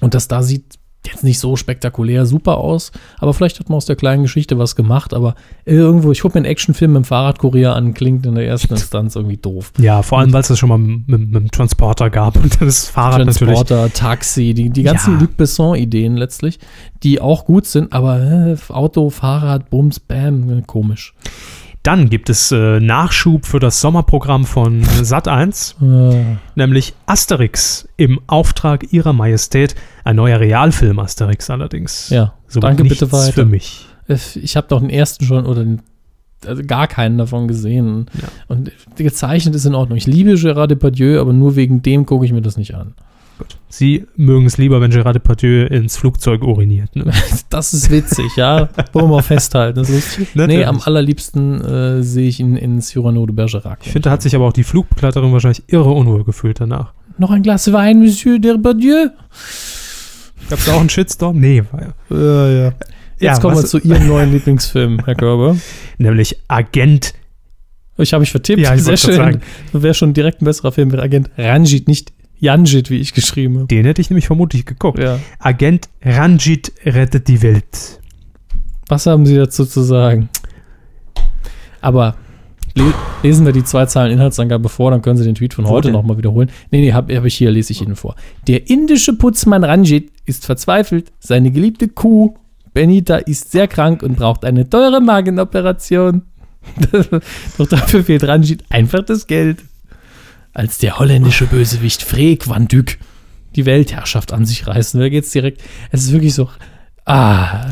Und das da sieht jetzt nicht so spektakulär super aus, aber vielleicht hat man aus der kleinen Geschichte was gemacht, aber irgendwo, ich gucke mir einen Actionfilm mit dem Fahrradkurier an, klingt in der ersten Instanz irgendwie doof. Ja, vor allem, weil es das schon mal mit, mit, mit dem Transporter gab und das Fahrrad natürlich. Transporter, Taxi, die, die ganzen Ja. Luc Besson-Ideen letztlich, die auch gut sind, aber äh, Auto, Fahrrad, Bums, Bam, äh, komisch. Dann gibt es äh, Nachschub für das Sommerprogramm von Sat1, Äh, nämlich Asterix im Auftrag ihrer Majestät. Ein neuer Realfilm Asterix allerdings. ja, So danke nichts bitte weiter. für mich. Ich habe doch den ersten schon oder den, also gar keinen davon gesehen. Ja. Und gezeichnet ist in Ordnung. Ich liebe Gérard Depardieu, aber nur wegen dem gucke ich mir das nicht an. Sie mögen es lieber, wenn Gerard Depardieu ins Flugzeug uriniert. Ne? Das ist witzig, ja. Wollen wir mal festhalten. Das ist lustig. Nee, Natürlich. am allerliebsten äh, sehe ich ihn in Cyrano de Bergerac. ich finde, da hat sich aber auch die Flugbegleiterin wahrscheinlich irre unwohl gefühlt danach. Noch ein Glas Wein, Monsieur Depardieu. Gab es da auch einen Shitstorm? Nee, war ja. Jetzt Ja, kommen wir was- zu Ihrem neuen Lieblingsfilm, Herr Körber. Nämlich Agent. Ich habe mich vertippt. Ja, ich Sehr wollte schon schön. sagen. Wäre schon direkt ein besserer Film mit Agent Ranjit, nicht Janjit, wie ich geschrieben Den hätte ich nämlich vermutlich geguckt. habe. Ja. Agent Ranjit rettet die Welt. Was haben Sie dazu zu sagen? Aber le lesen wir die zwei Zeilen Inhaltsangabe vor, dann können Sie den Tweet von Wo heute denn? nochmal wiederholen. Nee, nee, habe hab ich hier, lese ich Ihnen vor. Der indische Putzmann Ranjit ist verzweifelt. Seine geliebte Kuh Benita ist sehr krank und braucht eine teure Magenoperation. Doch dafür fehlt Ranjit einfach das Geld. Als der holländische Bösewicht Freek van Dyk die Weltherrschaft an sich reißen will, geht's direkt. Es ist wirklich so. Ah,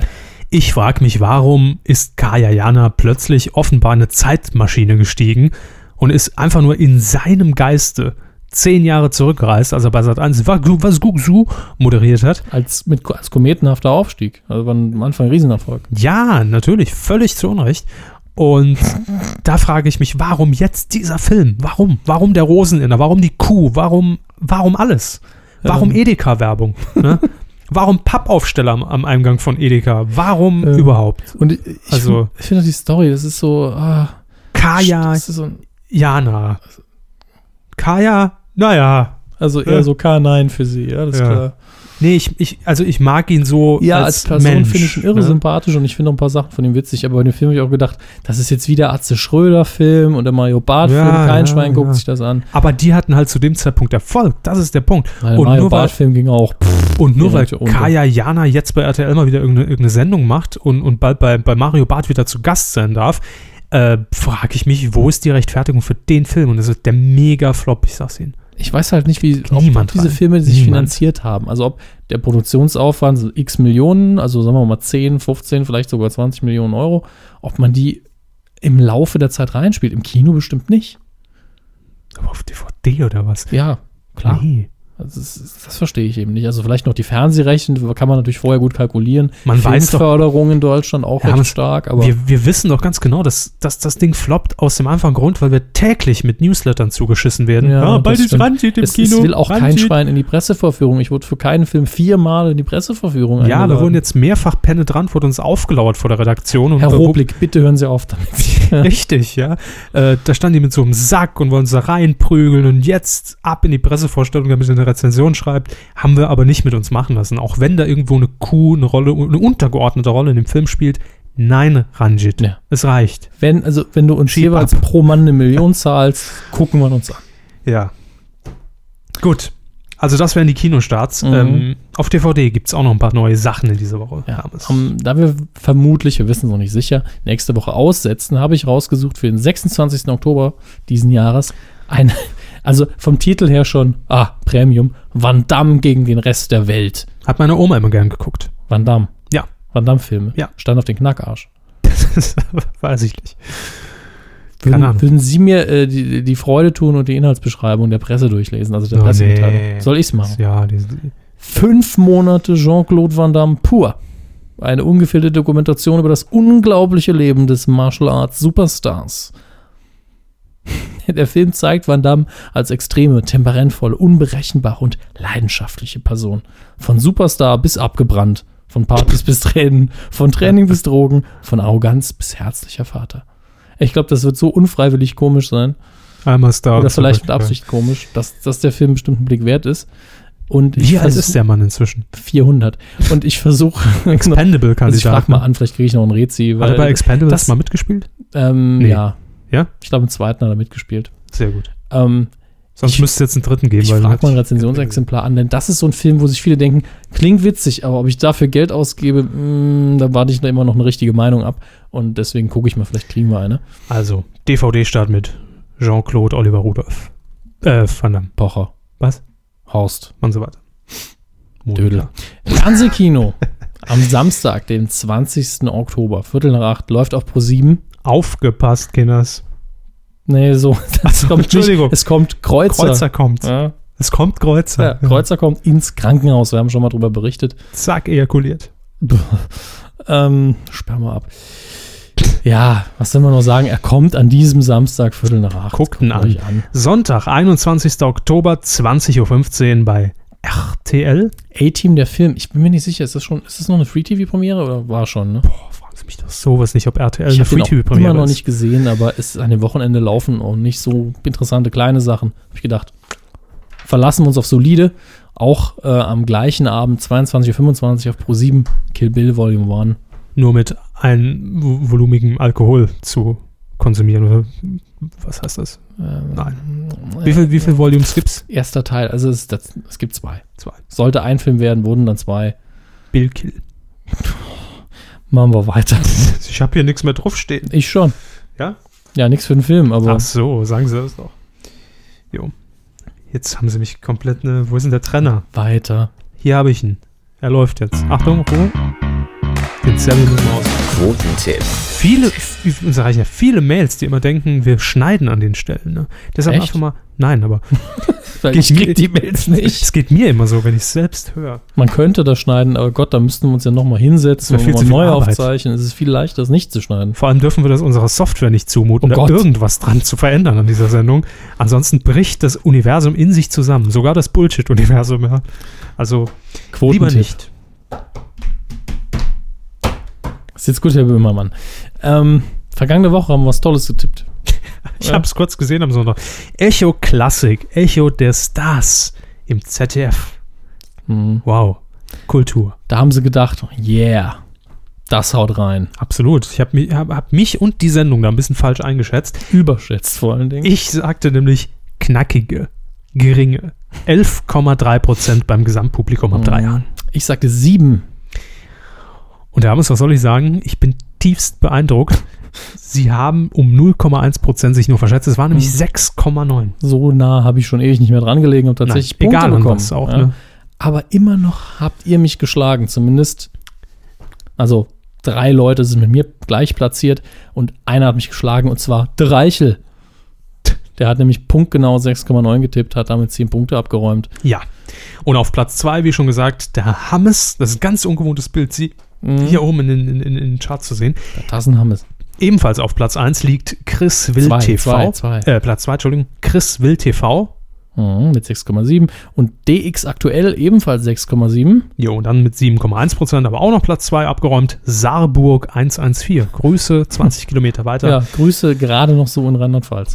Ich frage mich, warum ist Kaya Jana plötzlich offenbar eine Zeitmaschine gestiegen und ist einfach nur in seinem Geiste zehn Jahre zurückgereist, als er bei Sat1 was Gugsu moderiert hat. als, mit, als kometenhafter Aufstieg. Also war am Anfang ein Riesenerfolg. Ja, natürlich, völlig zu Unrecht. Und da frage ich mich, warum jetzt dieser Film? Warum? Warum der Roseninner? Warum die Kuh? Warum, warum alles? Warum Ähm. Edeka-Werbung? Ne? warum Pappaufsteller am, am Eingang von Edeka? Warum Ähm. überhaupt? Und ich, ich Also- find- ich finde die Story, das ist so. Ah, Kaya das ist so ein, Jana. Kaya, naja. also eher Ja. so K9 für sie, ja, das ist Ja. klar. Nee, ich, ich, also ich mag ihn so Ja, als, Person Mensch, finde ich ihn irre ne? sympathisch und ich finde auch ein paar Sachen von ihm witzig, aber bei dem Film habe ich auch gedacht, das ist jetzt wieder Atze Schröder-Film und der Mario Barth-Film, Ja, kein ja, Schwein guckt ja. sich das an. Aber die hatten halt zu dem Zeitpunkt Erfolg. Das ist der Punkt. Nein, der Und Mario nur weil- Barth-Film ging auch. Pff, Und nur weil Direkt unten. Kaya Jana jetzt bei RTL mal wieder irgendeine, irgendeine Sendung macht und, und bald bei, bei Mario Barth wieder zu Gast sein darf, äh, frage ich mich, wo ist die Rechtfertigung für den Film? Und das ist der Mega-Flop, ich sag's Ihnen. ich weiß halt nicht, wie ob Niemand diese rein. Filme sich Niemand. finanziert haben. Also ob der Produktionsaufwand, so x Millionen, also sagen wir mal 10, 15, vielleicht sogar 20 Millionen Euro, ob man die im Laufe der Zeit reinspielt. Im Kino bestimmt nicht. Aber auf DVD oder was? Ja, klar. Nee. Also das, ist- das verstehe ich eben nicht. Also vielleicht noch die Fernsehrechte, kann man natürlich vorher gut kalkulieren. Man weiß doch- Filmförderung in Deutschland auch Ja, aber recht es- stark, aber Wir, wir wissen doch ganz genau, dass, dass das Ding floppt aus dem einfachen Grund, weil wir täglich mit Newslettern zugeschissen werden. Ja, das Ah, bald ist stimmt. Ranjit im es, Kino. es will auch kein Ranjit. Schwein in die Pressevorführung. Ich wurde für keinen Film viermal in die Pressevorführung Ja, wir eingeladen. wurden jetzt mehrfach penetrant, wurde uns aufgelauert vor der Redaktion. Und Herr wir gucken- Roblick, bitte hören Sie auf damit. Richtig, ja. Äh, da standen die mit so einem Sack und wollen uns da reinprügeln und jetzt ab in die Pressevorstellung, damit er eine Rezension schreibt, haben wir aber nicht mit uns machen lassen. Auch wenn da irgendwo eine Kuh eine Rolle, eine untergeordnete Rolle in dem Film spielt. Nein, Ranjit, Ja. es reicht. wenn, also, wenn du uns Schieb jeweils pro Mann eine Million zahlst, gucken wir uns an. Ja. Gut. Also das wären die Kinostarts. Mhm. Ähm, auf DVD gibt es auch noch ein paar neue Sachen in dieser Woche. Ja, Hermes. um, da wir vermutlich, wir wissen es noch nicht sicher, nächste Woche aussetzen, habe ich rausgesucht für den 26. Oktober diesen Jahres ein, also vom Titel her schon, ah, Premium, Van Damme gegen den Rest der Welt. Hat meine Oma immer gern geguckt. Van Damme. Ja. Van Damme-Filme. Ja. Stand auf den Knackarsch. Das Weiß ich nicht. Keine Würden, Ahnung. würden Sie mir äh, die, die Freude tun und die Inhaltsbeschreibung der Presse durchlesen, also der Oh, Pressemitteilung? nee. Soll ich es machen? Ja, die, Fünf Monate Jean-Claude Van Damme pur. Eine ungefilterte Dokumentation über das unglaubliche Leben des Martial Arts Superstars. Der Film zeigt Van Damme als extreme, temperamentvolle, unberechenbare und leidenschaftliche Person. Von Superstar bis abgebrannt, von Partys bis Tränen, von Training bis Drogen, von Arroganz bis herzlicher Vater. Ich glaube, das wird so unfreiwillig komisch sein. einmal Star. Oder vielleicht mit zurück, ja. Absicht komisch, dass, dass der Film bestimmt einen Blick wert ist. Und ich Wie alt versuch- ist der Mann inzwischen? 400. Und ich versuche. also Expendable kann ich frage mal an, vielleicht kriege ich noch einen Rezi. ne? Hat er bei Weil, Expendables das- mal mitgespielt? ähm, Nee. Ja. Ja? Ich glaube, im zweiten hat er mitgespielt. Sehr gut. Ähm, Sonst Ich- müsste es jetzt einen dritten geben. ich weil- frage mal ein Rezensionsexemplar an, denn das ist so ein Film, wo sich viele denken, klingt witzig, aber ob ich dafür Geld ausgebe, mh, da warte ich da immer noch eine richtige Meinung ab. Und deswegen gucke ich mal, vielleicht kriegen wir eine. Also, DVD-Start mit Jean-Claude Oliver Rudolph. Äh, Van Damme Pocher. Was? Horst. und so weiter. Monika. Dödel. Fernsehkino. Am Samstag, dem 20. Oktober, Viertel nach acht, läuft auf Pro 7. Aufgepasst, Kinders. Nee, so. Das kommt nicht. Entschuldigung. Es kommt Kreuzer. Kreuzer kommt. Ja, Es kommt ja, Kreuzer. Kreuzer kommt ins Krankenhaus. Wir haben schon mal drüber berichtet. Zack, ejakuliert. Ähm, sperr mal ab. Ja, was soll man noch sagen? Er kommt an diesem Samstag Viertel nach acht. Guckt ihn Guckt an. euch an. Sonntag, 21. Oktober, 20.15 Uhr bei RTL. A-Team der Film. Ich bin mir nicht sicher, ist das schon, ist das noch eine Free-TV-Premiere oder war schon, ne? Boah, fragen Sie mich doch sowas nicht, ob RTL Ich Äh, eine habe den auch Free-TV-Premiere immer ist. noch nicht gesehen, aber es an dem Wochenende laufen auch nicht so interessante kleine Sachen. Hab ich gedacht, verlassen wir uns auf solide. Auch äh, am gleichen Abend, 22.25 Uhr auf Pro 7, Kill Bill Volume 1. nur mit einem volumigem Alkohol zu konsumieren oder was heißt das? Ähm, Nein. ja. Wie viel, wie viel Volumes gibt's? Erster Teil, also es, das, es gibt zwei. Zwei. Sollte ein Film werden, wurden dann zwei. Bill Kill. Machen wir weiter. Ich habe hier nichts mehr draufstehen. Ich schon. Ja? Ja, nichts für den Film, aber Ach so, sagen Sie das doch. Jo. Jetzt haben Sie mich komplett, ne, wo ist denn der Trenner? weiter. Hier habe ich ihn. Er läuft jetzt. Achtung, Ruhe. Den zerren wir mal aus. Quotentipp. Viele, uns erreichen ja viele Mails, die immer denken, wir schneiden an den Stellen. Ne? Deshalb Echt? einfach mal, nein, aber Weil ich krieg die Mails nicht. es geht mir immer so, wenn ich es selbst höre. Man könnte das schneiden, aber Gott, da müssten wir uns ja nochmal hinsetzen Das wär viel mal zu viel neu Arbeit. aufzeichnen. Es ist viel leichter, es nicht zu schneiden. Vor allem dürfen wir das unserer Software nicht zumuten, Oh da Gott. irgendwas dran zu verändern an dieser Sendung. Ansonsten bricht das Universum in sich zusammen, sogar das Bullshit-Universum. Ja. Also lieber Quotentipp. nicht. Ist jetzt gut, Herr Böhmermann. Ähm, vergangene Woche haben wir was Tolles getippt. Ich Ja. habe es kurz gesehen am Sonntag. Echo Classic, Echo der Stars im ZDF. Hm. Wow, Kultur. Da haben sie gedacht, yeah, das haut rein. Absolut. Ich habe mich, hab, hab mich und die Sendung da ein bisschen falsch eingeschätzt. Überschätzt vor allen Dingen. Ich sagte nämlich knackige, geringe. 11,3 Prozent beim Gesamtpublikum ab Mhm. drei Jahren. Ich sagte sieben. Und Herr Hammes, was soll ich sagen? Ich bin tiefst beeindruckt. Sie haben um 0,1 Prozent sich nur verschätzt. Es waren nämlich Mhm. 6,9. So nah habe ich schon ewig nicht mehr dran gelegen und tatsächlich Nein, Punkte egal an bekommen. was auch, ja. ne? Aber immer noch habt ihr mich geschlagen, zumindest. Also drei Leute sind mit mir gleich platziert und einer hat mich geschlagen und zwar De Reichel. Der hat nämlich punktgenau 6,9 getippt, hat damit 10 Punkte abgeräumt. Ja. Und auf Platz 2, wie schon gesagt, der Herr Hammes. Das ist ein ganz ungewohntes Bild, Sie Mhm. hier oben in, den- in, in, in den Charts zu sehen. Der Tassen haben es. Ebenfalls auf Platz 1 liegt Chris Will Zwei, TV. zwei, zwei. Äh, Platz 2, Entschuldigung. Chris Will TV. Mhm, mit 6,7. Und DX aktuell ebenfalls 6,7. Jo, und dann mit 7,1 Prozent, aber auch noch Platz 2 abgeräumt. Saarburg 114. Grüße, 20 Kilometer weiter. Ja, Grüße gerade noch so in Rheinland-Pfalz.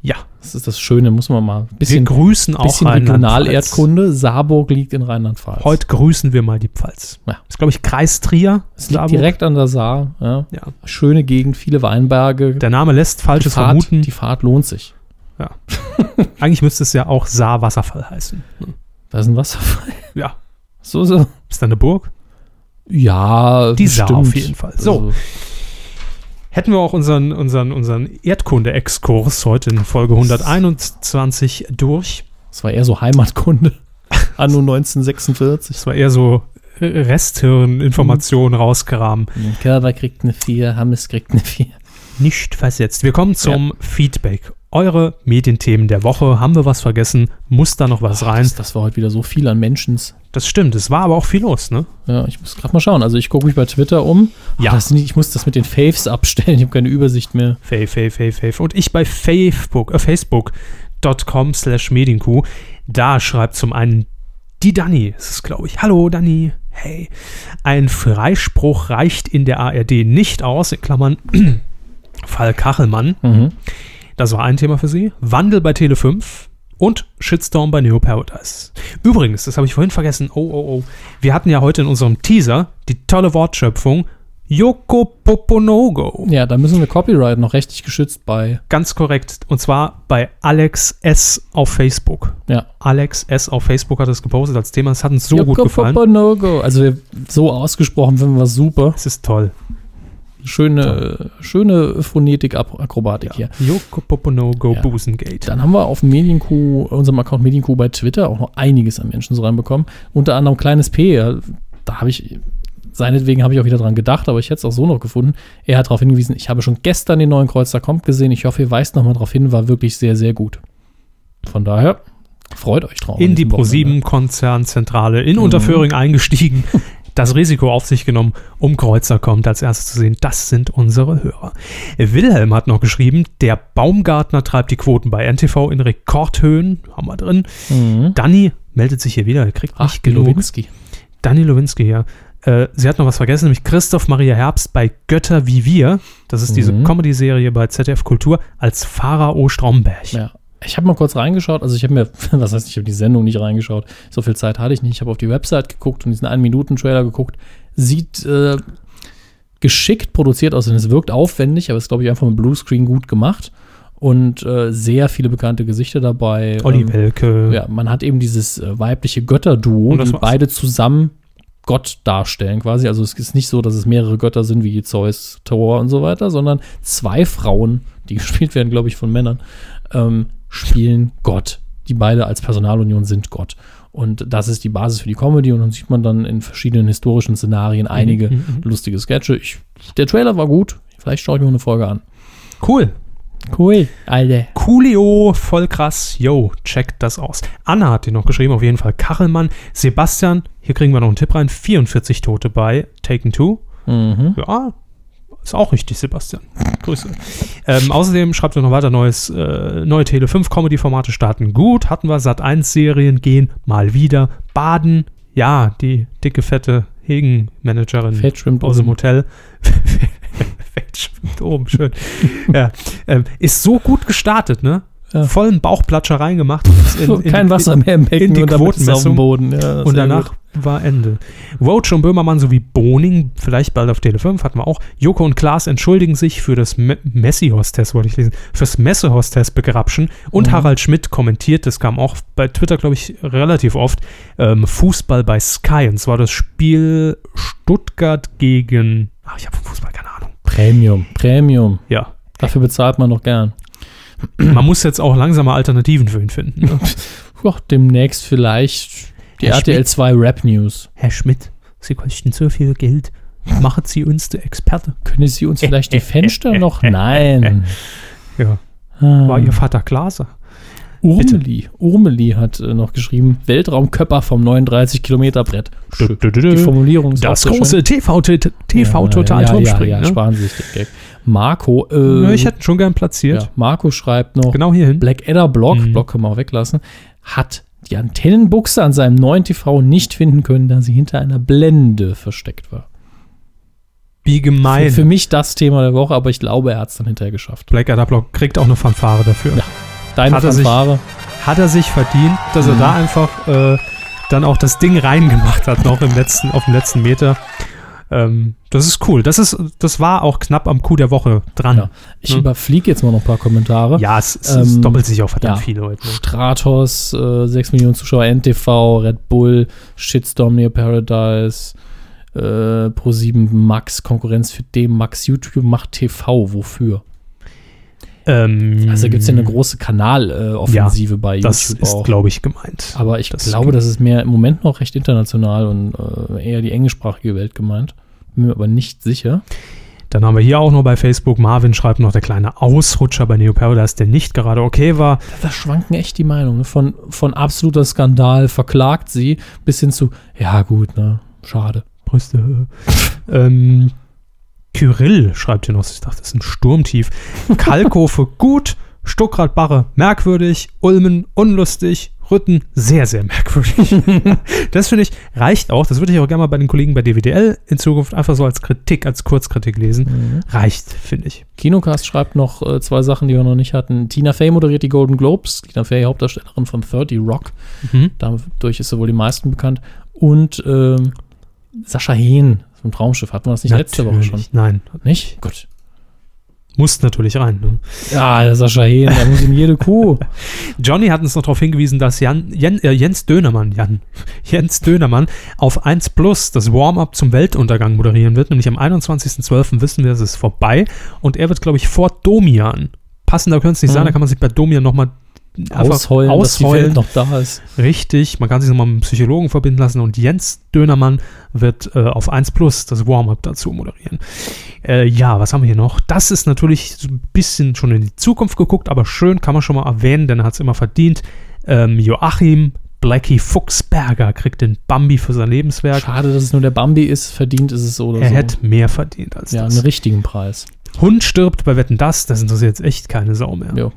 Ja, Das ist das Schöne, muss man mal ein wir bisschen grüßen auch bisschen Rheinland-Pfalz. Regionalerdkunde. Saarburg liegt in Rheinland-Pfalz. Heute grüßen wir mal die Pfalz. Ja. Ist, glaube ich, Kreis Trier. es liegt direkt an der Saar. Ja. Ja. Schöne Gegend, viele Weinberge. Der Name lässt die, Falsches Fahrt, vermuten. die Fahrt lohnt sich. Eigentlich müsste es ja auch Saarwasserfall heißen. Da ist ein Wasserfall. Ja. So, so. Ist da eine Burg? Ja, Die Saar bestimmt. auf jeden Fall. So. Also, Hätten wir auch unseren, unseren, unseren Erdkunde-Exkurs heute in Folge 121 durch. das war eher so Heimatkunde. Anno 1946. Das war eher so äh, Mhm. Resthirn-Informationen rausgraben. Körper kriegt eine 4, Hammes kriegt eine 4. nicht versetzt. Wir kommen zum Feedback. Eure Medienthemen der Woche. Haben wir was vergessen? Muss da noch was rein? Das, das war heute wieder so viel an Menschens. Das stimmt. Es war aber auch viel los, ne? Ja, ich muss gerade mal schauen. Also ich gucke mich bei Twitter um. Ja. Das, nicht- ich muss das mit den Faves abstellen. Ich habe keine Übersicht mehr. Fave, fave, fave, fave. Und ich bei Facebook, äh, facebook.com slash medienkuh. Da schreibt zum einen die Dani, ist es glaube ich. Hallo Dani, hey. Ein Freispruch reicht in der ARD nicht aus, in Klammern Fall Kachelmann. Das war ein Thema für sie. Wandel bei Tele 5 und Shitstorm bei Neo Paradise. Übrigens, das habe ich vorhin vergessen. Oh, oh, oh. Wir hatten ja heute in unserem Teaser die tolle Wortschöpfung Yoko Poponogo. Ja, da müssen wir Copyright noch rechtlich geschützt bei. Ganz korrekt. Und zwar bei Alex S. auf Facebook. Ja. Alex S. auf Facebook hat es gepostet als Thema. Es hat uns so gut gefallen. No go. Also wir, so ausgesprochen finden wir es super. Es ist toll. Schöne, äh, schöne Phonetik, Ak- Akrobatik hier. Yoko Poponogo Ja. Busengate. Dann haben wir auf Medienkuh, unserem Account Medienkuh bei Twitter auch noch einiges an Menschen so reinbekommen. Unter anderem kleines P. ja, Da habe ich, seinetwegen habe ich auch wieder dran gedacht, aber ich hätte es auch so noch gefunden. Er hat darauf hingewiesen, ich habe schon gestern den neuen Kreuzer kommt gesehen. Ich hoffe, ihr weist nochmal darauf hin, war wirklich sehr, sehr gut. Von daher, freut euch drauf. in die ProSieben. Pro7-Konzernzentrale in Unterföhring eingestiegen, das Risiko auf sich genommen, um Kreuzer kommt als erstes zu sehen. Das sind unsere Hörer. Wilhelm hat noch geschrieben, der Baumgartner treibt die Quoten bei NTV in Rekordhöhen. Haben wir drin. Mhm. Danny meldet sich hier wieder, er kriegt Ach, nicht genug. Glowinski. Dani Lewinsky, ja. Äh, sie hat noch was vergessen, nämlich Christoph Maria Herbst bei Götter wie wir. Das ist diese Mhm. Comedy-Serie bei ZDF Kultur als Pharao Stromberg. Ja. Ich habe mal kurz reingeschaut, also ich habe mir, was heißt, ich habe die Sendung nicht reingeschaut, so viel Zeit hatte ich nicht. Ich habe auf die Website geguckt und diesen 1-Minuten-Trailer geguckt. Sieht äh, geschickt produziert aus, denn es wirkt aufwendig, aber ist, glaube ich, einfach mit Bluescreen gut gemacht. und äh, sehr viele bekannte Gesichter dabei. Ähm, Olli Welke. Ja, man hat eben dieses äh, weibliche Götterduo, Und das die war's. beide zusammen Gott darstellen quasi. Also es ist nicht so, dass es mehrere Götter sind wie Zeus, Thor und so weiter, sondern zwei Frauen, die gespielt werden, glaube ich, von Männern, ähm, spielen Gott. Die beide als Personalunion sind Gott. Und das ist die Basis für die Comedy und dann sieht man dann in verschiedenen historischen Szenarien einige Mhm, mhm. lustige Sketche. Ich, der Trailer war gut. Vielleicht schaue ich mir eine Folge an. Cool. Cool, Alter. Coolio, voll krass. Yo, checkt das aus. Anna hat den noch geschrieben, auf jeden Fall. Kachelmann. Sebastian, hier kriegen wir noch einen Tipp rein. 44 Tote bei Taken Two. Mhm. Ja, ist auch richtig, Sebastian. Grüße. Ähm, außerdem schreibt er noch weiter neues, äh, neue Tele 5 Comedy-Formate starten gut. Hatten wir Sat 1 Serien gehen mal wieder. Baden, ja, die dicke, fette Hegen-Managerin Fett schwimmt aus dem oben. Hotel. Fett schwimmt oben, schön. ja, ähm, ist so gut gestartet, ne? Ja. Vollen Bauchplatscher reingemacht. So, kein Wasser mehr im Becken in die und damit ist es auf Quotenmessung. dem Boden. Ja, sehr Und danach gut. war Ende. Roach und Böhmermann sowie Boning, vielleicht bald auf Tele 5, hatten wir auch. Joko und Klaas entschuldigen sich für das Me Messi-Hostess, wollte ich lesen, fürs Messe-Hostess begrapschen. Und Mhm. Harald Schmidt kommentiert, das kam auch bei Twitter, glaube ich, relativ oft, ähm, Fußball bei Sky. Und zwar das Spiel Stuttgart gegen. Ach, ich habe vom Fußball keine Ahnung. Premium, Premium. Ja. Dafür bezahlt man noch gern. Man muss jetzt auch langsame Alternativen für ihn finden. ne? Boah, demnächst vielleicht die Herr RTL 2 Rap News. Herr Schmidt, Sie kosten so viel Geld. Machen Sie uns der Experte. Können Sie uns vielleicht die Fenster noch? Nein. Ah. Ja. War Ihr Vater Glaser? Urmeli. Urmeli hat äh, noch geschrieben, Weltraumköpper vom 39-Kilometer-Brett. Schön. Die Formulierung ist Das auch so schön. große TV-Total-Turmspringen. Ja, ja, ja, sparen Sie sich den Gag. Marco, ne? äh, ne? Ich hätte ihn schon gern platziert. ja, Marco schreibt noch, Genau hier hin. Black Adder Block, Mhm. Block können wir auch weglassen, hat die Antennenbuchse an seinem neuen TV nicht finden können, da sie hinter einer Blende versteckt war. Wie gemein. Für, für mich das Thema der Woche, aber ich glaube, er hat es dann hinterher geschafft. Black Adder Block kriegt auch eine Fanfare dafür. Deine Hat er sich- Fanfare. Hat er sich verdient, dass Mhm. er da einfach äh, dann auch das Ding reingemacht hat, noch im letzten, auf dem letzten Meter. Ähm, das ist cool. Das, ist, das war auch knapp am Coup der Woche dran. Ja. Ja, Ich Hm. überfliege jetzt mal noch ein paar Kommentare. es, es, es Ähm, doppelt sich auch verdammt ja. viel heute. ne? Stratos, äh, 6 Millionen Zuschauer, NTV, Red Bull, Shitstorm Near Paradise, äh, Pro7 Max, Konkurrenz für dem Max, YouTube macht TV, wofür? Ähm, Also gibt es ja eine große Kanaloffensive bei YouTube Das ist, auch. glaube ich, gemeint. Aber ich Das glaube, das ist mehr im Moment noch recht international und äh, eher die englischsprachige Welt gemeint. Bin mir aber nicht sicher. Dann haben wir hier auch noch bei Facebook, Marvin schreibt noch der kleine Ausrutscher bei Neo Paradise, der nicht gerade okay war. Da schwanken echt die Meinungen. ne? Von, von absoluter Skandal verklagt sie bis hin zu, ja gut, ne, schade. Brüste. ähm, Kyrill schreibt hier noch, ich dachte, das ist ein Sturmtief. Kalkofe gut, Stuckrad Barre merkwürdig, Ulmen unlustig, Rütten sehr, sehr merkwürdig. das finde ich, reicht auch. Das würde ich auch gerne mal bei den Kollegen bei DWDL in Zukunft einfach so als Kritik, als Kurzkritik lesen. Mhm. Reicht, finde ich. Kinocast schreibt noch äh, zwei Sachen, die wir noch nicht hatten. Tina Fey moderiert die Golden Globes. Tina Fey, Hauptdarstellerin von 30 Rock. Mhm. Dadurch ist sie wohl die meisten bekannt. Und ähm, Sascha Hehn vom Traumschiff. Hatten wir das nicht letzte Woche schon? Natürlich. Nein, Nicht? Gut. muss natürlich rein. Ne? Ja, der Sascha Hehn, da muss ihm jede Kuh. Johnny hat uns noch darauf hingewiesen, dass Jan, Jen, äh, Jens Dönermann, Jan, Jens Dönermann auf 1 Plus das Warm-up zum Weltuntergang moderieren wird. Nämlich am 21.12. wissen wir, es ist vorbei. Und er wird, glaube ich, vor Domian. Passender könnte es nicht sein, Mhm. da kann man sich bei Domian nochmal Ausheulen, dass die Welt ausheulen. noch da ist. Richtig, man kann sich nochmal mit einem Psychologen verbinden lassen und Jens Dönermann wird äh, auf 1 Plus das Warm-up dazu moderieren. Äh, ja, was haben wir hier noch? Das ist natürlich so ein bisschen schon in die Zukunft geguckt, aber schön kann man schon mal erwähnen, denn er hat es immer verdient. Ähm, Joachim Blackie Fuchsberger kriegt den Bambi für sein Lebenswerk. Schade, dass es nur der Bambi ist. Verdient ist es so oder er so. hätte mehr verdient als ja, einen das. richtigen Preis. Hund stirbt bei Wetten Das, das interessiert jetzt echt keine Sau mehr. Jo.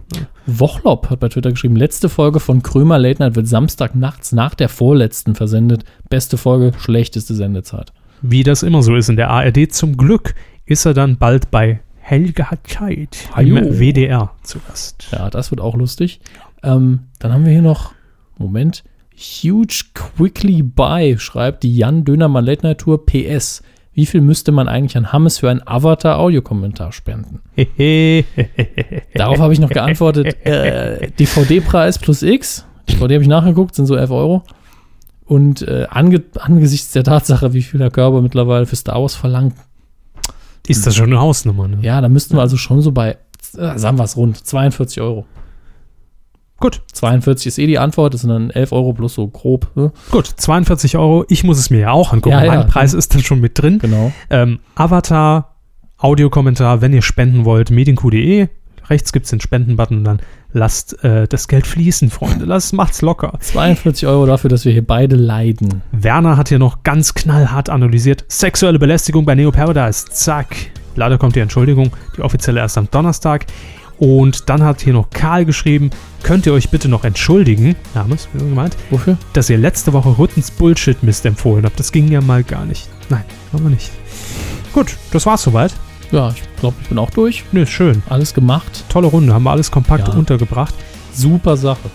Wochlop hat bei Twitter geschrieben, letzte Folge von Krömer Late Night wird Samstag nachts nach der vorletzten versendet. Beste Folge, schlechteste Sendezeit. Wie das immer so ist in der ARD, zum Glück ist er dann bald bei Helge hat Zeit Hallo. im WDR zu Gast. Ja, das wird auch lustig. Ähm, dann haben wir hier noch, Moment, Huge Quickly Buy schreibt die Jan Dönermann Late Night Tour PS. wie viel müsste man eigentlich an Hammes für einen Avatar-Audiokommentar spenden? Darauf habe ich noch geantwortet, äh, DVD-Preis plus X. DVD habe ich nachgeguckt, sind so 11 Euro. Und äh, ange angesichts der Tatsache, wie viel der Körper mittlerweile für Star Wars verlangt, Ist das schon eine Hausnummer? Ne? ja, da müssten wir also schon so bei, äh, sagen wir es rund, 42 Euro. Gut, 42 ist eh die Antwort, das sind dann 11 Euro plus so grob. Ne? gut, 42 Euro. Ich muss es mir ja auch angucken. Ja, ja. mein Preis ist dann schon mit drin. Genau. Ähm, Avatar, Audiokommentar, wenn ihr spenden wollt, medienq.de. Rechts gibt es den Spendenbutton und dann lasst äh, das Geld fließen, Freunde. Lasst, macht's locker. 42 Euro dafür, dass wir hier beide leiden. Werner hat hier noch ganz knallhart analysiert. Sexuelle Belästigung bei Neo Paradise. Zack. Leider kommt die Entschuldigung, die offizielle erst am Donnerstag. Und dann hat hier noch Karl geschrieben, könnt ihr euch bitte noch entschuldigen, namens, wie gemeint, Wofür? dass ihr letzte Woche Rüttens Bullshit Mist empfohlen habt. Das ging ja mal gar nicht. Nein, haben wir nicht. Gut, das war's soweit. Ja, ich glaube, ich bin auch durch. Nö, ist schön. Alles gemacht. Tolle Runde, haben wir alles kompakt Ja. untergebracht. Super Sache.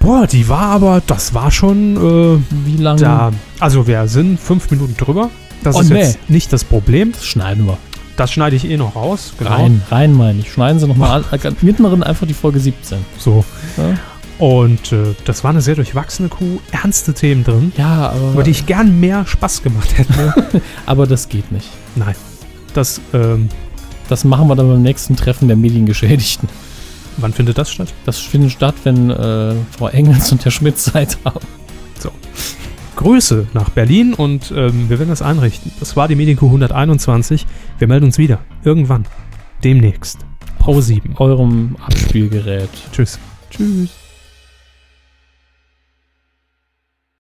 Boah, die war aber, das war schon Wie äh, lange? da. Also wir sind fünf Minuten drüber. Das Oh, ist nee. jetzt nicht das Problem. Das schneiden wir. Das schneide ich eh noch raus. Genau. Rein, rein meine ich. Schneiden Sie nochmal an. Mittleren einfach die Folge 17. So. Ja. Und äh, das war eine sehr durchwachsene Kuh. Ernste Themen drin, Ja, über aber, die ich gern mehr Spaß gemacht hätte. aber das geht nicht. Nein. Das, ähm, Das machen wir dann beim nächsten Treffen der Mediengeschädigten. wann findet das statt? Das findet statt, wenn äh, Frau Engels und Herr Schmidt Zeit haben. Grüße nach Berlin und ähm, wir werden das einrichten. Das war die Medienkuh 121. Wir melden uns wieder. Irgendwann. Demnächst. Pro 7. Eurem Abspielgerät. Tschüss. Tschüss.